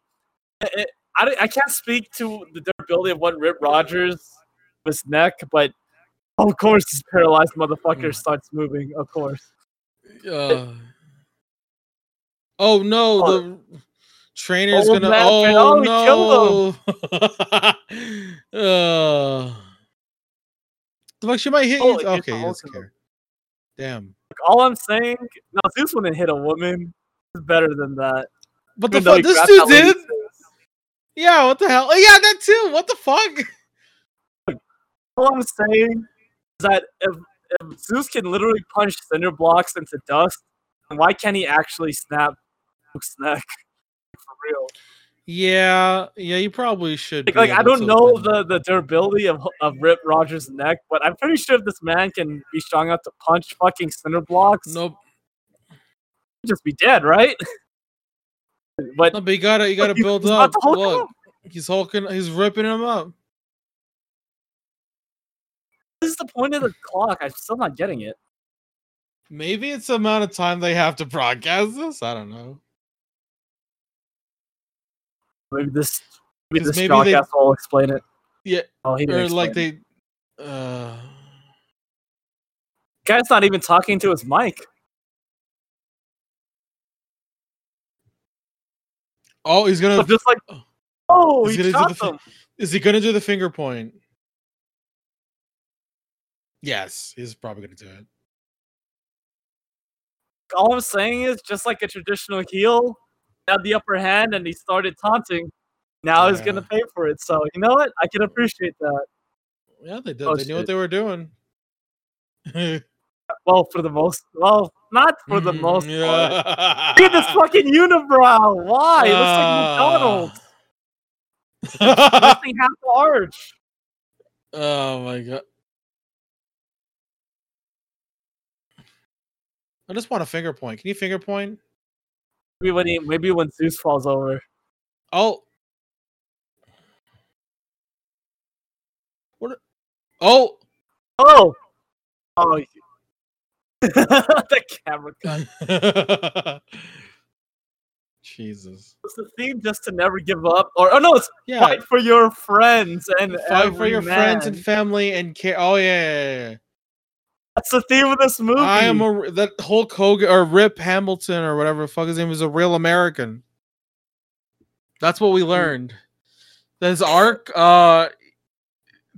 Speaker 1: I- I, I don't- I can't speak to the durability of what Rip Rogers was neck, but of course this paralyzed motherfucker
Speaker 2: Mm.
Speaker 1: starts moving, of course.
Speaker 2: Uh, oh no,
Speaker 1: Oh.
Speaker 2: the trainer's
Speaker 1: Old
Speaker 2: gonna.
Speaker 1: man
Speaker 2: Oh,
Speaker 1: Fred- oh,
Speaker 2: no! uh, the fuck, she might hit
Speaker 1: Oh, it hit
Speaker 2: you.
Speaker 1: the
Speaker 2: Okay, he
Speaker 1: Hulk
Speaker 2: doesn't
Speaker 1: in the-
Speaker 2: care. Damn.
Speaker 1: All I'm saying, now Zeus wouldn't hit a woman. It's better than that.
Speaker 2: What the
Speaker 1: Even though he
Speaker 2: fuck? This
Speaker 1: grabbed
Speaker 2: dude
Speaker 1: that lady's
Speaker 2: did?
Speaker 1: tits.
Speaker 2: Yeah, what the hell? Oh, yeah, that too. What the fuck?
Speaker 1: All I'm saying is that if, if Zeus can literally punch cinder blocks into dust, then why can't he actually snap Luke's neck? For real.
Speaker 2: Yeah, yeah, you probably should.
Speaker 1: Like,
Speaker 2: be
Speaker 1: like, I
Speaker 2: able
Speaker 1: don't
Speaker 2: to
Speaker 1: know
Speaker 2: win.
Speaker 1: the, the durability of, of Rip Rogers' neck, but I'm pretty sure if this man can be strong enough to punch fucking cinder blocks,
Speaker 2: Nope.
Speaker 1: he'd just be dead, right? but
Speaker 2: No, but you gotta, you gotta
Speaker 1: he
Speaker 2: build
Speaker 1: was about
Speaker 2: up.
Speaker 1: to Hulk him
Speaker 2: Look,
Speaker 1: up.
Speaker 2: he's hulking. He's ripping him up.
Speaker 1: this is the point of the clock. I'm still not getting it.
Speaker 2: Maybe it's the amount of time they have to broadcast this. I don't know.
Speaker 1: Maybe this maybe
Speaker 2: 'Cause
Speaker 1: this
Speaker 2: maybe they-
Speaker 1: podcast will explain it.
Speaker 2: Yeah,
Speaker 1: Oh, he didn't
Speaker 2: or like
Speaker 1: explain it.
Speaker 2: they uh
Speaker 1: guy's not even talking to his mic.
Speaker 2: oh he's
Speaker 1: So
Speaker 2: gonna
Speaker 1: just like,
Speaker 2: Oh.
Speaker 1: oh,
Speaker 2: He's
Speaker 1: he
Speaker 2: gonna do the
Speaker 1: chopped
Speaker 2: thing.
Speaker 1: him.
Speaker 2: is he gonna do the finger point yes he's probably gonna do it
Speaker 1: All I'm saying is, just like a traditional heel, he had the upper hand and he started taunting. Now he's gonna pay for it. So you know what? I can appreciate that.
Speaker 2: Yeah, they did.
Speaker 1: Oh,
Speaker 2: they knew what
Speaker 1: shit.
Speaker 2: they were doing.
Speaker 1: Well, for the most, well, not for the
Speaker 2: Mm,
Speaker 1: most. Part.
Speaker 2: yeah.
Speaker 1: Look at this fucking unibrow. Why? It looks like
Speaker 2: Ah.
Speaker 1: McDonald's. Missing half the arch.
Speaker 2: oh my god. I just want a finger point. Can you finger point?
Speaker 1: Maybe when he, maybe when Zeus falls over.
Speaker 2: Oh. What? Oh.
Speaker 1: Oh, oh. you- the camera cut.
Speaker 2: Jesus.
Speaker 1: It's the theme just to never give up, or oh no, it's
Speaker 2: Yeah.
Speaker 1: fight for your friends and
Speaker 2: Fight for your friends
Speaker 1: every
Speaker 2: and
Speaker 1: man.
Speaker 2: family and care. Oh yeah, yeah, yeah,
Speaker 1: That's the theme of this movie.
Speaker 2: yeah. I am a that Hulk Hogan or Rip Hamilton or whatever the fuck his name is a real American. That's what we
Speaker 1: Hmm.
Speaker 2: learned. That his arc. Uh,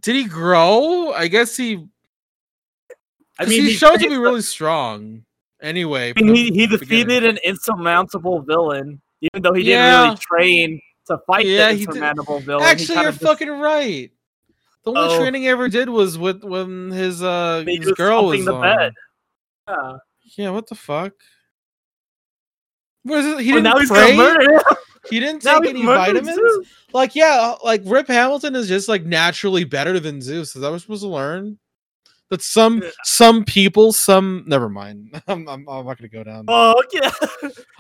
Speaker 2: did he grow? I guess he.
Speaker 1: I
Speaker 2: mean, he, showed
Speaker 1: shows
Speaker 2: to be really strong. Anyway,
Speaker 1: I mean,
Speaker 2: from
Speaker 1: he, he
Speaker 2: the beginning.
Speaker 1: defeated an insurmountable villain, even though he didn't
Speaker 2: Yeah.
Speaker 1: really train to fight
Speaker 2: Yeah,
Speaker 1: the
Speaker 2: he did-
Speaker 1: insurmountable villain. He
Speaker 2: Actually,
Speaker 1: kinda
Speaker 2: you're
Speaker 1: just-
Speaker 2: fucking right. The only
Speaker 1: Oh.
Speaker 2: training he ever did was with when his uh
Speaker 1: He
Speaker 2: his
Speaker 1: was
Speaker 2: girl
Speaker 1: humping
Speaker 2: was um,
Speaker 1: the
Speaker 2: on.
Speaker 1: bed. yeah.
Speaker 2: Yeah, what the fuck? What is it? He
Speaker 1: But
Speaker 2: didn't
Speaker 1: Oh, now he's gonna
Speaker 2: pray.
Speaker 1: murder him.
Speaker 2: He didn't
Speaker 1: Now
Speaker 2: take
Speaker 1: he's
Speaker 2: any
Speaker 1: murdering
Speaker 2: vitamins.
Speaker 1: Zeus.
Speaker 2: Like, yeah, uh, like Rip Hamilton is just like naturally better than Zeus. Is that what we're supposed to learn? That some
Speaker 1: Yeah.
Speaker 2: some people, some never mind. I'm, I'm, I'm not gonna go down. Oh,
Speaker 1: Oh, yeah.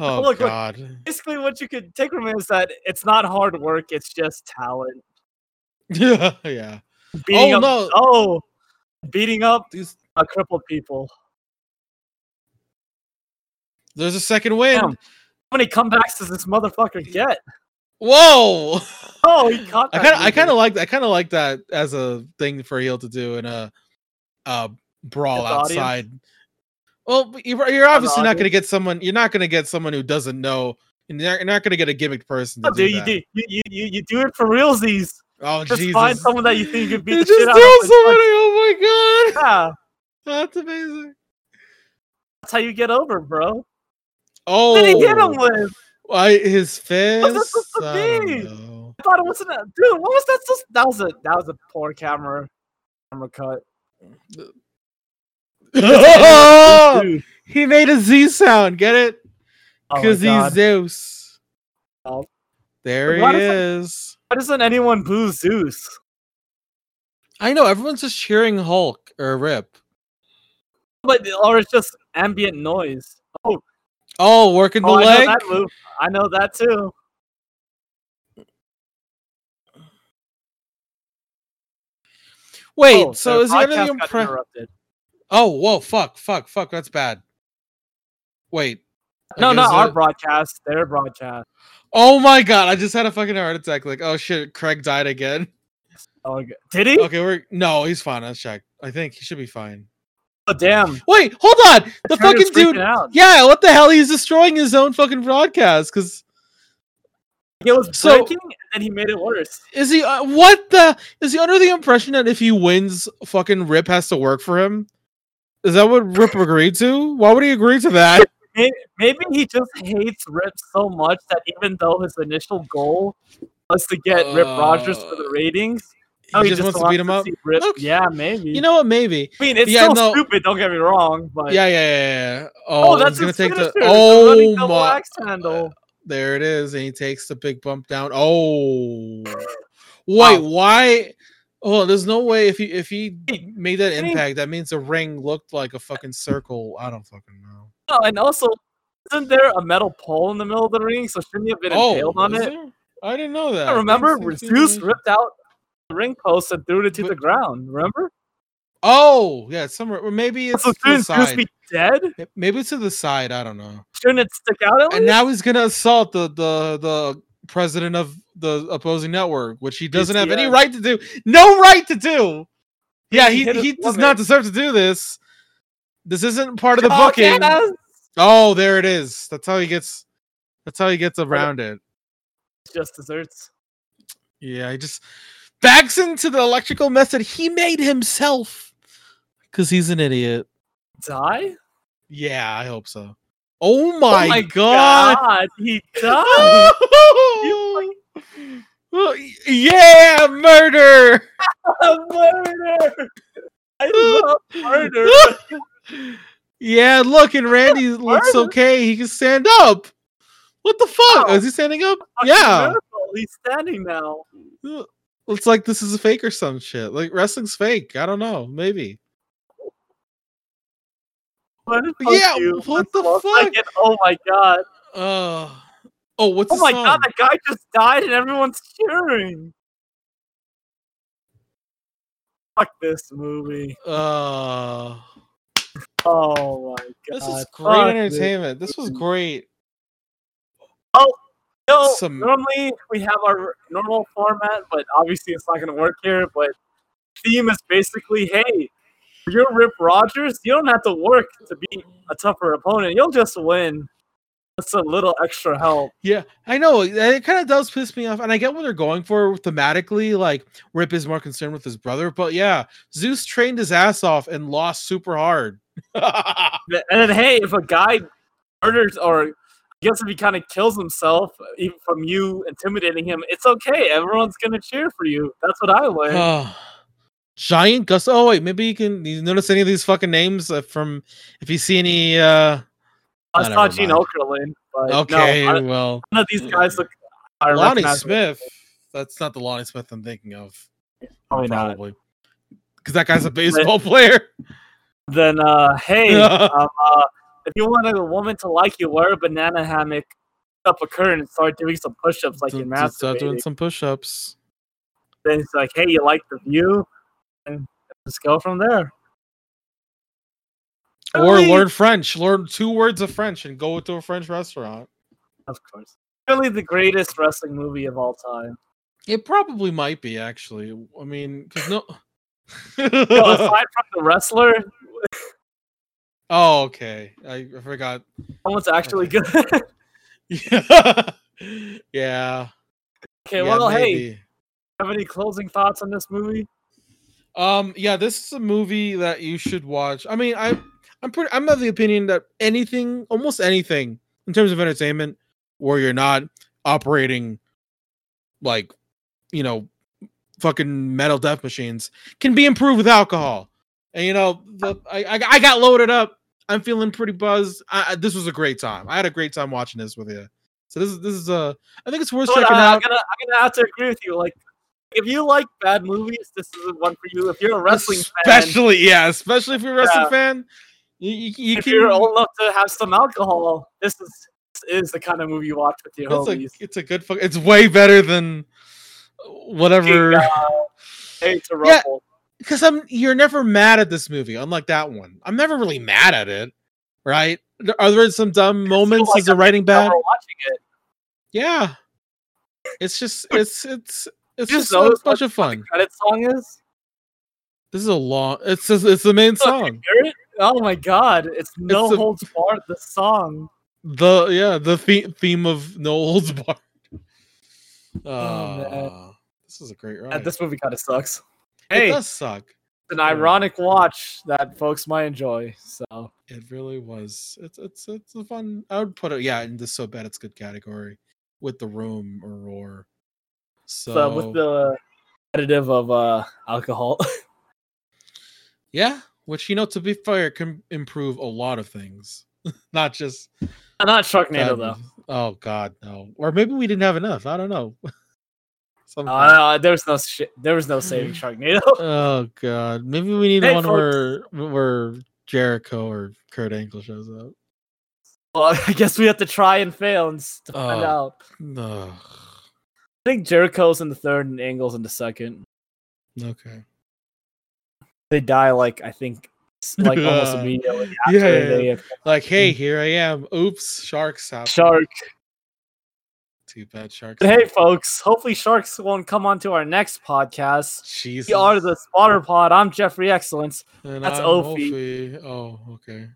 Speaker 1: look, look.
Speaker 2: god.
Speaker 1: Basically, what you could take from it is that it's not hard work; it's just talent.
Speaker 2: yeah, yeah.
Speaker 1: Beating
Speaker 2: Oh,
Speaker 1: up,
Speaker 2: no.
Speaker 1: oh, beating up
Speaker 2: These-
Speaker 1: uh, crippled people.
Speaker 2: There's a second win.
Speaker 1: Damn. How many comebacks does this motherfucker get?
Speaker 2: Whoa.
Speaker 1: Oh, he caught.
Speaker 2: I
Speaker 1: that
Speaker 2: kind of, I
Speaker 1: movie.
Speaker 2: kind of like, I kind of like that as a thing for heel to do in a, a brawl
Speaker 1: His audience?
Speaker 2: outside. Well, but you're, you're
Speaker 1: the
Speaker 2: obviously not going to
Speaker 1: audience?
Speaker 2: get someone. You're not going to get someone who doesn't know, and you're you're not going to get a gimmicked person. To
Speaker 1: No,
Speaker 2: do
Speaker 1: dude, you
Speaker 2: that.
Speaker 1: do you, you you you do it for realsies.
Speaker 2: Oh
Speaker 1: Just
Speaker 2: Jesus!
Speaker 1: find someone that you think could beat
Speaker 2: You
Speaker 1: the
Speaker 2: just
Speaker 1: shit out
Speaker 2: throw
Speaker 1: of. and
Speaker 2: somebody- Oh my god!
Speaker 1: Yeah,
Speaker 2: That's amazing.
Speaker 1: that's how you get over, bro.
Speaker 2: Oh,
Speaker 1: What did he hit him with?
Speaker 2: I, his
Speaker 1: What's that
Speaker 2: fist.
Speaker 1: supposed to
Speaker 2: I don't
Speaker 1: be?
Speaker 2: know.
Speaker 1: I thought it wasn't that, dude. What was that? Just that was a that was a poor camera camera cut. Dude.
Speaker 2: he made a Z sound. Get it?
Speaker 1: Oh my
Speaker 2: Because he's
Speaker 1: God.
Speaker 2: Zeus.
Speaker 1: Oh.
Speaker 2: There
Speaker 1: Why
Speaker 2: he
Speaker 1: does that-
Speaker 2: is.
Speaker 1: Why doesn't anyone boo Zeus?
Speaker 2: I know everyone's just cheering Hulk or Rip.
Speaker 1: But or it's just ambient noise. Oh,
Speaker 2: Oh, working the
Speaker 1: oh, I know
Speaker 2: leg.
Speaker 1: that move. I know that too.
Speaker 2: Wait,
Speaker 1: Oh,
Speaker 2: so
Speaker 1: the
Speaker 2: is he under the
Speaker 1: broadcast got
Speaker 2: impression?
Speaker 1: interrupted?
Speaker 2: Oh, whoa, fuck, fuck, fuck. That's bad. Wait. I
Speaker 1: No, not
Speaker 2: guess
Speaker 1: our
Speaker 2: it-
Speaker 1: broadcast. Their broadcast.
Speaker 2: Oh my god, I just had a fucking heart attack. Like, oh shit, Craig died again.
Speaker 1: Oh, g- did he?
Speaker 2: Okay, we're no, he's fine. Let's check. I think he should be fine.
Speaker 1: Oh, damn.
Speaker 2: Wait, hold on. The
Speaker 1: Turner's
Speaker 2: fucking dude.
Speaker 1: freaking Out.
Speaker 2: Yeah, what the hell? He's destroying his own fucking broadcast. Cause
Speaker 1: It was
Speaker 2: So-
Speaker 1: breaking, and then he made it worse.
Speaker 2: is he? Uh, what the? Is he under the impression that if he wins, fucking Rip has to work for him? Is that what Rip agreed to? Why would he agree to that?
Speaker 1: Maybe he just hates Rip so much that even though his initial goal was to get Rip Rogers for the
Speaker 2: Uh,
Speaker 1: ratings,
Speaker 2: He
Speaker 1: now
Speaker 2: just, wants to beat him up.
Speaker 1: see Rip.
Speaker 2: Okay.
Speaker 1: Yeah, maybe.
Speaker 2: You know what? Maybe.
Speaker 1: I mean, it's
Speaker 2: yeah,
Speaker 1: still
Speaker 2: no.
Speaker 1: stupid. Don't get me wrong, but
Speaker 2: Yeah, yeah, yeah. yeah. Oh, that's gonna
Speaker 1: his
Speaker 2: take the.
Speaker 1: finisher, the running
Speaker 2: Oh
Speaker 1: double
Speaker 2: my!
Speaker 1: axe handle.
Speaker 2: There it is, and he takes the big bump down. Oh, wait, why? Oh, there's no way if he if he made that
Speaker 1: Hey.
Speaker 2: impact, that means the ring looked like a fucking circle. I don't fucking know.
Speaker 1: Oh, and also, isn't there a metal pole in the middle of the ring? So shouldn't he have been
Speaker 2: Oh,
Speaker 1: impaled on
Speaker 2: is
Speaker 1: it?
Speaker 2: there? I didn't know that.
Speaker 1: I remember
Speaker 2: Thanks, thanks,
Speaker 1: Zeus
Speaker 2: thanks.
Speaker 1: ripped out the ring post and threw it to
Speaker 2: But-
Speaker 1: the ground. Remember?
Speaker 2: Oh, yeah, somewhere. Or maybe it's
Speaker 1: So
Speaker 2: to the
Speaker 1: shouldn't Zeus
Speaker 2: side.
Speaker 1: be dead?
Speaker 2: Maybe it's to the side. I don't know.
Speaker 1: Shouldn't it stick out at
Speaker 2: and
Speaker 1: least?
Speaker 2: now he's gonna assault the the the president of the opposing network, which he doesn't have any
Speaker 1: PCS.
Speaker 2: right to do. No right to do. Yeah,
Speaker 1: he
Speaker 2: he
Speaker 1: hit his
Speaker 2: he does
Speaker 1: woman.
Speaker 2: not deserve to do this. This isn't part of the
Speaker 1: Oh,
Speaker 2: booking.
Speaker 1: yes!
Speaker 2: Oh, there it is. That's how he gets. That's how he gets around it.
Speaker 1: Just desserts.
Speaker 2: Yeah, he just backs into the electrical mess that he made himself because he's an idiot.
Speaker 1: Die?
Speaker 2: Yeah, I hope so.
Speaker 1: Oh
Speaker 2: Oh my, god.
Speaker 1: He died.
Speaker 2: you yeah, murder.
Speaker 3: murder! I love murder.
Speaker 2: yeah, look, and Randy looks
Speaker 1: Murder?
Speaker 2: okay. He can stand up. What the fuck?
Speaker 1: Oh.
Speaker 2: Is he standing up?
Speaker 1: Fucking
Speaker 2: Yeah.
Speaker 1: miracle. He's standing now.
Speaker 2: It's like this is a fake or some shit. Like wrestling's fake. I don't know. Maybe.
Speaker 1: What the fuck,
Speaker 2: Yeah,
Speaker 1: dude?
Speaker 2: what the
Speaker 1: That's
Speaker 2: fuck?
Speaker 1: fucking- oh my god.
Speaker 2: Uh, oh, what's
Speaker 1: Oh
Speaker 2: the
Speaker 1: my
Speaker 2: song?
Speaker 1: god, that guy just died and everyone's cheering. Fuck this movie.
Speaker 2: Uh,
Speaker 1: Oh my god.
Speaker 2: this is great
Speaker 1: Fuck this.
Speaker 2: entertainment. This was great.
Speaker 1: No,
Speaker 2: Some-
Speaker 1: normally we have our normal format, but obviously it's not going to work here. But theme is basically, hey, you're Rip Rogers. You don't have to work to beat a tougher opponent. You'll just win. That's a little extra help.
Speaker 2: Yeah, I know. and It kind of does piss me off, and I get what they're going for thematically. Like Rip is more concerned with his brother, but yeah, Zeus trained his ass off and lost super hard.
Speaker 1: And then, hey, if a guy murders or I guess if he kind of kills himself even from you intimidating him, it's okay. Everyone's going to cheer for you. That's what I learned.
Speaker 2: Ugh. Giant Gus. Oh wait, maybe you can you notice any of these fucking names uh, from if you see any. uh
Speaker 1: I
Speaker 2: never
Speaker 1: saw Gene
Speaker 2: mind.
Speaker 1: Okerlund, but
Speaker 2: Okay,
Speaker 1: no, I-
Speaker 2: well,
Speaker 1: none of these guys look. I
Speaker 2: Lonnie
Speaker 1: recognize him.
Speaker 2: Smith. That's not the Lonnie Smith I'm thinking of.
Speaker 1: Probably not.
Speaker 2: Probably because that guy's a baseball player.
Speaker 1: then uh hey um, uh, if you want a woman to like you wear a banana hammock up a curtain and start doing some push-ups like
Speaker 2: Do-
Speaker 1: you're
Speaker 2: do- start doing
Speaker 1: masturbating
Speaker 2: some push-ups.
Speaker 1: then it's like hey you like the view and just go from there
Speaker 2: Or
Speaker 1: Really?
Speaker 2: learn French. Learn two words of French and go to a French restaurant.
Speaker 1: of course really the greatest wrestling movie of all time
Speaker 2: It probably might be actually. I mean, because no.
Speaker 1: So aside from the wrestler
Speaker 2: oh, okay. I I forgot.
Speaker 1: someone's actually good okay
Speaker 2: Yeah. yeah.
Speaker 1: well hey
Speaker 2: maybe.
Speaker 1: have any closing thoughts on this movie
Speaker 2: Um. Yeah. This is a movie that you should watch. I mean, I, I'm pretty. I'm of the opinion that anything, almost anything, in terms of entertainment, where you're not operating, like, you know, fucking metal death machines, can be improved with alcohol. And you know, the, I, I I got loaded up. I'm feeling pretty buzzed. I, I- this was a great time. I had a great time watching this with you. So this is this is uh, I think it's worth
Speaker 1: So, uh,
Speaker 2: checking
Speaker 1: I'm
Speaker 2: out.
Speaker 1: gonna I'm gonna have to agree with you like if you like bad movies this is one for you if you're a wrestling fan
Speaker 2: especially yeah, especially if you're a wrestling fan. You, you, you
Speaker 1: if
Speaker 2: can
Speaker 1: you're old enough to have some alcohol, this is this is the kind of movie you watch with your
Speaker 2: It's
Speaker 1: homies.
Speaker 2: a, it's a good fuck. It's way better than whatever.
Speaker 1: Hey, to
Speaker 2: Yeah.
Speaker 1: rumble.
Speaker 2: Because I'm you're never mad at this movie, unlike that one. I'm never really mad at it, right? There- Are there some dumb moments?
Speaker 1: like
Speaker 2: Is the writing
Speaker 1: Yeah.
Speaker 2: bad?
Speaker 1: We're watching it.
Speaker 2: Yeah. It's just it's it's it's
Speaker 1: Just
Speaker 2: just
Speaker 1: know
Speaker 2: a
Speaker 1: it's
Speaker 2: bunch of fun.
Speaker 1: Credit song is.
Speaker 2: This is a long. It's just, it's the main
Speaker 1: Look, you
Speaker 2: song.
Speaker 1: hear it? Oh my god! It's no
Speaker 2: It's a-
Speaker 1: holds barred. The song.
Speaker 2: The yeah the theme theme of No Holds Barred.
Speaker 1: Oh, man.
Speaker 2: Uh, this is a great
Speaker 1: And
Speaker 2: ride.
Speaker 1: this movie kind of sucks.
Speaker 2: it
Speaker 1: Hey, it's
Speaker 2: does suck.
Speaker 1: an ironic watch that folks might enjoy. So
Speaker 2: It really was. It's it's it's a fun. I would put it yeah in the so bad it's good category with the room or roar. So,
Speaker 1: so with the additive of uh alcohol.
Speaker 2: yeah, which you know to be fair can improve a lot of things, not just
Speaker 1: Not Sharknado
Speaker 2: bad
Speaker 1: though.
Speaker 2: movies. Oh God, no. Or maybe we didn't have enough. I don't know. Something.
Speaker 1: Uh, there was no sh- there was no saving Sharknado.
Speaker 2: oh God, maybe we need
Speaker 1: Hey,
Speaker 2: one
Speaker 1: folks.
Speaker 2: where where Jericho or Kurt Angle shows up.
Speaker 1: well, I guess we have to try and fail and s- to find
Speaker 2: Oh.
Speaker 1: out.
Speaker 2: No.
Speaker 1: I think Jericho's in the third and Angle's in the second.
Speaker 2: Okay.
Speaker 1: They die like I think s- like almost
Speaker 2: Yeah.
Speaker 1: immediately
Speaker 2: Yeah,
Speaker 1: after
Speaker 2: yeah,
Speaker 1: they uh,
Speaker 2: Like, hey, here I am. Oops, sharks happened.
Speaker 1: shark.
Speaker 2: Too bad sharks.
Speaker 1: Hey folks, hopefully sharks won't come onto our next podcast.
Speaker 2: Jesus.
Speaker 1: We are the Spotter Pod. I'm Jeffrey Excellence.
Speaker 2: And
Speaker 1: that's
Speaker 2: I'm
Speaker 1: Ophi.
Speaker 2: Ophi. Oh, okay.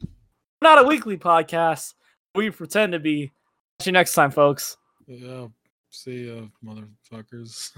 Speaker 1: We're not a weekly podcast. We pretend to be. See you next time, folks.
Speaker 2: Yeah. See ya, motherfuckers.